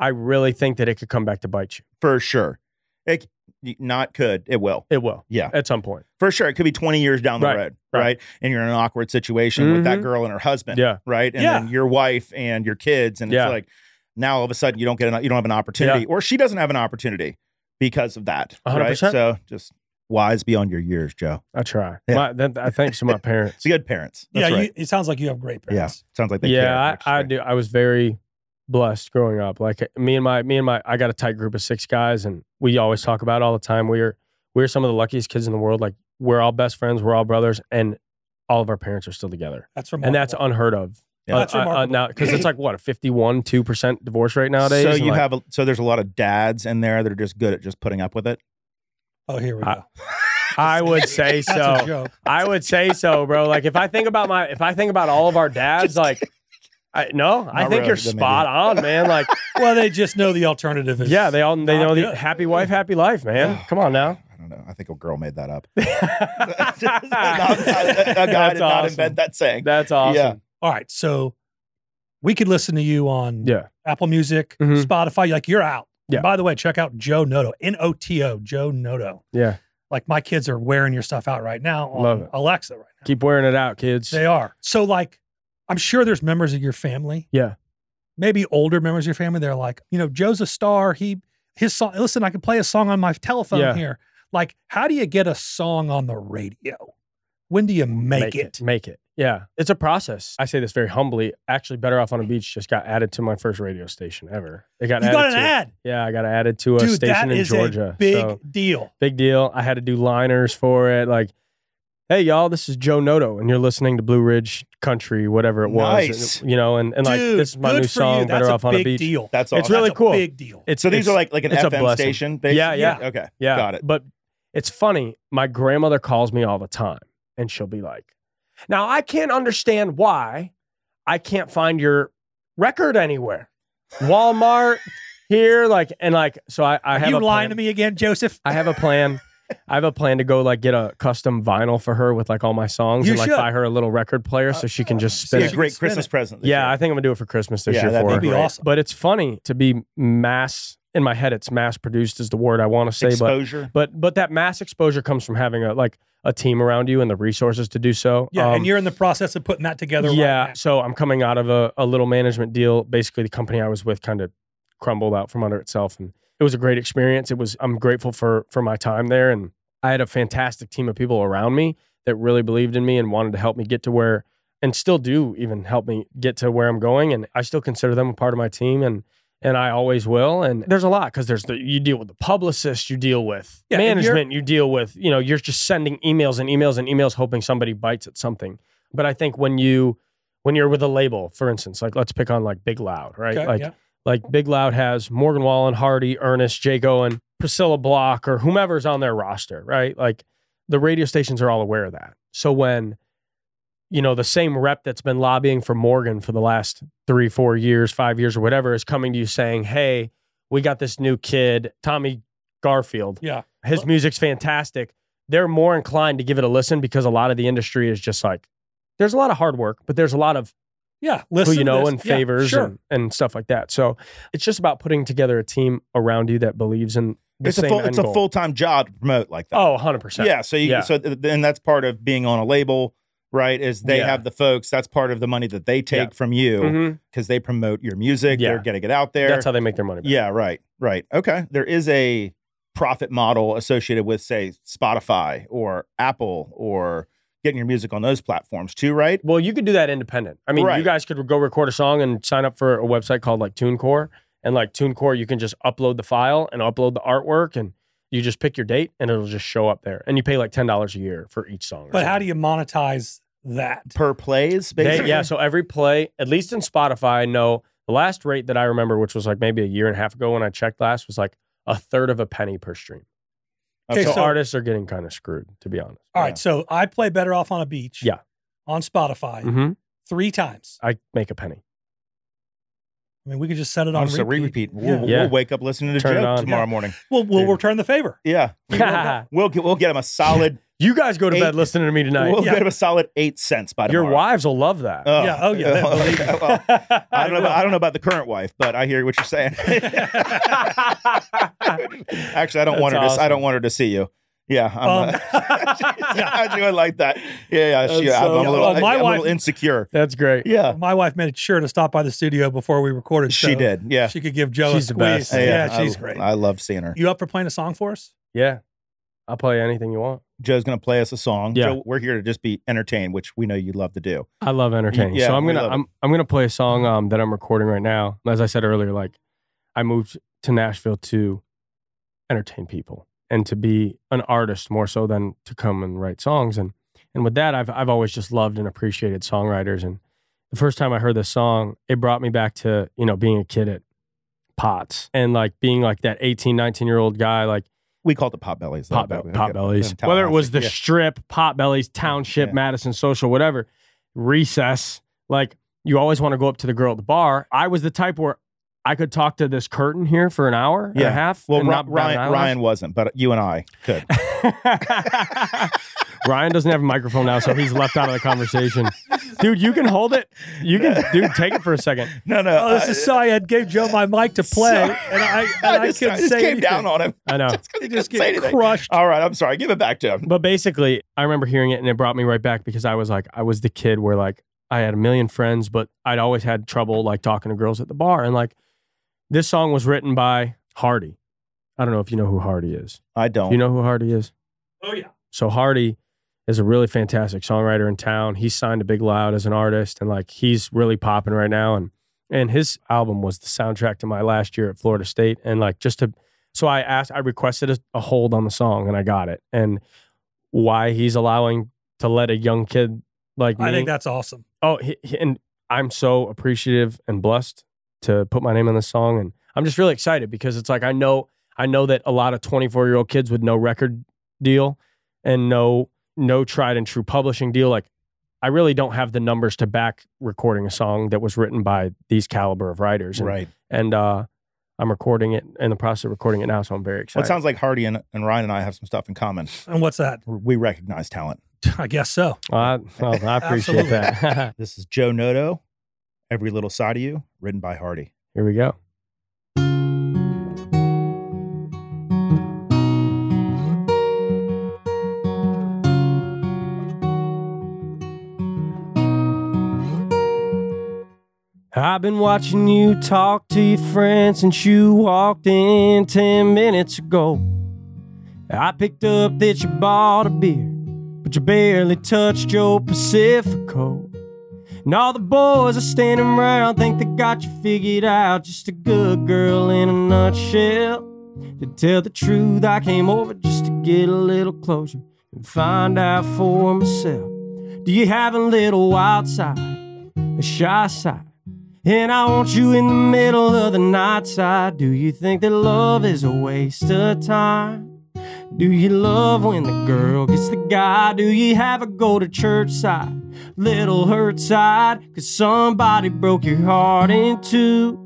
Speaker 7: I really think that it could come back to bite you.
Speaker 6: for sure. It c- y- not could it will
Speaker 7: It will.
Speaker 6: Yeah.
Speaker 7: At some point.
Speaker 6: for sure. It could be twenty years down the
Speaker 7: Right,
Speaker 6: road, right.
Speaker 7: right.
Speaker 6: And you're in an awkward situation with that
Speaker 7: Mhm.
Speaker 6: girl and her husband,
Speaker 7: Yeah.
Speaker 6: right? And
Speaker 5: Yeah.
Speaker 6: then your wife and your kids, and
Speaker 7: Yeah.
Speaker 6: it's like now all of a sudden you don't get an, you don't have an opportunity,
Speaker 7: Yeah.
Speaker 6: or she doesn't have an opportunity because of that, right?
Speaker 7: 100%.
Speaker 6: So just wise beyond your years, Joe.
Speaker 7: I try.
Speaker 6: Yeah.
Speaker 7: My, that, I thanks to my parents.
Speaker 6: So you had parents. That's
Speaker 5: yeah,
Speaker 6: right.
Speaker 5: you, it sounds like you have great
Speaker 6: yeah.
Speaker 5: parents.
Speaker 6: Sounds like they care,
Speaker 7: yeah,
Speaker 6: which is
Speaker 7: I, I
Speaker 6: great.
Speaker 7: do. I was very blessed growing up. Like me and my, me and my, I got a tight group of six guys and we always talk about it all the time. We are, we're some of the luckiest kids in the world. Like we're all best friends. We're all brothers and all of our parents are still together.
Speaker 5: That's remarkable.
Speaker 7: And that's unheard of. Uh,
Speaker 6: Yeah.
Speaker 5: That's remarkable.
Speaker 7: now, because it's like what a 51, 2% divorce rate nowadays.
Speaker 6: So
Speaker 7: and,
Speaker 6: you
Speaker 7: like,
Speaker 6: have a, so there's a lot of dads in there that are just good at just putting up with it.
Speaker 5: oh, here we go.
Speaker 7: I- I would say so.
Speaker 5: That's a joke.
Speaker 7: I would say so, bro. Like if I think about my if I think about all of our dads, like I no, I
Speaker 6: Not
Speaker 7: think
Speaker 6: really,
Speaker 7: you're
Speaker 6: but maybe.
Speaker 7: spot on, man. Like
Speaker 5: Well, they just know the alternative is.
Speaker 7: yeah, they all they
Speaker 5: Not
Speaker 7: know the
Speaker 5: good.
Speaker 7: happy wife, happy life, man. Come on now.
Speaker 6: I don't know. I think a girl made that up. a guy
Speaker 7: That's
Speaker 6: did not
Speaker 7: awesome.
Speaker 6: invent that saying.
Speaker 7: That's awesome.
Speaker 5: All right, so we could listen to you on
Speaker 7: Yeah.
Speaker 5: Apple Music,
Speaker 7: Mhm.
Speaker 5: Spotify. Like you're out. And
Speaker 7: Yeah.
Speaker 5: by the way, check out Joe Noto. N O T O. Joe Noto.
Speaker 7: Yeah.
Speaker 5: Like my kids are wearing your stuff out right now on
Speaker 7: Love it.
Speaker 5: Alexa right now.
Speaker 7: Keep wearing it out, kids.
Speaker 5: They are. So like, I'm sure there's members of your family.
Speaker 7: Yeah.
Speaker 5: Maybe older members of your family. They're like, you know, Joe's a star. He his song. Listen, I can play a song on my telephone
Speaker 7: Yeah.
Speaker 5: here. Like, how do you get a song on the radio? When do you make, it?
Speaker 7: Make it. Yeah. It's a process. I say this very humbly. Actually, Better Off on a Beach just got added to my first radio station ever. It got
Speaker 5: You
Speaker 7: added
Speaker 5: got an
Speaker 7: to,
Speaker 5: ad,
Speaker 7: Yeah, I got added to a
Speaker 5: dude.
Speaker 7: station
Speaker 5: That
Speaker 7: in
Speaker 5: is
Speaker 7: Georgia.
Speaker 5: a big
Speaker 7: so-
Speaker 5: deal.
Speaker 7: big deal. I had to do liners for it. Like, hey y'all, this is Joe Noto, and you're listening to Blue Ridge Country, whatever it was.
Speaker 6: Nice.
Speaker 7: You know, and, and like
Speaker 5: Dude,
Speaker 7: this is my
Speaker 5: good
Speaker 7: new
Speaker 5: for
Speaker 7: song,
Speaker 5: you.
Speaker 7: Better
Speaker 5: That's
Speaker 7: Off
Speaker 5: a
Speaker 7: on
Speaker 5: big
Speaker 7: a Beach.
Speaker 5: deal.
Speaker 6: That's awesome.
Speaker 7: It's really
Speaker 5: That's
Speaker 7: cool.
Speaker 5: A big deal.
Speaker 7: It's
Speaker 6: so these
Speaker 7: it's-
Speaker 6: are like like an
Speaker 7: it's a
Speaker 6: FM
Speaker 7: blessing.
Speaker 6: station. Basically?
Speaker 7: Yeah, yeah.
Speaker 6: Okay.
Speaker 7: yeah,
Speaker 6: Got it.
Speaker 7: But it's funny. My grandmother calls me all the time, and she'll be like, "Now I can't understand why I can't find your record anywhere, Walmart." Here, like, and like, so I, I have
Speaker 5: you
Speaker 7: a
Speaker 5: lying
Speaker 7: plan.
Speaker 5: to me again, Joseph?
Speaker 7: I have a plan. I have a plan to go like get a custom vinyl for her with like all my songs
Speaker 5: You
Speaker 7: and like
Speaker 5: should. Uh,
Speaker 7: buy her a little record player so she can just
Speaker 6: Be
Speaker 7: spin
Speaker 5: Yeah,
Speaker 6: a
Speaker 7: it.
Speaker 5: she-
Speaker 6: great
Speaker 5: spin
Speaker 6: Christmas
Speaker 5: it.
Speaker 6: present. this
Speaker 7: Yeah,
Speaker 6: year.
Speaker 7: I think I'm gonna do it for Christmas this
Speaker 6: Yeah,
Speaker 7: year
Speaker 6: that'd
Speaker 7: for
Speaker 5: That'd
Speaker 7: her.
Speaker 5: be
Speaker 6: Great.
Speaker 5: awesome.
Speaker 7: But it's funny to be mass in my head. It's mass produced is the word I want to say, but
Speaker 6: exposure.
Speaker 7: but but that mass exposure comes from having a like a team around you and the resources to do so.
Speaker 5: Yeah,
Speaker 7: Um,
Speaker 5: and you're in the process of putting that together.
Speaker 7: yeah.
Speaker 5: Right
Speaker 7: So I'm coming out of a, a little management deal. Basically, the company I was with kind of crumbled out from under itself, and it was a great experience. It was I'm grateful for for my time there, and I had a fantastic team of people around me that really believed in me and wanted to help me get to where, and still do even help me get to where I'm going. And I still consider them a part of my team, and and I always will. And there's a lot because there's the you deal with the publicist, you deal with
Speaker 5: Yeah, and you're-
Speaker 7: management, you deal with you know you're just sending emails and emails and emails hoping somebody bites at something. But I think when you when you're with a label, for instance, like let's pick on like Big Loud, right?
Speaker 5: now. Okay,
Speaker 7: like
Speaker 5: yeah.
Speaker 7: like Big Loud has Morgan Wallen, Hardy, Ernest, Jake Owen, Priscilla Block, or whomever's on their roster, right? Like the radio stations are all aware of that. So when, you know, the same rep that's been lobbying for Morgan for the last three, four years, five years, or whatever is coming to you saying, hey, we got this new kid, Tommy Garfield.
Speaker 5: Yeah.
Speaker 7: His music's fantastic. They're more inclined to give it a listen because a lot of the industry is just like, there's a lot of hard work, but there's a lot of
Speaker 5: yeah. Listen,
Speaker 7: who you
Speaker 5: to
Speaker 7: know
Speaker 5: this.
Speaker 7: and
Speaker 5: Yeah,
Speaker 7: favors
Speaker 5: sure.
Speaker 7: and, and stuff like that. So it's just about putting together a team around you that believes in the
Speaker 6: it's a
Speaker 7: same
Speaker 6: full
Speaker 7: end
Speaker 6: it's a
Speaker 7: goal.
Speaker 6: full time job to promote like that.
Speaker 7: Oh, 100%.
Speaker 6: yeah. So you,
Speaker 7: yeah.
Speaker 6: so th- and that's part of being on a label, right? Is they
Speaker 7: Yeah.
Speaker 6: have the folks. That's part of the money that they take from you
Speaker 7: Mhm.
Speaker 6: because they promote your music.
Speaker 7: Yeah.
Speaker 6: They're getting it out there.
Speaker 7: That's how they make their money. back.
Speaker 6: Yeah, right, right. Okay. There is a profit model associated with, say, Spotify or Apple or getting your music on those platforms too, right?
Speaker 7: Well, you could do that independent. I mean,
Speaker 6: Right.
Speaker 7: you guys could go record a song and sign up for a website called like TuneCore. And like TuneCore, you can just upload the file and upload the artwork and you just pick your date and it'll just show up there. And you pay like $10 a year for each song. or
Speaker 5: But how
Speaker 7: something.
Speaker 5: do you monetize that?
Speaker 6: Per plays,
Speaker 7: They-
Speaker 6: basically.
Speaker 7: yeah, so every play, at least in Spotify, I know the last rate that I remember, which was like maybe a year and a half ago when I checked last, was like a third of a penny per stream.
Speaker 5: Okay,
Speaker 7: so,
Speaker 5: so-
Speaker 7: artists are getting kind of screwed, to be honest.
Speaker 5: All
Speaker 6: Yeah.
Speaker 5: right, so I play better off on a beach.
Speaker 7: Yeah.
Speaker 5: On Spotify
Speaker 7: hmm
Speaker 5: three times.
Speaker 7: I make a penny.
Speaker 5: I mean, we could just set it
Speaker 6: Oh,
Speaker 5: on
Speaker 6: so
Speaker 5: repeat.
Speaker 6: repeat. We'll,
Speaker 5: Yeah.
Speaker 6: we'll
Speaker 7: Yeah.
Speaker 6: wake up listening to
Speaker 7: Turn it
Speaker 6: Joe
Speaker 7: on.
Speaker 6: tomorrow
Speaker 5: Yeah.
Speaker 6: morning.
Speaker 5: We'll we'll
Speaker 7: Dude.
Speaker 5: return the favor.
Speaker 6: Yeah,
Speaker 7: you
Speaker 6: we'll get we'll get him a solid.
Speaker 7: guys go to
Speaker 6: Eight-
Speaker 7: bed listening to me tonight.
Speaker 6: We'll
Speaker 5: Yeah.
Speaker 6: get him a solid eight cents by
Speaker 7: Your
Speaker 6: tomorrow.
Speaker 7: wives will love that.
Speaker 6: Oh.
Speaker 5: Yeah, oh, yeah, that- believe me.
Speaker 6: well, I don't know. About, I don't know about the current wife, but I hear what you're saying. Actually, I don't want her.
Speaker 7: That's
Speaker 6: To, I don't
Speaker 7: awesome.
Speaker 6: want her to see you. Yeah, I'm,
Speaker 5: Um,
Speaker 6: uh, I do like that. Yeah, yeah. She,
Speaker 7: That's
Speaker 6: I'm,
Speaker 7: so
Speaker 6: I'm a little,
Speaker 5: cool. My
Speaker 6: I'm a little
Speaker 5: wife-
Speaker 6: insecure.
Speaker 7: That's great.
Speaker 6: Yeah,
Speaker 5: My wife made sure to stop by the studio before we recorded.
Speaker 6: she
Speaker 5: so
Speaker 6: did. Yeah,
Speaker 5: She could give Joe
Speaker 7: She's
Speaker 5: a
Speaker 7: the best.
Speaker 5: squeeze. Yeah,
Speaker 6: I-
Speaker 5: she's great.
Speaker 6: I love seeing her.
Speaker 5: you up for playing a song for us?
Speaker 7: Yeah. I'll play anything you want.
Speaker 6: Joe's gonna play us a song.
Speaker 7: Yeah.
Speaker 6: Joe, we're here to just be entertained, which we know you love to do.
Speaker 7: I love entertaining.
Speaker 6: Yeah,
Speaker 7: so I'm
Speaker 6: we
Speaker 7: gonna
Speaker 6: love it.
Speaker 7: I'm I'm gonna play a song um that I'm recording right now. As I said earlier, like I moved to Nashville to entertain people and to be an artist more so than to come and write songs. And and with that I've I've always just loved and appreciated songwriters. And the first time I heard this song, it brought me back to, you know, being a kid at Pots and like being like that 18, 19 year old guy, like
Speaker 6: We call it the pot bellies. though,
Speaker 7: pot,
Speaker 6: but we don't
Speaker 7: pot
Speaker 6: get-
Speaker 7: bellies.
Speaker 6: Tallahassee.
Speaker 7: Whether it was the
Speaker 6: Yeah.
Speaker 7: strip, pot bellies, township,
Speaker 6: Yeah.
Speaker 7: Madison social, whatever, recess, like you always want to go up to the girl at the bar. I was the type where I could talk to this curtain here for an hour and
Speaker 6: Yeah.
Speaker 7: a half.
Speaker 6: well,
Speaker 7: and
Speaker 6: Ry-
Speaker 7: not bat an
Speaker 6: Ryan, Ryan wasn't, but you and I could.
Speaker 7: eyelash. Ryan doesn't have a microphone now, so he's left out of the conversation. Dude, you can hold it. You can, dude, take it for a second.
Speaker 6: No, no.
Speaker 5: Oh, this is Syed gave Joe my mic to play,
Speaker 6: Sorry.
Speaker 5: and I and I,
Speaker 6: just,
Speaker 5: couldn't
Speaker 6: I just
Speaker 5: say
Speaker 6: came
Speaker 5: anything.
Speaker 6: down on him.
Speaker 7: I know.
Speaker 6: Just 'cause he
Speaker 5: You just
Speaker 6: couldn't say
Speaker 5: get
Speaker 6: anything.
Speaker 5: crushed.
Speaker 6: All right, I'm sorry. Give it back to him.
Speaker 7: But basically, I remember hearing it and it brought me right back because I was like, I was the kid where like I had a million friends, but I'd always had trouble like talking to girls at the bar. And like this song was written by Hardy. I don't know if you know who Hardy is.
Speaker 6: I don't.
Speaker 7: You know who Hardy is?
Speaker 5: Oh yeah.
Speaker 7: So Hardy is a really fantastic songwriter in town. He signed to Big Loud as an artist, and like he's really popping right now. And and his album was the soundtrack to my last year at Florida State. And like just to, so I asked, I requested a, a hold on the song, and I got it. And why he's allowing to let a young kid like me,
Speaker 5: I
Speaker 6: Mm-hmm.
Speaker 5: think that's awesome.
Speaker 7: oh, he, he- and I'm so appreciative and blessed to put my name on this song, and I'm just really excited because it's like I know I know that a lot of 24 year old kids with no record deal and no no tried and true publishing deal, like I really don't have the numbers to back recording a song that was written by these caliber of writers, and,
Speaker 6: right.
Speaker 7: And uh, I'm recording it in the process of recording it now, so I'm very excited.
Speaker 6: Well, it sounds like Hardy and, and Ryan and I have some stuff in common.
Speaker 5: And what's that?
Speaker 6: We recognize talent.
Speaker 5: I guess so.
Speaker 7: Well, I, well, I appreciate that.
Speaker 6: This is Joe Noto, Every Little Side of You, written by Hardy.
Speaker 7: Here we go. I've been watching you talk to your friends since you walked in 10 minutes ago. I picked up that you bought a beer, but you barely touched your Pacifico. And all the boys are standing around think they got you figured out. Just a good girl in a nutshell. To tell the truth, I came over just to get a little closure and find out for myself. Do you have a little wild side, a shy side? And I want you in the middle of the night side. Do you think that love is a waste of time? Do you love when the girl gets the guy? Do you have a go to church side? Little hurt side? Cause somebody broke your heart in two.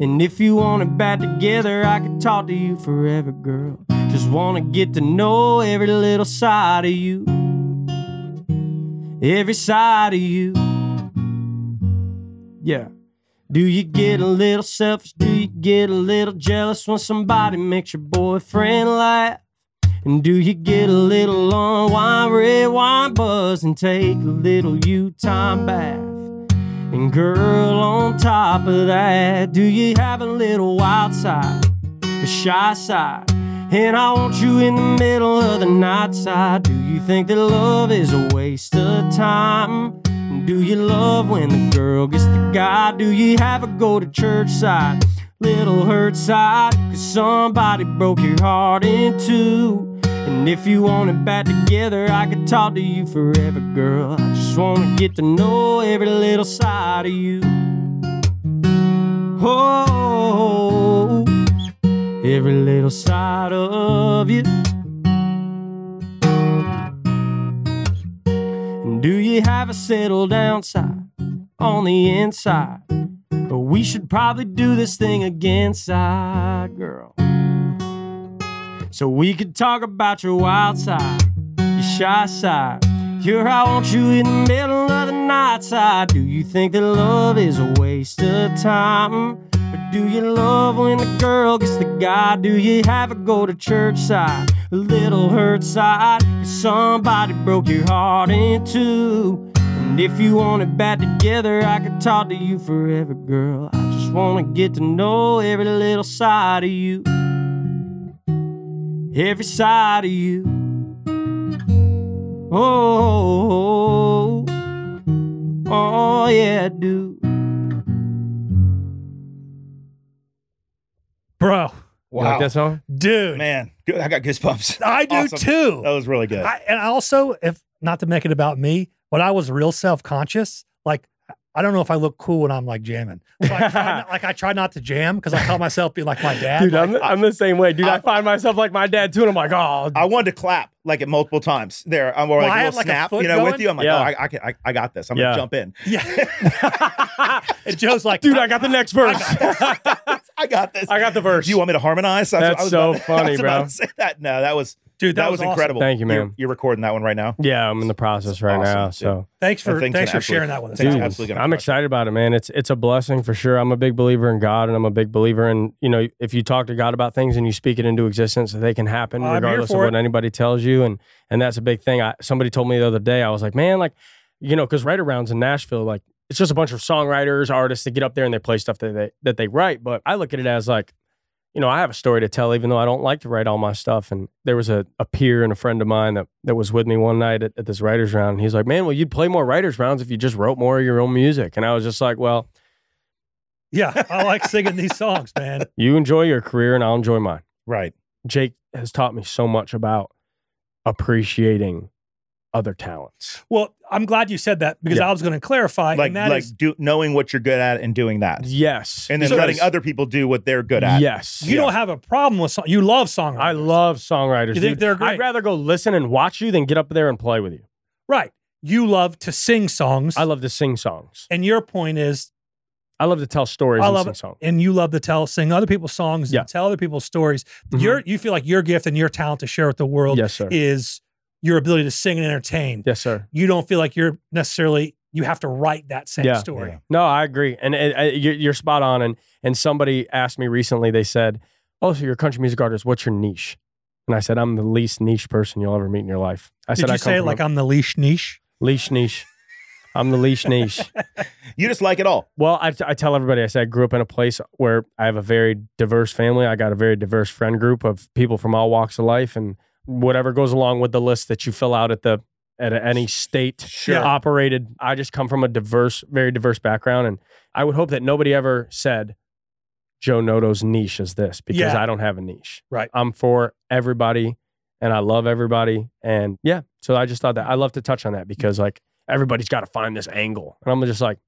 Speaker 7: And if you want it back together, I could talk to you forever, girl. Just wanna get to know every little side of you. Every side of you. Yeah. Do you get a little selfish? Do you get a little jealous when somebody makes your boyfriend laugh? And do you get a little on wine, red wine buzz, and take a little you time bath? And girl, on top of that, do you have a little wild side, a shy side? And I want you in the middle of the night side. Do you think that love is a waste of time? Do you love when the girl gets the guy? Do you have a go to church side, little hurt side? Cause somebody broke your heart in two. And if you want it back together, I could talk to you forever, girl. I just wanna get to know every little side of you. Oh, every little side of you. And do you have a settle down side on the inside? But we should probably do this thing again, side girl. So we could talk about your wild side, your shy side. Your I want you in the middle of the night side. Do you think that love is a waste of time? Or do you love when the girl gets the guy? Do you have a go to church side, a little hurt side? Cause somebody broke your heart in two. And if you want it back together, I could talk to you forever, girl. I just wanna get to know every little side of you every side of you. Oh, oh, oh yeah, I do.
Speaker 5: Bro,
Speaker 8: You like that song?
Speaker 5: dude,
Speaker 6: Man, good. I got goosebumps.
Speaker 5: I do
Speaker 6: Awesome.
Speaker 5: too.
Speaker 6: That was really good.
Speaker 5: I, and I also, if not to make it about me, but I was real self conscious. Like, I don't know if I look cool when I'm like jamming. So I try not- like, I try not to jam because I caught myself being like my dad.
Speaker 8: Dude,
Speaker 5: like,
Speaker 8: I'm, I'm the same way. Dude, I, find myself like my dad too, and I'm like, oh,
Speaker 6: I wanted to clap like at multiple times there. I'm or,
Speaker 5: Well,
Speaker 6: like,
Speaker 5: I had,
Speaker 6: a little
Speaker 5: like, a
Speaker 6: snap,
Speaker 5: foot
Speaker 6: you know, with
Speaker 5: going.
Speaker 6: you. I'm like,
Speaker 8: Yeah.
Speaker 6: oh, I, I, can, I, I got this. I'm
Speaker 8: Yeah.
Speaker 6: gonna jump in.
Speaker 5: yeah. and Joe's like,
Speaker 8: dude, I got the next verse.
Speaker 6: I got this.
Speaker 8: I got the verse.
Speaker 6: Do you want me to harmonize? That's,
Speaker 8: That's so funny,
Speaker 6: I was
Speaker 8: bro.
Speaker 6: About to say that. No, that was
Speaker 5: dude,
Speaker 6: that, was,
Speaker 5: awesome.
Speaker 6: incredible.
Speaker 8: Thank you, man.
Speaker 6: You're, you're recording that one right now.
Speaker 8: yeah, I'm in the process right
Speaker 6: Awesome,
Speaker 8: now.
Speaker 6: dude.
Speaker 8: So
Speaker 5: Thanks for
Speaker 6: That thing's
Speaker 5: thanks
Speaker 6: an
Speaker 5: for
Speaker 6: absolute-
Speaker 5: sharing that with us.
Speaker 6: Dude,
Speaker 5: That was-
Speaker 6: Yeah, absolutely gonna
Speaker 8: I'm
Speaker 6: crush it.
Speaker 8: excited about it, man. It's it's a blessing for sure. I'm a big believer in God, and I'm a big believer in you know if you talk to God about things and you speak it into existence, they can happen
Speaker 5: I'm here
Speaker 8: regardless of
Speaker 5: for
Speaker 8: what
Speaker 5: it.
Speaker 8: anybody tells you, and and that's a big thing. I, somebody told me the other day, I was like, man, like you know, because right arounds in Nashville, like it's just a bunch of songwriters, artists that get up there and they play stuff that they that they write. But I look at it as like you know, I have a story to tell, even though I don't like to write all my stuff. And there was a, a peer and a friend of mine that, that was with me one night at, at this writer's round. And he's like, man, well, you'd play more writer's rounds if you just wrote more of your own music. And I was just like, well,
Speaker 5: yeah, I like singing these songs, man.
Speaker 8: you enjoy your career and I'll enjoy mine.
Speaker 6: Right.
Speaker 8: Jake has taught me so much about appreciating other talents.
Speaker 5: Well, I'm glad you said that because
Speaker 8: Yeah.
Speaker 5: I was going to clarify,
Speaker 6: Like
Speaker 5: and that
Speaker 6: like
Speaker 5: is-
Speaker 6: do, knowing what you're good at and doing that,
Speaker 8: Yes.
Speaker 6: and then
Speaker 5: So-
Speaker 6: letting other people do what they're good at.
Speaker 8: Yes.
Speaker 5: you don't have a problem with song. You love songwriting.
Speaker 8: I love songwriters.
Speaker 5: You think
Speaker 8: dude.
Speaker 5: they're great?
Speaker 8: I'd rather go listen and watch you than get up there and play with you.
Speaker 5: right. You love to sing songs.
Speaker 8: I love to sing songs.
Speaker 5: And your point is,
Speaker 8: I love to tell stories
Speaker 5: I
Speaker 8: and
Speaker 5: love
Speaker 8: sing
Speaker 5: it.
Speaker 8: songs.
Speaker 5: and you love to tell, sing other people's songs,
Speaker 8: Yeah.
Speaker 5: and tell other people's stories.
Speaker 8: Mhm.
Speaker 5: Your you feel like your gift and your talent to share with the world
Speaker 8: Yes, sir.
Speaker 5: is your ability to sing and entertain.
Speaker 8: Yes, sir.
Speaker 5: You don't feel like you're necessarily you have to write that same
Speaker 8: Yeah.
Speaker 5: story.
Speaker 8: No, I agree, and, and, uh, you're, you're spot on. And and somebody asked me recently. They said, "Oh, so you're a country music artist. What's your niche?" And I said, "I'm the least niche person you'll ever meet in your life." I
Speaker 5: Did
Speaker 8: said,
Speaker 5: you
Speaker 8: "I come
Speaker 5: say it
Speaker 8: from
Speaker 5: like
Speaker 8: a
Speaker 5: I'm the leash niche?
Speaker 8: leash niche. I'm the leash niche."
Speaker 6: You just like it all.
Speaker 8: Well, I, I tell everybody, I say I grew up in a place where I have a very diverse family. I got a very diverse friend group of people from all walks of life, and whatever goes along with the list that you fill out at the at any state
Speaker 5: Sure.
Speaker 8: operated. I just come from a diverse, very diverse background, and I would hope that nobody ever said Joe Noto's niche is this because
Speaker 5: Yeah.
Speaker 8: I don't have a niche.
Speaker 5: Right.
Speaker 8: I'm for everybody, and I love everybody, and yeah. So I just thought that I love to touch on
Speaker 6: Mm.
Speaker 8: that because like everybody's got to find this angle, and I'm just like.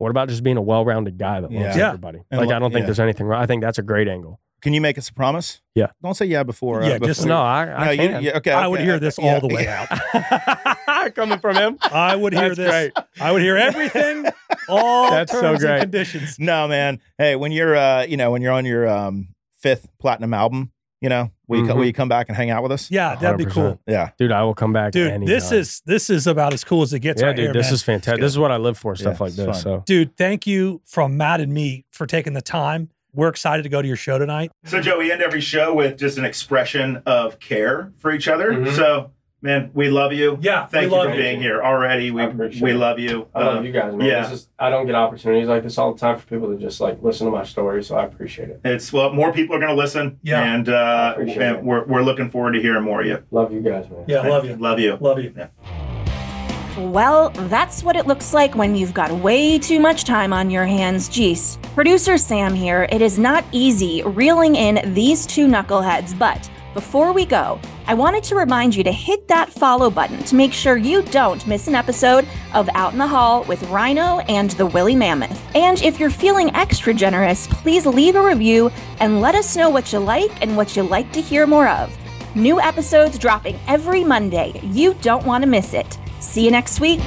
Speaker 8: What about just being a well-rounded guy that
Speaker 6: Yeah.
Speaker 8: loves
Speaker 5: Yeah.
Speaker 8: everybody?
Speaker 6: And
Speaker 8: like
Speaker 6: lo-
Speaker 8: I don't think
Speaker 6: yeah.
Speaker 8: there's anything wrong. I think that's a great angle.
Speaker 6: Can you make us a promise?
Speaker 8: Yeah.
Speaker 6: Don't say yeah before.
Speaker 5: Yeah,
Speaker 6: uh,
Speaker 5: just-
Speaker 6: before-
Speaker 8: No, I, I
Speaker 6: No, you,
Speaker 8: can.
Speaker 6: you- okay,
Speaker 5: I would
Speaker 6: okay,
Speaker 5: hear
Speaker 6: okay,
Speaker 5: this
Speaker 6: yeah,
Speaker 5: all the way
Speaker 6: yeah.
Speaker 5: out.
Speaker 8: Coming from him,
Speaker 5: I would hear
Speaker 8: That's
Speaker 5: this.
Speaker 8: great.
Speaker 5: I would hear everything, all
Speaker 8: That's so
Speaker 5: terms
Speaker 8: great.
Speaker 5: and conditions.
Speaker 6: No, man. Hey, when you're uh, you know, when you're on your um fifth platinum album, you know, will you, co-
Speaker 8: Mhm.
Speaker 6: will you come back and hang out with us?
Speaker 5: Yeah, Ah, that'd be cool,
Speaker 8: 100%.
Speaker 6: Yeah.
Speaker 8: dude. I will come back.
Speaker 5: dude.
Speaker 8: anytime.
Speaker 5: This is this is about as cool as it gets.
Speaker 8: yeah,
Speaker 5: right
Speaker 8: dude.
Speaker 5: here,
Speaker 8: this
Speaker 5: man.
Speaker 8: is fantastic. This is what I live for. Stuff
Speaker 6: Yeah,
Speaker 8: like
Speaker 6: it's
Speaker 8: this.
Speaker 6: fun.
Speaker 8: So
Speaker 5: dude. Thank you from Matt and me for taking the time We're excited to go to your show tonight.
Speaker 6: So, Joe, we end every show with just an expression of care for each other.
Speaker 8: Mm-hmm.
Speaker 6: So, man, we love you.
Speaker 5: Yeah,
Speaker 6: Thank
Speaker 5: we
Speaker 6: you
Speaker 5: love
Speaker 6: for
Speaker 5: you.
Speaker 6: being here already. We
Speaker 8: I appreciate
Speaker 6: we
Speaker 8: it.
Speaker 6: love you.
Speaker 8: I love
Speaker 6: Um,
Speaker 8: you guys, man.
Speaker 6: yeah.
Speaker 8: This is, I don't get opportunities like this all the time for people to just like listen to my story, so I appreciate it.
Speaker 6: It's well, more people are going to listen.
Speaker 5: Yeah.
Speaker 6: and uh,
Speaker 8: Appreciate
Speaker 6: and
Speaker 8: it.
Speaker 6: we're we're looking forward to hearing more of you.
Speaker 8: Love you guys, man.
Speaker 5: Yeah, love you.
Speaker 6: Love you.
Speaker 5: Love you.
Speaker 7: Well, that's what it looks like when you've got way too much time on your hands. Jeez. Producer Sam here. It is not easy reeling in these two knuckleheads, but before we go, I wanted to remind you to hit that follow button to make sure you don't miss an episode of Out in the Hall with Rhino and the Willy Mammoth. And if you're feeling extra generous, please leave a review and let us know what you like and what you like to hear more of. New episodes dropping every Monday. You don't want to miss it. See you next week.